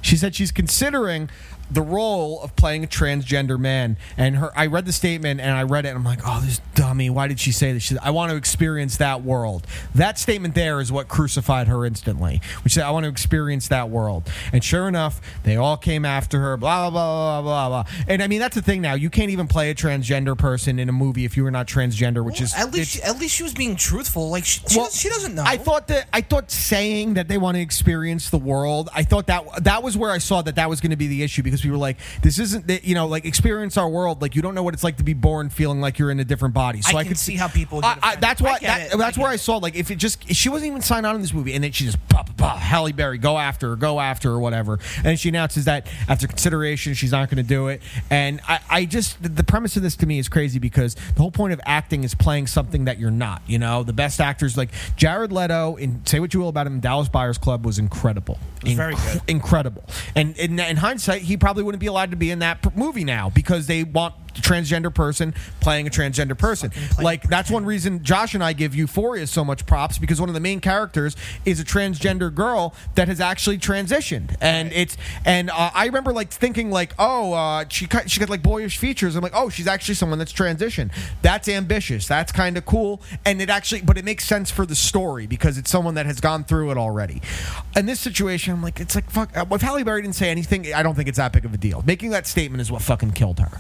[SPEAKER 1] She said she's considering the role of playing a transgender man. And her, I read the statement and I read it and I'm like, oh, this dummy. Why did she say this? She said, I want to experience that world. That statement there is what crucified her instantly. Which said, I want to experience that world. And sure enough, they all came after her. Blah blah blah blah blah. blah. And I mean, that's the thing now. You can't even play a transgender person in a movie if you were not transgender, which is
[SPEAKER 2] At
[SPEAKER 1] it's-
[SPEAKER 2] least, she, at least she was being truthful. Like she, she,
[SPEAKER 1] well,
[SPEAKER 2] does, she doesn't know.
[SPEAKER 1] I thought that I thought saying that they want to experience the world. I thought that that was where I saw that that was going to be the issue because we were like, this isn't the, you know like experience our world. Like you don't know what it's like to be born feeling like you're in a different body. So I,
[SPEAKER 2] I can
[SPEAKER 1] could
[SPEAKER 2] see how people get
[SPEAKER 1] I, I, that's
[SPEAKER 2] offended.
[SPEAKER 1] why
[SPEAKER 2] I get
[SPEAKER 1] that,
[SPEAKER 2] it.
[SPEAKER 1] that's
[SPEAKER 2] I
[SPEAKER 1] where
[SPEAKER 2] get
[SPEAKER 1] I
[SPEAKER 2] it.
[SPEAKER 1] saw like if it just she wasn't even signed on in this movie and then she just bah bah bah Halle Berry go after her go after her or whatever and she announces that after consideration she's not going to do it and I, I just the- the premise of this to me is crazy because the whole point of acting is playing something that you're not you know the best actors like Jared Leto and say what you will about him in Dallas Buyers Club was incredible
[SPEAKER 2] very
[SPEAKER 1] Inc-
[SPEAKER 2] good.
[SPEAKER 1] incredible and in, in hindsight he probably wouldn't be allowed to be in that pr- movie now because they want a transgender person playing a transgender person like that's one reason josh and i give euphoria so much props because one of the main characters is a transgender girl that has actually transitioned and it's and uh, i remember like thinking like oh uh, she cut, she got like boyish features i'm like oh she's actually someone that's transitioned that's ambitious that's kind of cool and it actually but it makes sense for the story because it's someone that has gone through it already in this situation i'm like it's like fuck uh, if halle berry didn't say anything i don't think it's that big of a deal making that statement is what fucking killed her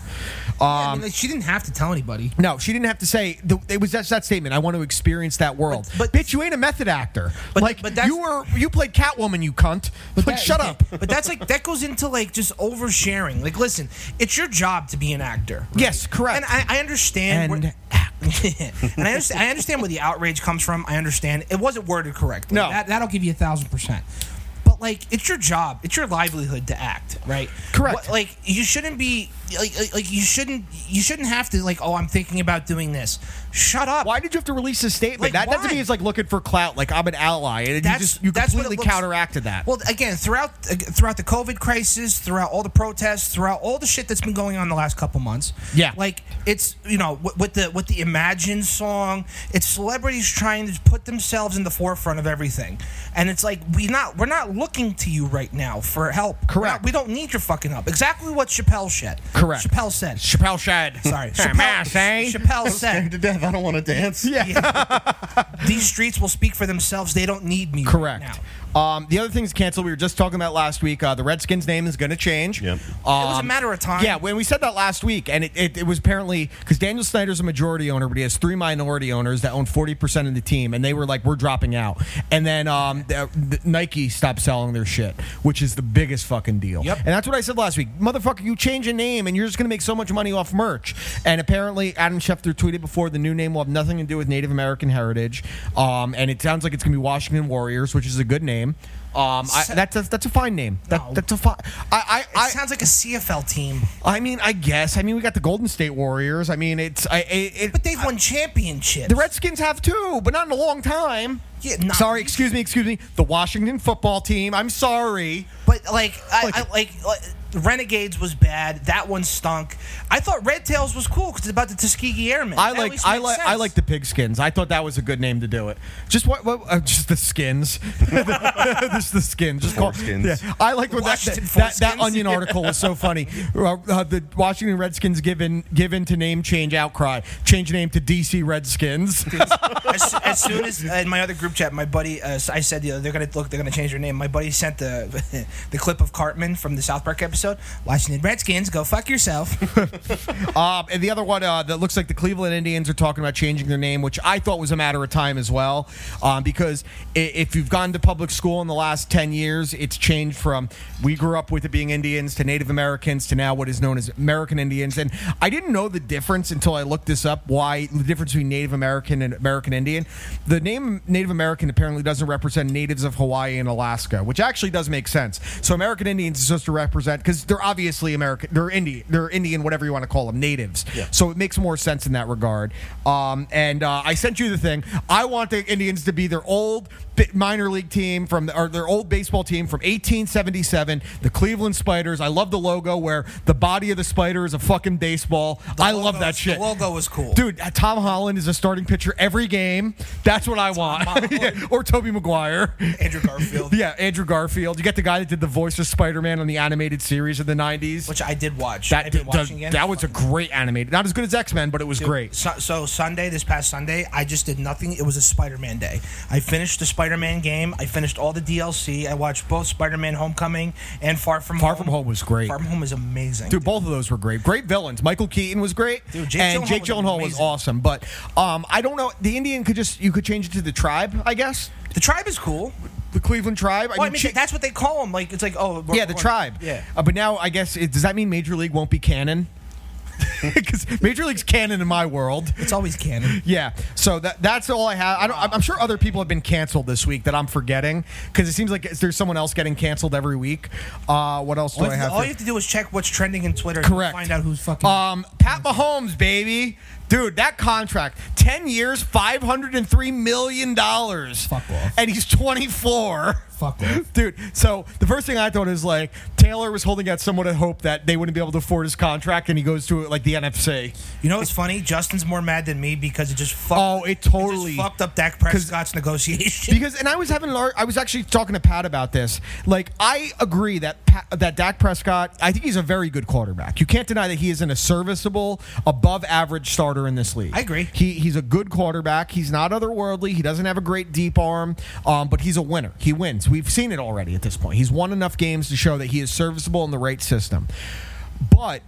[SPEAKER 1] Um,
[SPEAKER 2] I mean, like, she didn't have to tell anybody.
[SPEAKER 1] no, she didn't have to say. The, it was that's that statement. I want to experience that world. But,
[SPEAKER 2] But-
[SPEAKER 1] bitch, you ain't a method actor.
[SPEAKER 2] But-
[SPEAKER 1] like,
[SPEAKER 2] but that's-
[SPEAKER 1] you were you played Catwoman, you cunt. like,
[SPEAKER 2] that-
[SPEAKER 1] shut up.
[SPEAKER 2] But that's like that goes into like just oversharing. Like, listen, it's your job to be an actor. right?
[SPEAKER 1] Yes, correct.
[SPEAKER 2] And I, I understand.
[SPEAKER 1] And
[SPEAKER 2] where- and I understand, I understand where the outrage comes from. I understand it wasn't worded correctly.
[SPEAKER 1] No.
[SPEAKER 2] that, that'll give you a thousand percent. But like, it's your job. It's your livelihood to act, right?
[SPEAKER 1] Correct.
[SPEAKER 2] What- like, you shouldn't be like, like like you shouldn't you shouldn't have to like. Oh, I'm thinking about doing this. Shut up.
[SPEAKER 1] Why did you have to release a statement?
[SPEAKER 2] Like,
[SPEAKER 1] that that to
[SPEAKER 2] why?
[SPEAKER 1] me is like looking for clout. Like I'm an ally, and you just you
[SPEAKER 2] that's what
[SPEAKER 1] completely
[SPEAKER 2] it looks-
[SPEAKER 1] counteracted that.
[SPEAKER 2] Well, again, throughout throughout the COVID crisis, throughout all the protests, throughout all the shit that's been going on the last couple months.
[SPEAKER 1] Yeah.
[SPEAKER 2] like it's you know with, with the with the Imagine song, it's celebrities trying to put themselves in the forefront of everything, and it's like we not we're not looking to you right now for help. We're
[SPEAKER 1] Correct.
[SPEAKER 2] not- we don't need your fucking help. Exactly what Chappelle said.
[SPEAKER 1] Correct.
[SPEAKER 2] Chappelle said.
[SPEAKER 1] Chappelle Shad.
[SPEAKER 2] Sorry,
[SPEAKER 1] Mass, eh?
[SPEAKER 2] Chappelle, Chappelle
[SPEAKER 3] scared
[SPEAKER 2] said
[SPEAKER 3] to death. I don't want to dance. Yeah,
[SPEAKER 2] these streets will speak for themselves. They don't need me. right
[SPEAKER 1] Correct.
[SPEAKER 2] now.
[SPEAKER 1] Um, the other thing's canceled. We were just talking about last week. Uh, the Redskins' name is going to change. Um,
[SPEAKER 3] Yep.
[SPEAKER 2] it was a matter of time.
[SPEAKER 1] Yeah, when we said that last week, and it, it, it was apparently because Daniel Snyder's a majority owner, but he has three minority owners that own 40% of the team, and they were like, we're dropping out. And then um, the, the- Nike stopped selling their shit, which is the biggest fucking deal.
[SPEAKER 2] Yep.
[SPEAKER 1] And that's what I said last week. Motherfucker, you change a name, and you're just going to make so much money off merch. And apparently, Adam Schefter tweeted before the new name will have nothing to do with Native American heritage. Um, and it sounds like it's going to be Washington Warriors, which is a good name. name. Um, I, that's, that's that's a fine name. That,
[SPEAKER 2] No.
[SPEAKER 1] That's a fine. I
[SPEAKER 2] It
[SPEAKER 1] I, I
[SPEAKER 2] sounds like a CFL team,
[SPEAKER 1] I mean, I guess. I mean, we got the Golden State Warriors. I mean, it's I it,
[SPEAKER 2] but
[SPEAKER 1] it,
[SPEAKER 2] they've won championships.
[SPEAKER 1] the Redskins have too, but not in a long time.
[SPEAKER 2] Yeah, not-
[SPEAKER 1] sorry, excuse me, excuse me. The Washington Football Team. I'm sorry.
[SPEAKER 2] But like, I,
[SPEAKER 1] Like-
[SPEAKER 2] I, like, like Renegades was bad. That one stunk. I thought Red Tails was cool because it's about the Tuskegee Airmen.
[SPEAKER 1] I
[SPEAKER 2] That at
[SPEAKER 1] like
[SPEAKER 2] least
[SPEAKER 1] I
[SPEAKER 2] makes
[SPEAKER 1] like I
[SPEAKER 2] sense.
[SPEAKER 1] like the pigskins. I thought that was a good name to do it. Just what, what uh, just the skins, just the skins. Just call,
[SPEAKER 3] Foreskins.
[SPEAKER 1] Yeah, I like what that
[SPEAKER 2] Washington
[SPEAKER 1] that, that
[SPEAKER 2] foreskins.
[SPEAKER 1] Onion article was so funny. Uh, uh, the Washington Redskins given given to name change outcry. Change name to DC Redskins.
[SPEAKER 2] as, as soon as uh, in my other group chat, my buddy, uh, I said you know, they're gonna look, they're gonna change their name. My buddy sent the the clip of Cartman from the South Park episode. Washington Redskins, go fuck yourself.
[SPEAKER 1] Um, and the other one uh, that looks like the Cleveland Indians are talking about changing their name, which I thought was a matter of time as well, um, because i- if you've gone to public school in the last ten years, it's changed from we grew up with it being Indians to Native Americans to now what is known as American Indians. And I didn't know the difference until I looked this up. Why the difference between Native American and American Indian? The name Native American apparently doesn't represent natives of Hawaii and Alaska, which actually does make sense. So American Indians is supposed to represent because they're obviously American, they're Indian, they're Indian, whatever you want to call them, natives. So it makes more sense in that regard. Um, and uh, I sent you the thing. I want the Indians to be their old bi- minor league team from the, or their old baseball team from 1877, the Cleveland Spiders. I love the logo where the body of the spider is a fucking baseball. I love
[SPEAKER 2] logo-
[SPEAKER 1] that shit.
[SPEAKER 2] The logo was cool,
[SPEAKER 1] Dude, uh, Tom Holland is a starting pitcher every game. That's what I want. Yeah, or Toby Maguire.
[SPEAKER 2] Andrew Garfield,
[SPEAKER 1] Yeah, Andrew Garfield. You got the guy that did the voice of Spider-Man on the animated series of the 90s.
[SPEAKER 2] which I did watch.
[SPEAKER 1] that,
[SPEAKER 2] I've been
[SPEAKER 1] did-
[SPEAKER 2] watching again.
[SPEAKER 1] that was a great animated. Not as good as X-Men, but it was great.
[SPEAKER 2] So, so Sunday, this past Sunday, I just did nothing. It was a Spider-Man day. I finished the Spider-Man game. I finished all the DLC. I watched both Spider-Man: Homecoming and Far From
[SPEAKER 1] Far
[SPEAKER 2] Home.
[SPEAKER 1] From Home was great.
[SPEAKER 2] Far From Home is amazing.
[SPEAKER 1] Dude, both of those were great. Great villains. Michael Keaton was great,
[SPEAKER 2] Dude, Jake
[SPEAKER 1] and
[SPEAKER 2] Gyllenhaal
[SPEAKER 1] Jake
[SPEAKER 2] was
[SPEAKER 1] Gyllenhaal was,
[SPEAKER 2] amazing.
[SPEAKER 1] awesome. But um, I don't know. The Indian could just you could change it to the tribe, I guess.
[SPEAKER 2] the tribe is cool.
[SPEAKER 1] The Cleveland tribe.
[SPEAKER 2] Well, I mean,
[SPEAKER 1] chi-
[SPEAKER 2] that's what they call them. Like it's like oh we're-
[SPEAKER 1] yeah, the
[SPEAKER 2] we're-
[SPEAKER 1] tribe.
[SPEAKER 2] Yeah.
[SPEAKER 1] Uh, but now I guess it, does that mean Major League won't be canon? Because Major League's canon in my world.
[SPEAKER 2] It's always canon.
[SPEAKER 1] Yeah. So that that's all I have. I don't, I'm- I'm sure other people have been canceled this week that I'm forgetting because it seems like there's someone else getting canceled every week. Uh, what else do
[SPEAKER 2] All,
[SPEAKER 1] I
[SPEAKER 2] you
[SPEAKER 1] have?
[SPEAKER 2] have,
[SPEAKER 1] to-
[SPEAKER 2] to do is check what's trending in Twitter. and
[SPEAKER 1] Correct.
[SPEAKER 2] Find out who's fucking.
[SPEAKER 1] Um, Pat Mahomes, baby, dude, that contract, ten years, five hundred and three million dollars.
[SPEAKER 9] Fuck off.
[SPEAKER 1] And he's twenty four.
[SPEAKER 9] Fuck off.
[SPEAKER 1] Dude, so the first thing I thought is like Taylor was holding out somewhat of hope that they wouldn't be able to afford his contract, and he goes to like the NFC.
[SPEAKER 2] you know what's funny? Justin's more mad than me because it just fucked.
[SPEAKER 1] Oh, it totally-
[SPEAKER 2] just fucked up Dak
[SPEAKER 1] 'Cause-
[SPEAKER 2] Prescott's negotiation.
[SPEAKER 1] Because and I was having lar- I was actually talking to Pat about this. Like I agree that Pat, that Dak Prescott, I think he's a very good quarterback. You can't deny that he isn't a serviceable, above average starter in this league.
[SPEAKER 2] I agree.
[SPEAKER 1] He he's a good quarterback. He's not otherworldly. He doesn't have a great deep arm, um, but he's a winner. He wins. We've seen it already at this point. He's won enough games to show that he is serviceable in the right system. But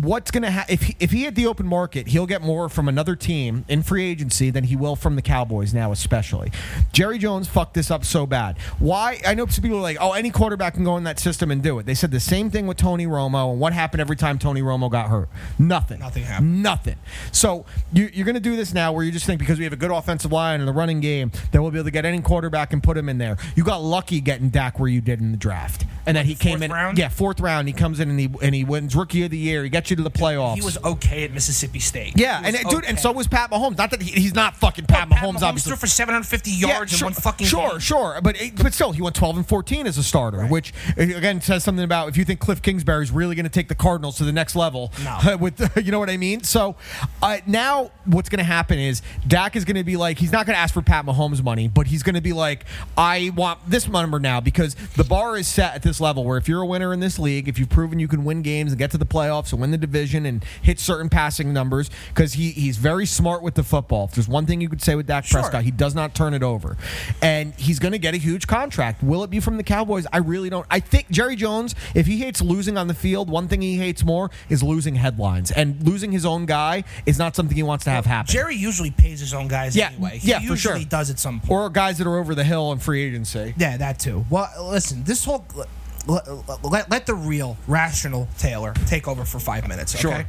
[SPEAKER 1] what's going to happen if he, if he hit the open market, he'll get more from another team in free agency than he will from the Cowboys now, especially. Jerry Jones fucked this up so bad. Why? I know some people are like, oh, any quarterback can go in that system and do it. They said the same thing with Tony Romo, and what happened every time Tony Romo got hurt? Nothing.
[SPEAKER 2] Nothing happened.
[SPEAKER 1] Nothing. So you, you're going to do this now where you just think because we have a good offensive line and the running game that we'll be able to get any quarterback and put him in there. You got lucky getting Dak where you did in the draft, and that he came
[SPEAKER 2] fourth
[SPEAKER 1] in.
[SPEAKER 2] round?
[SPEAKER 1] Yeah, fourth round. He comes in and he and he wins rookie of the year. He gets you to the playoffs.
[SPEAKER 2] he was okay at Mississippi State.
[SPEAKER 1] yeah,
[SPEAKER 2] He
[SPEAKER 1] and
[SPEAKER 2] was
[SPEAKER 1] dude, and
[SPEAKER 2] okay.
[SPEAKER 1] so was Pat Mahomes. Not that he, he's not fucking Pat,
[SPEAKER 2] Pat
[SPEAKER 1] Mahomes, obviously.
[SPEAKER 2] threw for 750 yards
[SPEAKER 1] Yeah,
[SPEAKER 2] in one fucking
[SPEAKER 1] sure,
[SPEAKER 2] game.
[SPEAKER 1] sure, but it- but still, he went twelve and fourteen as a starter, which uh, again says something about if you think Cliff Kingsbury's really going to take the Cardinals to the next level.
[SPEAKER 2] No.
[SPEAKER 1] with you know what I mean. So uh, now what's going to happen is Dak is going to be like he's not going to ask for Pat Mahomes money, but he's going to be like I want this number now because the bar is set at this level where if you're a winner in this league, if you've proven you can win games and get to the playoffs and win the division and hit certain passing numbers because he he's very smart with the football. If there's one thing you could say with Dak Prescott, he does not turn it over, and he's going to get a huge contract. Will it be from the Cowboys? I really don't. I think Jerry Jones, if he hates losing on the field, one thing he hates more is losing headlines, and losing his own guy is not something he wants to have happen.
[SPEAKER 2] Jerry usually pays his own guys
[SPEAKER 1] Yeah,
[SPEAKER 2] anyway. He
[SPEAKER 1] yeah, for
[SPEAKER 2] usually
[SPEAKER 1] sure.
[SPEAKER 2] does at some point.
[SPEAKER 1] or guys that are over the hill in free agency.
[SPEAKER 2] Yeah, that too. Well, listen, this whole let, let, let the real rational Taylor take over for five minutes. Okay?
[SPEAKER 1] Sure.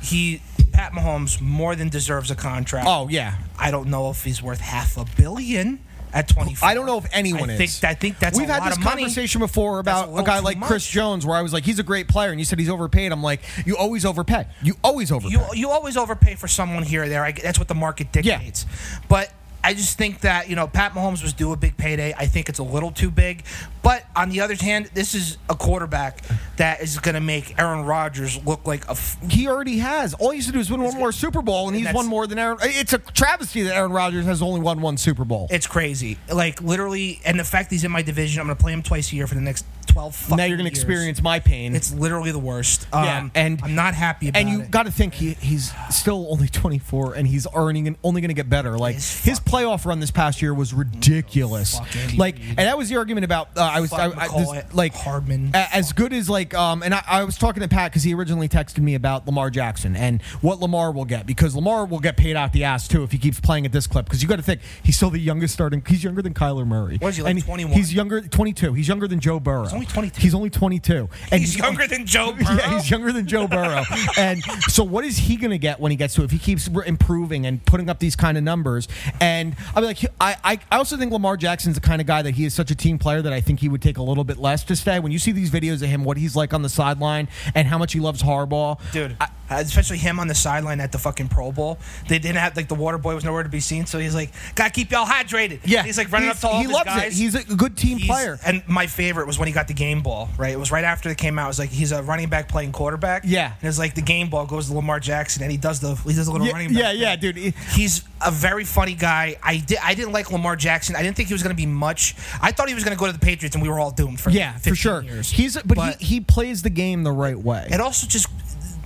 [SPEAKER 2] He Pat Mahomes more than deserves a contract.
[SPEAKER 1] Oh yeah,
[SPEAKER 2] I don't know if he's worth half a billion. at 24.
[SPEAKER 1] I don't know if anyone
[SPEAKER 2] I
[SPEAKER 1] is.
[SPEAKER 2] Think, I think that's
[SPEAKER 1] we've
[SPEAKER 2] a
[SPEAKER 1] had
[SPEAKER 2] lot
[SPEAKER 1] this
[SPEAKER 2] of money.
[SPEAKER 1] conversation before about
[SPEAKER 2] That's a
[SPEAKER 1] a,
[SPEAKER 2] little
[SPEAKER 1] guy
[SPEAKER 2] too
[SPEAKER 1] like
[SPEAKER 2] much.
[SPEAKER 1] Chris Jones, where I was like, he's a great player, and you said he's overpaid. I'm like, you always overpay. You always overpay.
[SPEAKER 2] You you always overpay for someone here or there. I, that's what the market dictates. But I just think that you know Pat Mahomes was due a big payday. I think it's a little too big. But on the other hand, this is a quarterback that is going to make Aaron Rodgers look like a. F-
[SPEAKER 1] he already has. All he has to do is win one more Super Bowl, and he's
[SPEAKER 2] that's-
[SPEAKER 1] won more than Aaron. It's a travesty that Aaron Rodgers has only won one Super Bowl.
[SPEAKER 2] it's crazy, like literally, and the fact he's in my division, I'm going to play him twice a year for the next twelve. Fucking
[SPEAKER 1] now you're going to
[SPEAKER 2] years.
[SPEAKER 1] experience my pain.
[SPEAKER 2] It's literally the worst. Um,
[SPEAKER 1] Yeah, and-
[SPEAKER 2] I'm not happy about
[SPEAKER 1] and you
[SPEAKER 2] it.
[SPEAKER 1] got to think he, he's still only 24 and he's earning only going to get better like
[SPEAKER 2] Yes,
[SPEAKER 1] his playoff run this past year was ridiculous
[SPEAKER 2] Fuck Andy
[SPEAKER 1] like
[SPEAKER 2] Reid.
[SPEAKER 1] and that was the argument about uh, i was I,
[SPEAKER 2] Fuck
[SPEAKER 1] I,
[SPEAKER 2] McCoy,
[SPEAKER 1] this- like
[SPEAKER 2] Hardman.
[SPEAKER 1] a- as good as like um and i, I was talking to pat because he originally texted me about lamar jackson and what lamar will get because lamar will get paid out the ass too if he keeps playing at this clip because you got to think he's still the youngest starting he's younger than kyler murray
[SPEAKER 2] What is he, like,
[SPEAKER 1] And
[SPEAKER 2] 21?
[SPEAKER 1] he's younger 22 he's younger than joe burrow he's
[SPEAKER 2] only 22.
[SPEAKER 1] he's only 22 and
[SPEAKER 2] he's younger than Joe Burrow.
[SPEAKER 1] yeah, he's younger than Joe Burrow. and so, what is he going to get when he gets to it if he keeps r- improving and putting up these kind of numbers? And I mean, like, he- I, I, I also think Lamar Jackson's the kind of guy that he is such a team player that I think he would take a little bit less to stay. When you see these videos of him, what he's like on the sideline, and how much he loves Harbaugh,
[SPEAKER 2] dude. especially him on the sideline at the fucking Pro Bowl. They didn't have like the water boy was nowhere to be seen, so he's like, gotta keep y'all hydrated.
[SPEAKER 1] Yeah,
[SPEAKER 2] he's like running
[SPEAKER 1] He's-
[SPEAKER 2] up to all
[SPEAKER 1] he
[SPEAKER 2] of his
[SPEAKER 1] loves
[SPEAKER 2] guys.
[SPEAKER 1] it. He's a good team
[SPEAKER 2] He's-
[SPEAKER 1] player.
[SPEAKER 2] And my favorite was when he got the game ball. Right, it was right after it came out. It was like he's a running back playing quarterback.
[SPEAKER 1] Yeah.
[SPEAKER 2] and it's like the game ball goes to Lamar Jackson, and he does the he does a little
[SPEAKER 1] yeah,
[SPEAKER 2] running back.
[SPEAKER 1] yeah,
[SPEAKER 2] thing.
[SPEAKER 1] yeah, dude. He-
[SPEAKER 2] He's a very funny guy. I did. I didn't like Lamar Jackson. I didn't think he was going to be much. I thought he was going to go to the Patriots, and we were all doomed for
[SPEAKER 1] Yeah,
[SPEAKER 2] 15
[SPEAKER 1] for sure.
[SPEAKER 2] Years.
[SPEAKER 1] He's but, he, he plays the game the right way.
[SPEAKER 2] It also just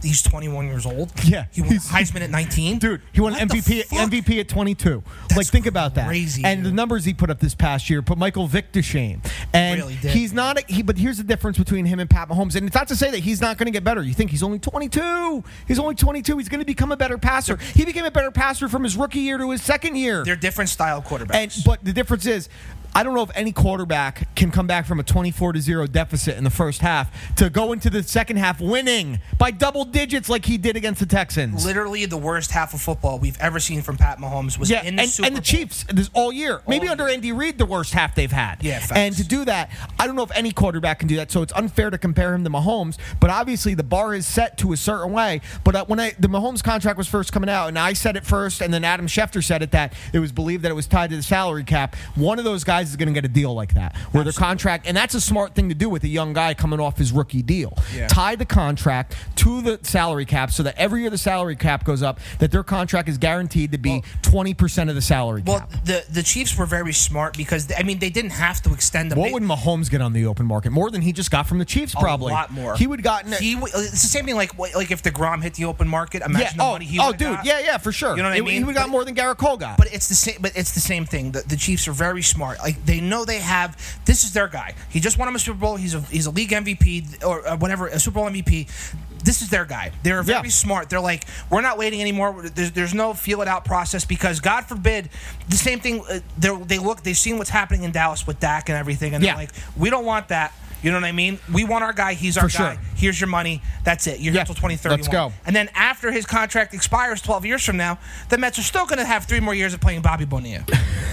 [SPEAKER 2] he's 21 years old.
[SPEAKER 1] Yeah,
[SPEAKER 2] he won
[SPEAKER 1] he's-
[SPEAKER 2] Heisman at 19.
[SPEAKER 1] Dude, he won
[SPEAKER 2] What the
[SPEAKER 1] MVP
[SPEAKER 2] fuck?
[SPEAKER 1] MVP at 22. like, think about that.
[SPEAKER 2] crazy,
[SPEAKER 1] and the
[SPEAKER 2] dude.
[SPEAKER 1] numbers he put up this past year put Michael Vick to shame. And
[SPEAKER 2] Really did.
[SPEAKER 1] he's not. A, he, but here's the difference between him and Pat Mahomes. And it's not to say that he's not going to get better. You think he's only 22? He's only 22. He's going to become a better passer. He became a better passer from his rookie year to his second year.
[SPEAKER 2] They're different style quarterbacks.
[SPEAKER 1] And but the difference is, I don't know if any quarterback can come back from a twenty-four to zero deficit in the first half to go into the second half winning by double digits like he did against the Texans.
[SPEAKER 2] literally the worst half of football we've ever seen from Pat Mahomes was
[SPEAKER 1] Yeah,
[SPEAKER 2] in the
[SPEAKER 1] and,
[SPEAKER 2] Super
[SPEAKER 1] and the
[SPEAKER 2] Bowl.
[SPEAKER 1] Chiefs this all year. Maybe under Andy Reid, the worst half they've had.
[SPEAKER 2] Yeah, facts.
[SPEAKER 1] and to do that, I don't know if any quarterback can do that. So it's unfair to compare him to Mahomes. But obviously, the bar is set to a certain way. But uh, when I, the Mahomes contract was first coming out, and I said it first, and then Adam Schefter said it that it was believed that it was tied to the salary cap. One of those guys is going to get a deal like that, where the contract, and that's a smart thing to do with a young guy coming off his rookie deal. Tie the contract to the salary cap so that every year the salary cap goes up, that their contract is guaranteed to be twenty percent of the salary
[SPEAKER 2] Well,
[SPEAKER 1] cap.
[SPEAKER 2] the the Chiefs were very smart because I mean they didn't have to extend them.
[SPEAKER 1] What
[SPEAKER 2] They-
[SPEAKER 1] would Mahomes get on the open market? More than he just got from the Chiefs, probably.
[SPEAKER 2] a lot more?
[SPEAKER 1] He would gotten.
[SPEAKER 2] He w- it's the same thing like what- like if Degrom hit the open market. Imagine
[SPEAKER 1] yeah.
[SPEAKER 2] the
[SPEAKER 1] Oh,
[SPEAKER 2] money he
[SPEAKER 1] oh,
[SPEAKER 2] would've
[SPEAKER 1] dude.
[SPEAKER 2] got.
[SPEAKER 1] Yeah, yeah, for sure.
[SPEAKER 2] You know what I
[SPEAKER 1] It-
[SPEAKER 2] mean?
[SPEAKER 1] He would got
[SPEAKER 2] But-
[SPEAKER 1] more than Garrett Cole got.
[SPEAKER 2] But it's the same. But it's the same thing. The, the Chiefs are very smart. Like they know they have. This is their guy. He just won him a Super Bowl. He's a he's a league MVP or uh, whatever a Super Bowl MVP. This is their guy. They're very
[SPEAKER 1] Yeah.
[SPEAKER 2] smart. They're like, we're not waiting anymore. There's, there's no feel it out process because God forbid, the same thing. Uh, they're- they look. They've seen what's happening in Dallas with Dak and everything, and
[SPEAKER 1] Yeah.
[SPEAKER 2] they're like, we don't want that. You know what I mean? We want our guy. He's our
[SPEAKER 1] For
[SPEAKER 2] guy.
[SPEAKER 1] sure.
[SPEAKER 2] Here's your money. That's it. You're
[SPEAKER 1] Yeah.
[SPEAKER 2] here till 2031.
[SPEAKER 1] Let's go.
[SPEAKER 2] And then after his contract expires 12 years from now, the Mets are still going to have three more years of playing Bobby Bonilla.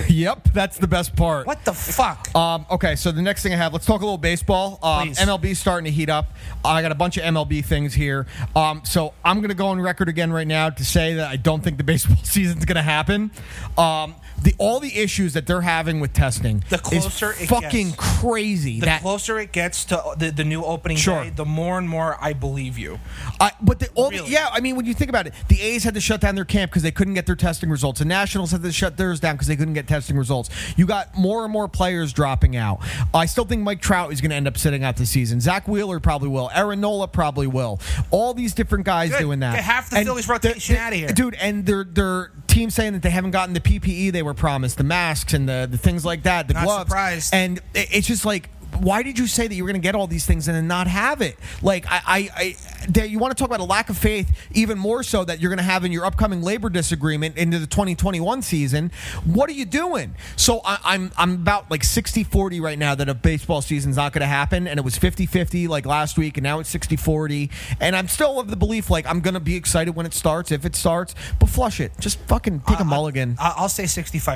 [SPEAKER 1] yep, that's the best part.
[SPEAKER 2] What the fuck?
[SPEAKER 1] Um, okay, so the next thing I have, let's talk a little baseball. Um,
[SPEAKER 2] Please.
[SPEAKER 1] MLB starting to heat up. I got a bunch of MLB things here. Um, so I'm going to go on record again right now to say that I don't think the baseball season's going to happen. Um, the all the issues that they're having with testing
[SPEAKER 2] The closer
[SPEAKER 1] is
[SPEAKER 2] it
[SPEAKER 1] fucking
[SPEAKER 2] gets.
[SPEAKER 1] crazy.
[SPEAKER 2] the
[SPEAKER 1] that
[SPEAKER 2] closer it gets to uh, the, the new opening
[SPEAKER 1] Sure.
[SPEAKER 2] day, the more and more I believe you.
[SPEAKER 1] I, but the, all
[SPEAKER 2] Really?
[SPEAKER 1] yeah, I mean, when you think about it, the A's had to shut down their camp because they couldn't get their testing results. The Nationals had to shut theirs down because they couldn't get testing results. You got more and more players dropping out. I still think Mike Trout is going to end up sitting out this season. Zach Wheeler probably will. Aaron Nola probably will. All these different guys
[SPEAKER 2] Good.
[SPEAKER 1] doing that.
[SPEAKER 2] Get half the
[SPEAKER 1] And
[SPEAKER 2] Phillies
[SPEAKER 1] they're-
[SPEAKER 2] rotation
[SPEAKER 1] they're-
[SPEAKER 2] outta here.
[SPEAKER 1] dude. And their their team saying that they haven't gotten E the PPE they were promised, the masks and the the things like that, the
[SPEAKER 2] Not
[SPEAKER 1] gloves.
[SPEAKER 2] surprised.
[SPEAKER 1] And it- it's just like. why did you say that you were going to get all these things and then not have it? Like, I, I, I that you want to talk about a lack of faith, even more so that you're going to have in your upcoming labor disagreement into the 2021 season. What are you doing? So I, I'm, I'm about like 60 40 right now that a baseball season's not going to happen. And it was 50 50 like last week, and now it's 60 40. And I'm still of the belief like I'm going to be excited when it starts, if it starts, but flush it. Just fucking take a mulligan.
[SPEAKER 2] I- I'll say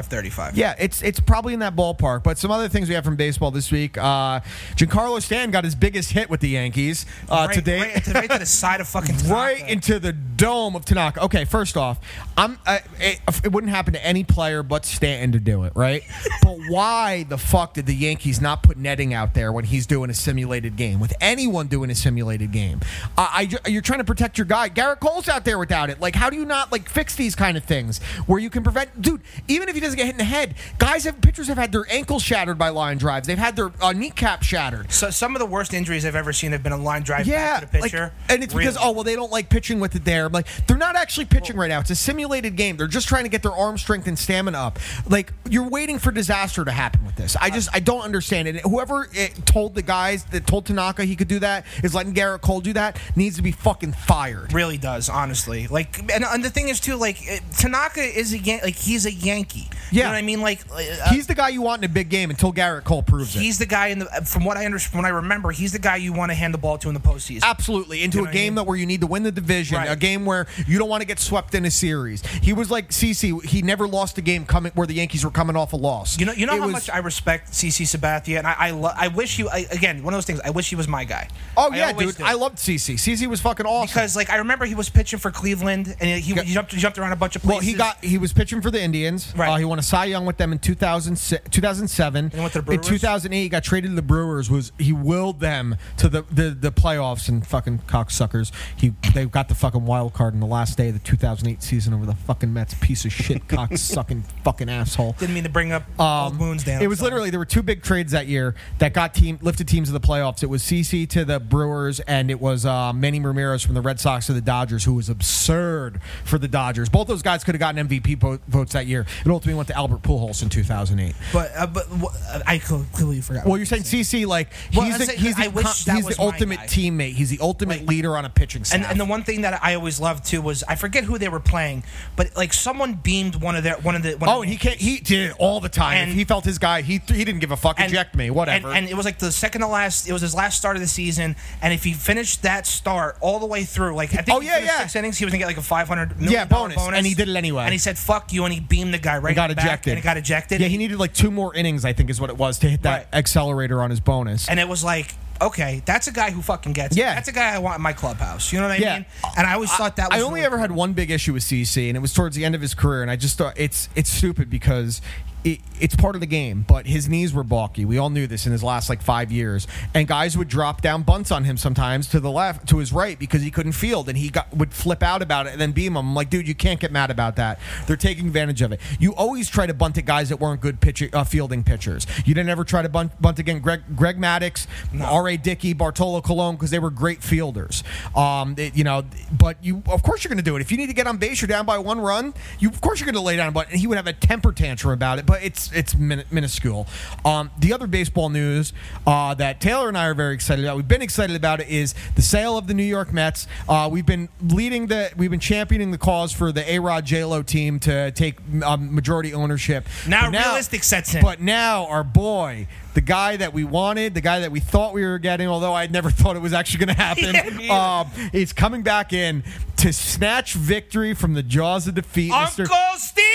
[SPEAKER 2] 65-35.
[SPEAKER 1] Yeah, it's it's probably in that ballpark. But some other things we have from baseball this week. Uh, Giancarlo Stan got his biggest hit with the Yankees uh,
[SPEAKER 2] Right-
[SPEAKER 1] today.
[SPEAKER 2] right, right to the side of fucking Tanaka.
[SPEAKER 1] Right into the dome of Tanaka. Okay, first off, I'm I, it, it wouldn't happen to any player but Stanton to do it, right? but why the fuck did the Yankees not put netting out there when he's doing a simulated game with anyone doing a simulated game? Uh, I ju- you're trying to protect your guy. Garrett Cole's out there without it. Like, how do you not like fix these kind of things where you can prevent? Dude, even if he doesn't get hit in the head, guys have pitchers have had their ankles shattered by line drives. They've had their uh, kneecap shattered.
[SPEAKER 2] So some of the worst injuries I've ever seen have been a line drive
[SPEAKER 1] Yeah,
[SPEAKER 2] back to the pitcher.
[SPEAKER 1] like- and it's because
[SPEAKER 2] Really.
[SPEAKER 1] oh well, they don't like pitching with it there. I'm Like they're not actually pitching right now. It's a simulated game. They're just trying to get their arm strength and stamina up. Like you're waiting for disaster to happen with this. I just I don't understand it. Whoever it told the guys that told Tanaka he could do that is letting Garrett Cole do that needs to be fucking fired.
[SPEAKER 2] really does honestly like and, and the thing is too like eh, tanaka is a Yan- like he's a yankee you
[SPEAKER 1] Yeah.
[SPEAKER 2] know what i mean like uh,
[SPEAKER 1] He's the guy you want in a big game until Garrett Cole proves it.
[SPEAKER 2] he's the guy in the from what i under, from what i remember he's the guy you want to hand the ball to in the postseason
[SPEAKER 1] Absolutely, into
[SPEAKER 2] You know
[SPEAKER 1] a
[SPEAKER 2] what I
[SPEAKER 1] game
[SPEAKER 2] mean?
[SPEAKER 1] that where you need to win the division,
[SPEAKER 2] Right.
[SPEAKER 1] a game where you don't want to get swept in a series. He was like CC. He never lost a game coming where the Yankees were coming off a loss.
[SPEAKER 2] you know you know
[SPEAKER 1] It
[SPEAKER 2] how
[SPEAKER 1] was-
[SPEAKER 2] much i respect cc sabathia and i i, lo- I wish you I, again one of those things i wish he was my guy
[SPEAKER 1] Oh
[SPEAKER 2] I
[SPEAKER 1] yeah,
[SPEAKER 2] always
[SPEAKER 1] dude.
[SPEAKER 2] do.
[SPEAKER 1] I loved CC. CC was fucking awesome.
[SPEAKER 2] because like i remember he was pitching for cleveland and he, he jumped jumped around a bunch of places
[SPEAKER 1] well, he got he was pitching for the Indians.
[SPEAKER 2] Right.
[SPEAKER 1] Uh, he won a Cy Young with them in 2000, 2007.
[SPEAKER 2] And with the
[SPEAKER 1] in
[SPEAKER 2] Brewers?
[SPEAKER 1] 2008, he got traded to the Brewers. Was he willed them to the, the, the playoffs and fucking cocksuckers? He they got the fucking wild card in the last day of the 2008 season over the fucking Mets. Piece of shit, cocksucking fucking asshole.
[SPEAKER 2] didn't mean to bring up old wounds down
[SPEAKER 1] Um, It was literally there were two big trades that year that got team lifted teams to the playoffs. It was CC to the Brewers and it was uh, Manny Ramirez from the Red Sox to the Dodgers, who was absurd for the Dodgers. Both those guys could have gotten MVP po- votes that year. It ultimately went to Albert Pujols in 2008.
[SPEAKER 2] but uh, but wh- I completely forgot
[SPEAKER 1] Well, you're saying CC like he's
[SPEAKER 2] Well, I
[SPEAKER 1] the,
[SPEAKER 2] said-
[SPEAKER 1] he's the,
[SPEAKER 2] I wish
[SPEAKER 1] con-
[SPEAKER 2] that
[SPEAKER 1] he's
[SPEAKER 2] was
[SPEAKER 1] the
[SPEAKER 2] my
[SPEAKER 1] ultimate
[SPEAKER 2] guy.
[SPEAKER 1] teammate. He's the ultimate
[SPEAKER 2] Like-
[SPEAKER 1] leader on a pitching staff.
[SPEAKER 2] And, and the one thing that I always loved too was I forget who they were playing, but like someone beamed one of their one of the one
[SPEAKER 1] oh,
[SPEAKER 2] of
[SPEAKER 1] and he can't. He did it all the time.
[SPEAKER 2] And-
[SPEAKER 1] if he felt his guy. He he didn't give a fuck. Eject me, whatever.
[SPEAKER 2] And, and it was like the second to last. It was his last start of the season, and if he finished that start all the way through, like I think
[SPEAKER 1] Oh,
[SPEAKER 2] he
[SPEAKER 1] yeah,
[SPEAKER 2] finished
[SPEAKER 1] yeah.
[SPEAKER 2] six innings, he was gonna get like a five hundred million
[SPEAKER 1] Yeah,
[SPEAKER 2] dollar
[SPEAKER 1] bonus, and he did it anyway.
[SPEAKER 2] And he said "fuck you," and he beamed the guy right.
[SPEAKER 1] He got
[SPEAKER 2] back,
[SPEAKER 1] ejected.
[SPEAKER 2] and he got ejected.
[SPEAKER 1] Yeah, he needed like two more innings, I think, is what it was to hit that
[SPEAKER 2] Right.
[SPEAKER 1] accelerator on his bonus.
[SPEAKER 2] And it was like, okay, that's a guy who fucking gets. it.
[SPEAKER 1] Yeah.
[SPEAKER 2] that's a guy I want in my clubhouse. You know what I
[SPEAKER 1] Yeah.
[SPEAKER 2] mean? And I always thought that. was
[SPEAKER 1] I only
[SPEAKER 2] really
[SPEAKER 1] ever had one big issue with CC, and it was towards the end of his career. And I just thought it's it's stupid because it, it's part of the game. But his knees were balky. We all knew this in his last like five years. And guys would drop down bunts on him sometimes to the left, to his right, because he couldn't field, and he got would flip out about it and then beam him. I'm like, dude, you can't get mad about that. They're taking advantage of it. You always try to bunt at guys that weren't good pitcher, uh, fielding pitchers. You didn't ever try to bunt, bunt again Greg Greg Maddox, R.A. Dickey, Bartolo Colon because they were great fielders. Um, it- you know, but you of course you're going to do it if you need to get on base. You're down by one run. You of course you're going to lay down a bunt, and he would have a temper tantrum about it. But it's it's min- minuscule. Um, the other baseball news uh, that Taylor and I are very excited about. We've been excited about it is the sale of the New York Mets. Uh, we've been leading the we've been championing the cause for the A Rod J Lo team to take um, majority ownership.
[SPEAKER 2] Now
[SPEAKER 1] But
[SPEAKER 2] realistic sets in.
[SPEAKER 1] But now our boy, the guy that we wanted, the guy that we thought we were getting, although I never thought it was actually going to happen,
[SPEAKER 2] Yeah, me
[SPEAKER 1] um, is coming back in to snatch victory from the jaws of defeat. Mr.
[SPEAKER 2] Uncle Stevie.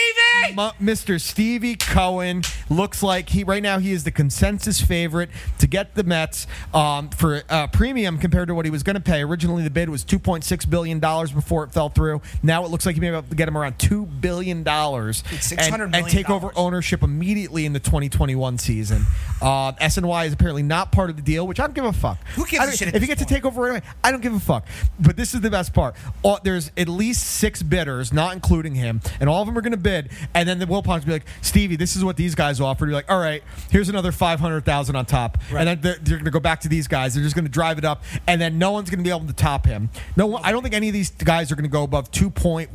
[SPEAKER 1] Mu- Mr. Stevie Cohen looks like he right now he is the consensus favorite to get the Mets um, for uh, premium compared to what he was going to pay. Originally, the bid was two point six billion dollars before it fell through. Now it looks like he may be able to get him around two billion dollars
[SPEAKER 2] It's
[SPEAKER 1] and,
[SPEAKER 2] $600
[SPEAKER 1] and
[SPEAKER 2] million
[SPEAKER 1] take over ownership immediately in the 2021 season. Uh, SNY is apparently not part of the deal, which I don't give a fuck.
[SPEAKER 2] Who gives
[SPEAKER 1] I
[SPEAKER 2] a
[SPEAKER 1] don't-
[SPEAKER 2] shit
[SPEAKER 1] If
[SPEAKER 2] at
[SPEAKER 1] he
[SPEAKER 2] this
[SPEAKER 1] gets to
[SPEAKER 2] point?
[SPEAKER 1] take over right away, I don't give a fuck. But this is the best part. All, there's at least six bidders, not including him, and all of them are going to bid. And then the Wilpons be like, Stevie, this is what these guys offered. You're like, all right, here's another 500000 on top. And then they're, they're going to go back to these guys. They're just going to drive it up, and then no one's going to be able to top him. No, one, I don't think any of these guys are going to go above 2.1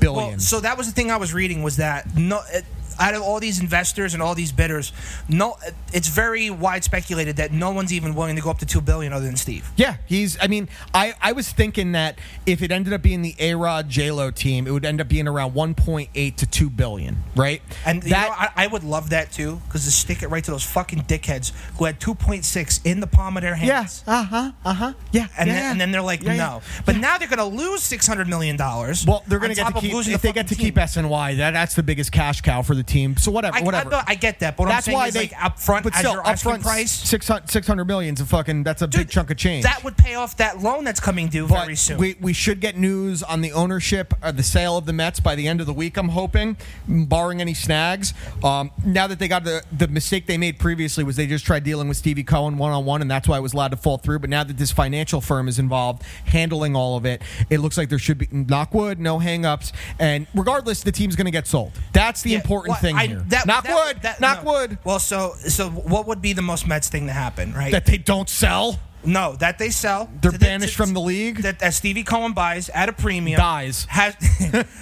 [SPEAKER 1] billion.
[SPEAKER 2] Well, so that was the thing I was reading was that no. It, out of all these investors and all these bidders, no, it's very wide speculated that no one's even willing to go up to two billion other than Steve.
[SPEAKER 1] Yeah, he's. I mean, I, I was thinking that if it ended up being the A Rod J Lo team, it would end up being around 1.8 to 2 billion, right?
[SPEAKER 2] And you
[SPEAKER 1] that
[SPEAKER 2] know, I, I would love that too, because to stick it right to those fucking dickheads who had 2.6 in the palm of their hands.
[SPEAKER 1] yeah, uh huh, uh huh, yeah.
[SPEAKER 2] And,
[SPEAKER 1] yeah,
[SPEAKER 2] then, and then they're like,
[SPEAKER 1] yeah, yeah.
[SPEAKER 2] no. But now they're going to lose six hundred million dollars.
[SPEAKER 1] Well, they're going to get to keep if they get to keep SNY. That that's the biggest cash cow for the team. So whatever,
[SPEAKER 2] I,
[SPEAKER 1] whatever.
[SPEAKER 2] I, know- I get that, but what
[SPEAKER 1] that's
[SPEAKER 2] I'm saying
[SPEAKER 1] why
[SPEAKER 2] is,
[SPEAKER 1] they
[SPEAKER 2] like upfront
[SPEAKER 1] but
[SPEAKER 2] as
[SPEAKER 1] still,
[SPEAKER 2] your asking
[SPEAKER 1] upfront
[SPEAKER 2] price.
[SPEAKER 1] 600, 600 million's a fucking that's a big
[SPEAKER 2] Dude,
[SPEAKER 1] chunk of change.
[SPEAKER 2] That would pay off that loan that's coming due
[SPEAKER 1] But
[SPEAKER 2] very soon.
[SPEAKER 1] We, we should get news on the ownership or the sale of the Mets by the end of the week, I'm hoping, barring any snags. Um, now that they got the, the mistake they made previously was they just tried dealing with Stevie Cohen one on one, and that's why it was allowed to fall through. But now that this financial firm is involved handling all of it, it looks like there should be knock wood, no hang ups. And regardless, the team's going to get sold. That's the
[SPEAKER 2] Yeah,
[SPEAKER 1] important
[SPEAKER 2] well,
[SPEAKER 1] thing
[SPEAKER 2] I-
[SPEAKER 1] here.
[SPEAKER 2] that-
[SPEAKER 1] knock
[SPEAKER 2] that-
[SPEAKER 1] wood,
[SPEAKER 2] that-
[SPEAKER 1] knock
[SPEAKER 2] no.
[SPEAKER 1] wood.
[SPEAKER 2] Well, so so what would be the most Mets thing to happen, right?
[SPEAKER 1] That they don't sell,
[SPEAKER 2] no, that they sell.
[SPEAKER 1] They're
[SPEAKER 2] To the-
[SPEAKER 1] banished
[SPEAKER 2] to-
[SPEAKER 1] from the league?
[SPEAKER 2] That, that Stevie Cohen buys at a premium.
[SPEAKER 1] Dies.
[SPEAKER 2] Has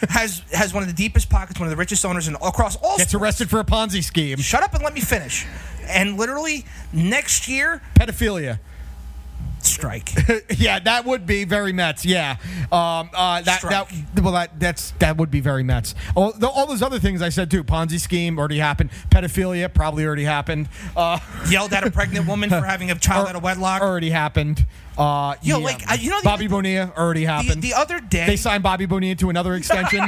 [SPEAKER 2] has has one of the deepest pockets, one of the richest owners, and across all.
[SPEAKER 1] gets
[SPEAKER 2] sports.
[SPEAKER 1] arrested for a Ponzi scheme,
[SPEAKER 2] Shut up and let me finish. And literally next year,
[SPEAKER 1] pedophilia.
[SPEAKER 2] strike.
[SPEAKER 1] Yeah, that would be very Mets. Yeah, um, uh, that,
[SPEAKER 2] Strike.
[SPEAKER 1] that well, that that's that would be very Mets. All, the, all those other things I said too. Ponzi scheme already happened. Pedophilia probably already happened. Uh,
[SPEAKER 2] Yelled at a pregnant woman for having a child
[SPEAKER 1] or-
[SPEAKER 2] out of wedlock.
[SPEAKER 1] already happened. Uh,
[SPEAKER 2] Yo,
[SPEAKER 1] yeah.
[SPEAKER 2] like, I- you know the
[SPEAKER 1] Bobby
[SPEAKER 2] other-
[SPEAKER 1] Bonilla already
[SPEAKER 2] the,
[SPEAKER 1] happened.
[SPEAKER 2] the other day,
[SPEAKER 1] they signed Bobby Bonilla to another extension.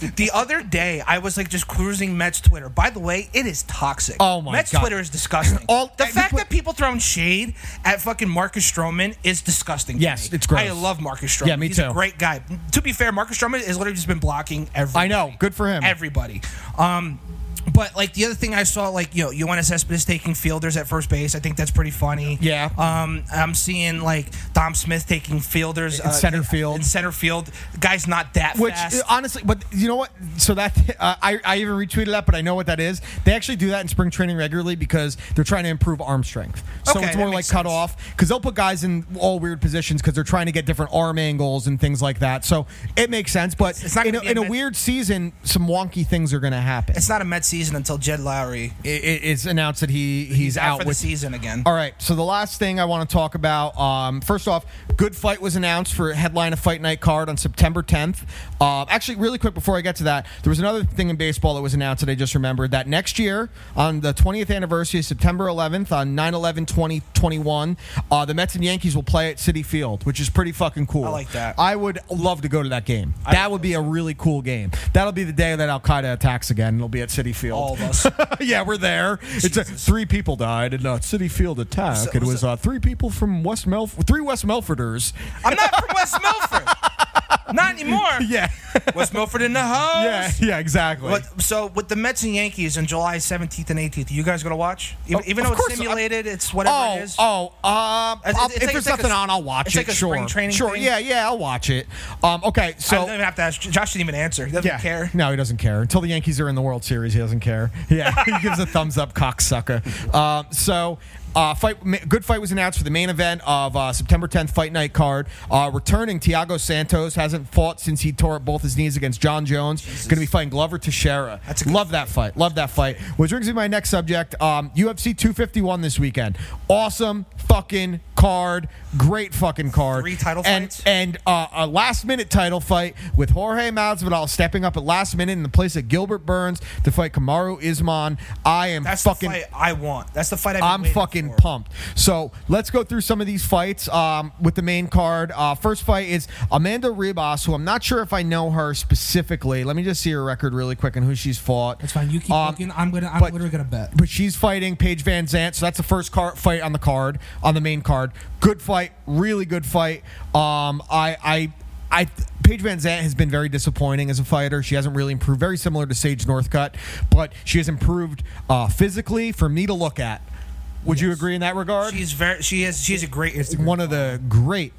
[SPEAKER 2] the other day, I was like just cruising Mets Twitter. By the way, it is toxic.
[SPEAKER 1] Oh, my
[SPEAKER 2] Mets
[SPEAKER 1] God.
[SPEAKER 2] Twitter is disgusting.
[SPEAKER 1] All-
[SPEAKER 2] the
[SPEAKER 1] you
[SPEAKER 2] fact
[SPEAKER 1] put-
[SPEAKER 2] that people throwing shade at fucking Marcus Stroman is disgusting. to
[SPEAKER 1] Yes,
[SPEAKER 2] me.
[SPEAKER 1] it's gross.
[SPEAKER 2] I love Marcus Stroman.
[SPEAKER 1] Yeah, me
[SPEAKER 2] He's
[SPEAKER 1] too.
[SPEAKER 2] A great guy. To be fair, Marcus Stroman has literally just been blocking everybody.
[SPEAKER 1] I know. Good for him.
[SPEAKER 2] Everybody. Um. But like the other thing I saw, like you know, Yoenis Cespedes taking fielders at first base. I think that's pretty funny.
[SPEAKER 1] Yeah.
[SPEAKER 2] Um, I'm seeing like Dom Smith taking fielders uh,
[SPEAKER 1] In center field.
[SPEAKER 2] In center field, guy's not that
[SPEAKER 1] Which
[SPEAKER 2] fast.
[SPEAKER 1] uh, honestly, but you know what? So that uh, I I even retweeted that, but I know what that is. They actually do that in spring training regularly because they're trying to improve arm strength. So
[SPEAKER 2] Okay,
[SPEAKER 1] it's
[SPEAKER 2] that
[SPEAKER 1] more
[SPEAKER 2] makes
[SPEAKER 1] like
[SPEAKER 2] sense.
[SPEAKER 1] cut off because they'll put guys in all weird positions because they're trying to get different arm angles and things like that. So it makes sense, but
[SPEAKER 2] It's- it's not
[SPEAKER 1] in, a,
[SPEAKER 2] gonna be a
[SPEAKER 1] in a
[SPEAKER 2] mid-
[SPEAKER 1] weird season, some wonky things are going to happen.
[SPEAKER 2] It's not a Met season until Jed Lowry
[SPEAKER 1] It- it- it's announced that he he's,
[SPEAKER 2] is out, for
[SPEAKER 1] with
[SPEAKER 2] the season again.
[SPEAKER 1] All right. So the last thing I want to talk about. Um, first off, Good Fight was announced for headline of Fight Night card on September 10th. Um, actually, really quick before I get to that, there was another thing in baseball that was announced that I just remembered. That next year, on the 20th anniversary of September 11th, on 9/11/2021, uh, the Mets and Yankees will play at City Field, which is pretty fucking cool.
[SPEAKER 2] I like that.
[SPEAKER 1] I would love to go to that game. that would be a really cool game. That'll be the day that Al Qaeda attacks again. It'll be at City Field.
[SPEAKER 2] All of us.
[SPEAKER 1] yeah, we're there. It's a, three people died in a City Field attack.
[SPEAKER 2] So-
[SPEAKER 1] it was uh, three people from West Melf, three West Melforders.
[SPEAKER 2] I'm not from West Milford. not anymore.
[SPEAKER 1] Yeah,
[SPEAKER 2] West Milford in the house.
[SPEAKER 1] yeah, yeah, exactly.
[SPEAKER 2] But, so with the Mets and Yankees on July 17th and 18th, are you guys gonna watch? Even,
[SPEAKER 1] Of- of
[SPEAKER 2] even though it's
[SPEAKER 1] course, I-
[SPEAKER 2] simulated, it's whatever
[SPEAKER 1] Oh,
[SPEAKER 2] it is.
[SPEAKER 1] oh, um,
[SPEAKER 2] It's-
[SPEAKER 1] I'll-
[SPEAKER 2] it's
[SPEAKER 1] if
[SPEAKER 2] like-
[SPEAKER 1] there's
[SPEAKER 2] it's like a
[SPEAKER 1] nothing
[SPEAKER 2] s-
[SPEAKER 1] on, I'll watch
[SPEAKER 2] it's
[SPEAKER 1] it.
[SPEAKER 2] like a
[SPEAKER 1] sure,
[SPEAKER 2] spring training
[SPEAKER 1] sure,
[SPEAKER 2] thing.
[SPEAKER 1] yeah, yeah, I'll watch it. Um, okay,
[SPEAKER 2] I
[SPEAKER 1] so
[SPEAKER 2] don't even have to ask. Josh didn't even answer. He doesn't
[SPEAKER 1] yeah.
[SPEAKER 2] care.
[SPEAKER 1] No, he doesn't care. Until the Yankees are in the World Series, he doesn't care. Yeah, he gives a thumbs up, cocksucker. Um, so, uh, fight, ma- good fight was announced for the main event of uh, September 10th Fight Night card. Uh, returning, Tiago Santos hasn't fought since he tore up both his knees against John Jones. Going to be fighting Glover Teixeira.
[SPEAKER 2] That's a good
[SPEAKER 1] Love that fight. Love that fight. Which brings me to my next subject um, UFC 251 this weekend. Awesome fucking card. Great fucking card.
[SPEAKER 2] Three title
[SPEAKER 1] and,
[SPEAKER 2] fights?
[SPEAKER 1] and uh, a last minute title fight with Jorge Masvidal stepping up at last minute in the place of Gilbert Burns to fight Kamaru Isman. I am
[SPEAKER 2] That's
[SPEAKER 1] fucking.
[SPEAKER 2] the fight I want. That's the fight I've been
[SPEAKER 1] I'm
[SPEAKER 2] waiting
[SPEAKER 1] fucking
[SPEAKER 2] for.
[SPEAKER 1] pumped. So let's go through some of these fights um, with the main card. Uh, first fight is Amanda Ribas, who I'm not sure if I know her specifically. Let me just see her record really quick and who she's fought.
[SPEAKER 9] That's fine. You keep
[SPEAKER 1] Um,
[SPEAKER 9] looking. I'm gonna. I'm
[SPEAKER 1] but-
[SPEAKER 9] literally gonna bet.
[SPEAKER 1] But she's fighting Paige Van Zant, so that's the first car- fight on the card, on the main card. Good fight, really good fight. Um, I, I, I, Paige Van Zant has been very disappointing as a fighter. She hasn't really improved. Very similar to Sage Northcutt, but she has improved uh, physically for me to look at. Would you agree in that regard?
[SPEAKER 2] She's very. She is. She's a great Instagram.
[SPEAKER 1] one of the great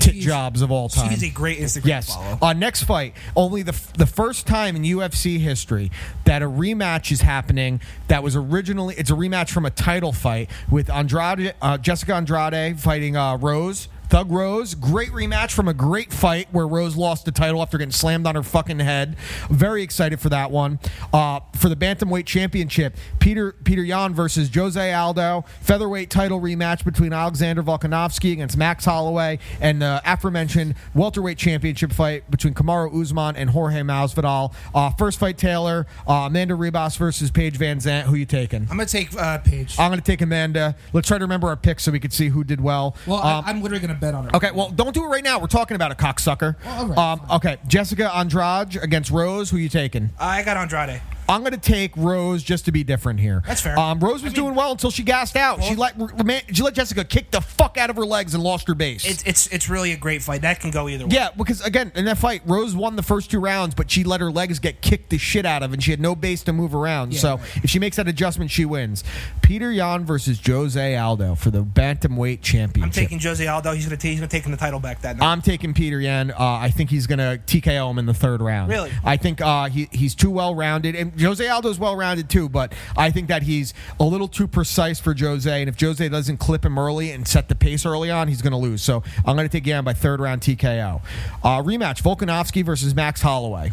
[SPEAKER 1] tit
[SPEAKER 9] She's-
[SPEAKER 1] jobs of all time.
[SPEAKER 2] She's a great Instagram
[SPEAKER 1] Yes.
[SPEAKER 2] follow.
[SPEAKER 1] Uh, next fight, only the f- the first time in UFC history that a rematch is happening. That was originally it's a rematch from a title fight with Andrade, uh, Jessica Andrade fighting uh, Rose Thug Rose, great rematch from a great fight where Rose lost the title after getting slammed on her fucking head. Very excited for that one. Uh, for the bantamweight championship, Peter Peter Yan versus Jose Aldo, featherweight title rematch between Alexander Volkanovski against Max Holloway, and the aforementioned welterweight championship fight between Kamaru Usman and Jorge Masvidal. Uh, first fight, Taylor uh, Amanda Ribas versus Paige Van Zant. Who you taking?
[SPEAKER 9] I'm gonna take uh, Paige.
[SPEAKER 1] I'm going to take Amanda. Let's try to remember our picks so we can see who did well.
[SPEAKER 9] well,
[SPEAKER 1] Um,
[SPEAKER 9] I, I'm literally gonna bet on her.
[SPEAKER 1] Okay, well, don't do it right now. We're talking about a cocksucker.
[SPEAKER 9] Well, all right,
[SPEAKER 1] um, okay, Jessica Andrade against Rose. Who you taking?
[SPEAKER 2] I got Andrade.
[SPEAKER 1] I'm going to take Rose just to be different here.
[SPEAKER 2] That's fair.
[SPEAKER 1] Um, Rose was doing well until she gassed out. she let r- man, she let Jessica kick the fuck out of her legs and lost her base.
[SPEAKER 2] It's it's it's really a great fight. That can go either way.
[SPEAKER 1] yeah, because again, in that fight, Rose won the first two rounds, but she let her legs get kicked the shit out of, and she had no base to move around. so if she makes that adjustment, she wins. Peter Yan versus Jose Aldo for the bantamweight championship.
[SPEAKER 2] I'm taking Jose Aldo. He's gonna take he's gonna take him the title back that night.
[SPEAKER 1] I'm taking Peter Yan. Uh, I think he's going to TKO him in the third round.
[SPEAKER 2] Really?
[SPEAKER 1] I think uh, he, he's too well rounded, and Jose Aldo's well rounded too. But I think that he's a little too precise for Jose, and if Jose doesn't clip him early and set the pace early on, he's going to lose. So I'm going to take Yan by third round TKO. Uh, rematch: Volkanovski versus Max Holloway.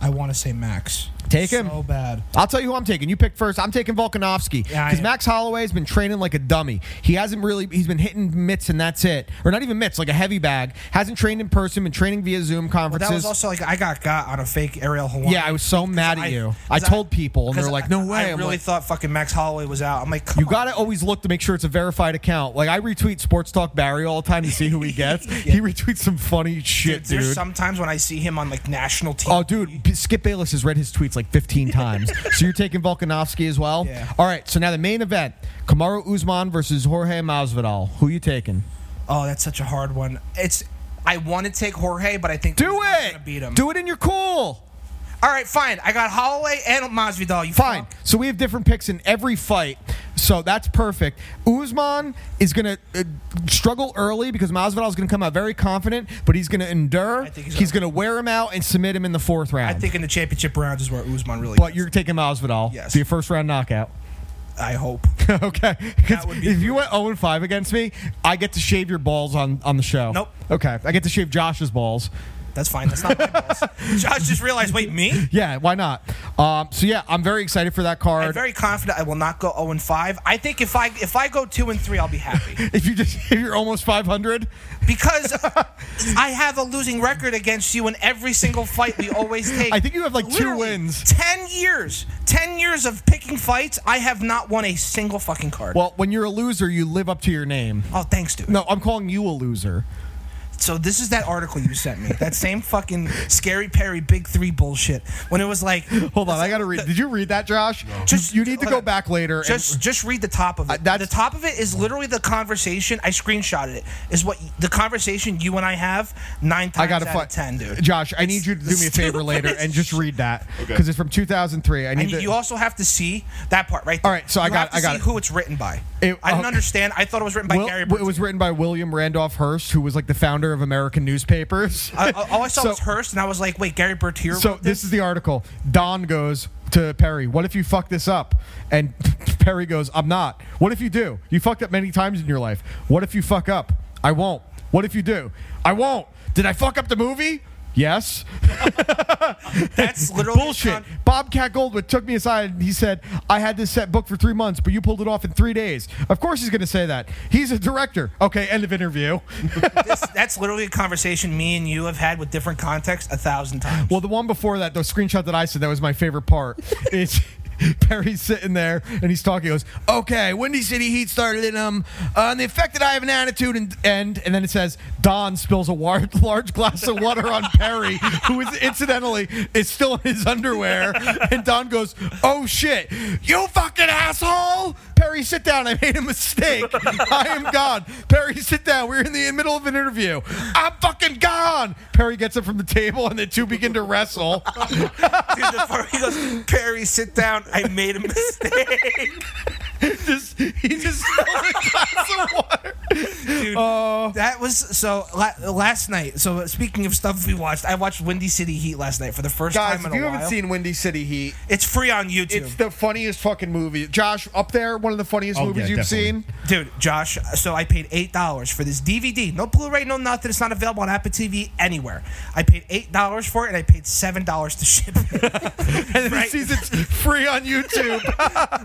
[SPEAKER 9] I want to say Max.
[SPEAKER 1] Take
[SPEAKER 9] so
[SPEAKER 1] him.
[SPEAKER 9] So bad.
[SPEAKER 1] I'll tell you who I'm taking. You pick first. I'm taking Volkanovski because
[SPEAKER 9] Yeah, I am.
[SPEAKER 1] Max Holloway's been training like a dummy. He hasn't really. He's been hitting mitts and that's it, or not even mitts, like a heavy bag. Hasn't trained in person. Been training via Zoom
[SPEAKER 2] But
[SPEAKER 1] conferences.
[SPEAKER 2] that was also like I got got on a fake Ariel Hawaiian.
[SPEAKER 1] yeah, I was so mad at
[SPEAKER 2] I-
[SPEAKER 1] you. I
[SPEAKER 2] 'cause I-
[SPEAKER 1] told people, and they're
[SPEAKER 2] Because
[SPEAKER 1] like, "No way!"
[SPEAKER 2] I
[SPEAKER 1] I'm
[SPEAKER 2] really
[SPEAKER 1] like,
[SPEAKER 2] thought fucking Max Holloway was out. I'm like, come
[SPEAKER 1] you
[SPEAKER 2] on.
[SPEAKER 1] gotta always look to make sure it's a verified account. Like I retweet Sports Talk Barry all the time to see who he gets. He retweets some funny shit, dude.
[SPEAKER 2] There's sometimes when I see him on like national TV.
[SPEAKER 1] Oh, dude, B- Skip Bayless has read his tweets like 15 times. so you're taking Volkanovski as well?
[SPEAKER 2] Yeah.
[SPEAKER 1] All right, so now the main event Kamaru Usman versus Jorge Masvidal. Who you taking?
[SPEAKER 2] Oh, that's such a hard one. It's I want to take Jorge, but I think
[SPEAKER 1] Do
[SPEAKER 2] Usman's
[SPEAKER 1] it!
[SPEAKER 2] Gonna beat him.
[SPEAKER 1] Do it in your cool.
[SPEAKER 2] All right, fine. I got Holloway and Masvidal. You
[SPEAKER 1] Fine.
[SPEAKER 2] fuck.
[SPEAKER 1] So we have different picks in every fight. So that's perfect. Usman is going to uh, struggle early because Masvidal is going to come out very confident, but he's going to endure.
[SPEAKER 2] I think
[SPEAKER 1] he's
[SPEAKER 2] he's
[SPEAKER 1] going to wear him out and submit him in the fourth round.
[SPEAKER 2] I think in the championship rounds is where Usman really.
[SPEAKER 1] but
[SPEAKER 2] gets
[SPEAKER 1] you're taking Masvidal.
[SPEAKER 2] Yes.
[SPEAKER 1] Be a first round knockout.
[SPEAKER 2] it. I hope.
[SPEAKER 1] okay. 'Cause
[SPEAKER 2] would be
[SPEAKER 1] if you went 0 and 5 against me, I get to shave your balls on, on the show.
[SPEAKER 2] Nope.
[SPEAKER 1] Okay. I get to shave Josh's balls.
[SPEAKER 2] That's fine. That's not my balls. Josh just realized. Wait, me?
[SPEAKER 1] Yeah, why not? Um, so, yeah, I'm very excited for that
[SPEAKER 2] I'm
[SPEAKER 1] card.
[SPEAKER 2] very confident I will not go 0 and 5. I think if I if I go 2 and 3, I'll be happy
[SPEAKER 1] if you just if you're almost 500,
[SPEAKER 2] because I have a losing record against you in every single fight we always take.
[SPEAKER 1] I think you have, like, two
[SPEAKER 2] Literally,
[SPEAKER 1] wins.
[SPEAKER 2] 10 years. 10 years of picking fights, I have not won a single fucking card.
[SPEAKER 1] well, when you're a loser, you live up to your name.
[SPEAKER 2] oh, thanks, dude.
[SPEAKER 1] No, I'm calling you a loser.
[SPEAKER 2] So this is that article you sent me. That same fucking scary Perry big 3 bullshit when it was like
[SPEAKER 1] Hold on, I gotta read. Did you read that, Josh?
[SPEAKER 2] Just-
[SPEAKER 1] you need to
[SPEAKER 2] hold
[SPEAKER 1] go
[SPEAKER 2] on.
[SPEAKER 1] back later. and-
[SPEAKER 2] Just just read the top of it.
[SPEAKER 1] that's-
[SPEAKER 2] the top of it is literally the conversation. I screenshotted it. Is what the conversation you and I have nine times
[SPEAKER 1] I gotta
[SPEAKER 2] out
[SPEAKER 1] fi-
[SPEAKER 2] of ten, dude.
[SPEAKER 1] Josh, I need you to
[SPEAKER 2] It's
[SPEAKER 1] do me a
[SPEAKER 2] the
[SPEAKER 1] favor later
[SPEAKER 2] stupidest
[SPEAKER 1] and just read that
[SPEAKER 3] Okay.
[SPEAKER 1] because it's from 2003. I need
[SPEAKER 2] And
[SPEAKER 1] to.
[SPEAKER 2] you also have to see that part right.
[SPEAKER 1] All
[SPEAKER 2] There.
[SPEAKER 1] right, so I
[SPEAKER 2] You
[SPEAKER 1] got-
[SPEAKER 2] have to
[SPEAKER 1] I got
[SPEAKER 2] see
[SPEAKER 1] it.
[SPEAKER 2] who it's written by.
[SPEAKER 1] It-
[SPEAKER 2] I didn't
[SPEAKER 1] uh,
[SPEAKER 2] understand. I thought it was written by
[SPEAKER 1] Will-
[SPEAKER 2] Gary.
[SPEAKER 1] it was written by William Randolph Hearst, who was like the founder of American newspapers.
[SPEAKER 2] I, I- all I saw
[SPEAKER 1] So-
[SPEAKER 2] was Hearst, and I was like, "Wait, Gary Bertier."
[SPEAKER 1] So
[SPEAKER 2] wrote
[SPEAKER 1] this is the article. Don goes to Perry, "What if you fuck this up?" And Perry goes, "I'm not. What if you do? You fucked up many times in your life. What if you fuck up? I won't. What if you do? I won't. Did I fuck up the movie?" Yes.
[SPEAKER 2] that's literally
[SPEAKER 1] Bullshit.
[SPEAKER 2] Con-
[SPEAKER 1] Bobcat Goldwood took me aside and he said, I had this set booked for three months, but you pulled it off in three days. Of course he's going to say that. He's a director. Okay, end of interview.
[SPEAKER 2] this, that's literally a conversation me and you have had with different contexts a thousand times.
[SPEAKER 1] Well, the one before that, the screenshot that I said, that was my favorite part. is Perry's sitting there and he's talking. He goes, "Okay, Windy City Heat started in um uh, and the effect that I have an attitude and and and then it says Don spills a war- large glass of water on Perry, who is incidentally is still in his underwear, and Don goes, "Oh shit, you fucking asshole." Perry, sit down. I made a mistake. I am gone. Perry, sit down. We're in the middle of an interview. I'm fucking gone. Perry gets up from the table and the two begin to wrestle.
[SPEAKER 2] Dude, the part he goes, "Perry, sit down. I made a mistake."
[SPEAKER 1] just, he just spilled a glass of water.
[SPEAKER 2] Dude, that was so la- last night. So speaking of stuff we watched, I watched Windy City Heat last night for the first
[SPEAKER 1] Guys, if
[SPEAKER 2] time in
[SPEAKER 1] you
[SPEAKER 2] a while.
[SPEAKER 1] haven't seen Windy City Heat,
[SPEAKER 2] it's free on YouTube.
[SPEAKER 1] it's the funniest fucking movie. Josh, up there, one of the funniest
[SPEAKER 3] Oh,
[SPEAKER 1] movies
[SPEAKER 3] yeah,
[SPEAKER 1] you've
[SPEAKER 3] definitely.
[SPEAKER 1] seen.
[SPEAKER 2] Dude, Josh, so I paid eight dollars for this DVD. No Blu-ray, no nothing. It's not available on Apple TV anywhere. I paid eight dollars for it, and I paid seven dollars to ship it. and right,
[SPEAKER 1] it's free on YouTube.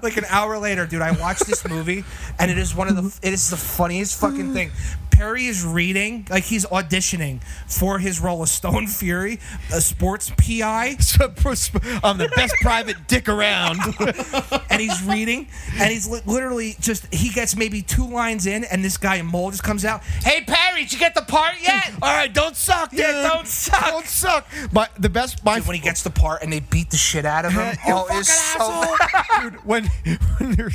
[SPEAKER 2] like an hour later, dude, I watched this movie, and it is one of the it is the funniest fucking thing. Perry is reading, like he's auditioning for his role as Stone Fury, a sports PI.
[SPEAKER 1] I'm the best private dick around.
[SPEAKER 2] and he's reading, and he's li- literally just he gets maybe two lines in, and this guy in mole just comes out. Hey Perry, did you get the part yet?
[SPEAKER 1] All right, don't suck, dude.
[SPEAKER 2] Yeah, don't suck.
[SPEAKER 1] Don't suck. But the best, my
[SPEAKER 2] Dude, when he gets the part, and they beat the shit out of him.
[SPEAKER 1] You
[SPEAKER 2] oh, it's
[SPEAKER 1] fucking
[SPEAKER 2] so
[SPEAKER 1] asshole. Dude, when, when they're,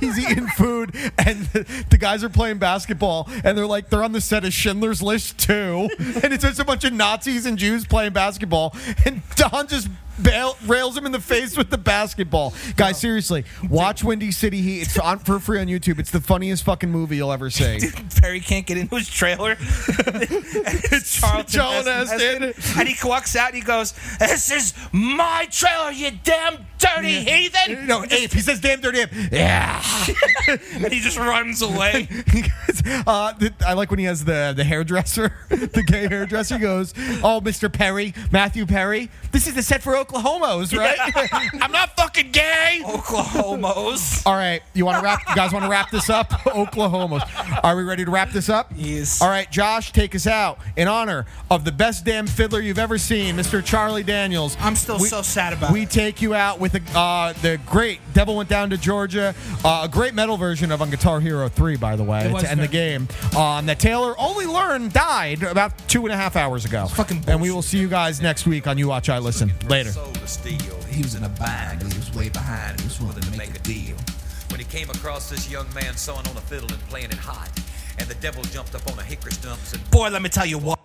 [SPEAKER 1] he's eating food and the, the guys are playing basketball and they're like, they're on the set of Schindler's List 2. And it's just a bunch of Nazis and Jews playing basketball. And Don just bail, rails him in the face with the basketball. Guys, seriously, watch Windy City Heat. It's on for free on YouTube. It's the funniest fucking movie you'll ever see.
[SPEAKER 2] Perry can't get into his trailer. and it's Charlton
[SPEAKER 1] Charlton
[SPEAKER 2] Heston,
[SPEAKER 1] Heston.
[SPEAKER 2] Heston. And he walks out and he goes, This is my trailer, you damn dirty heathen.
[SPEAKER 1] No, ape. He says, damn dirty ape. Yeah.
[SPEAKER 2] And he just runs away.
[SPEAKER 1] He goes, uh, th- I like when he has the, the hairdresser, the gay hairdresser. He goes, "Oh, Mr. Perry, Matthew Perry, this is the set for Oklahomas, right?" I'm not fucking gay.
[SPEAKER 2] Oklahomos.
[SPEAKER 1] All right, you want to wrap? You guys want to wrap this up? Oklahomas. Are we ready to wrap this up?
[SPEAKER 2] Yes.
[SPEAKER 1] All right, Josh, take us out in honor of the best damn fiddler you've ever seen, Mr. Charlie Daniels.
[SPEAKER 2] I'm still so sad about
[SPEAKER 1] We
[SPEAKER 2] it.
[SPEAKER 1] take you out with a, uh, the great "Devil Went Down to Georgia," uh, a great metal version of on Guitar Hero Three, by the way,
[SPEAKER 9] was
[SPEAKER 1] to end the
[SPEAKER 9] very-
[SPEAKER 1] game. Um, that Taylor only learned died about two and a half hours ago.
[SPEAKER 9] fucking
[SPEAKER 1] and we will see you guys next week on You Watch I Listen. Later.
[SPEAKER 10] Sold to steal. He was in a bind 'cause he was way behind. He was willing to make a deal. When he came across this young man sawing on a fiddle and playing it hot, and the devil jumped up on a hickory stump and
[SPEAKER 2] Boy, let me tell you what.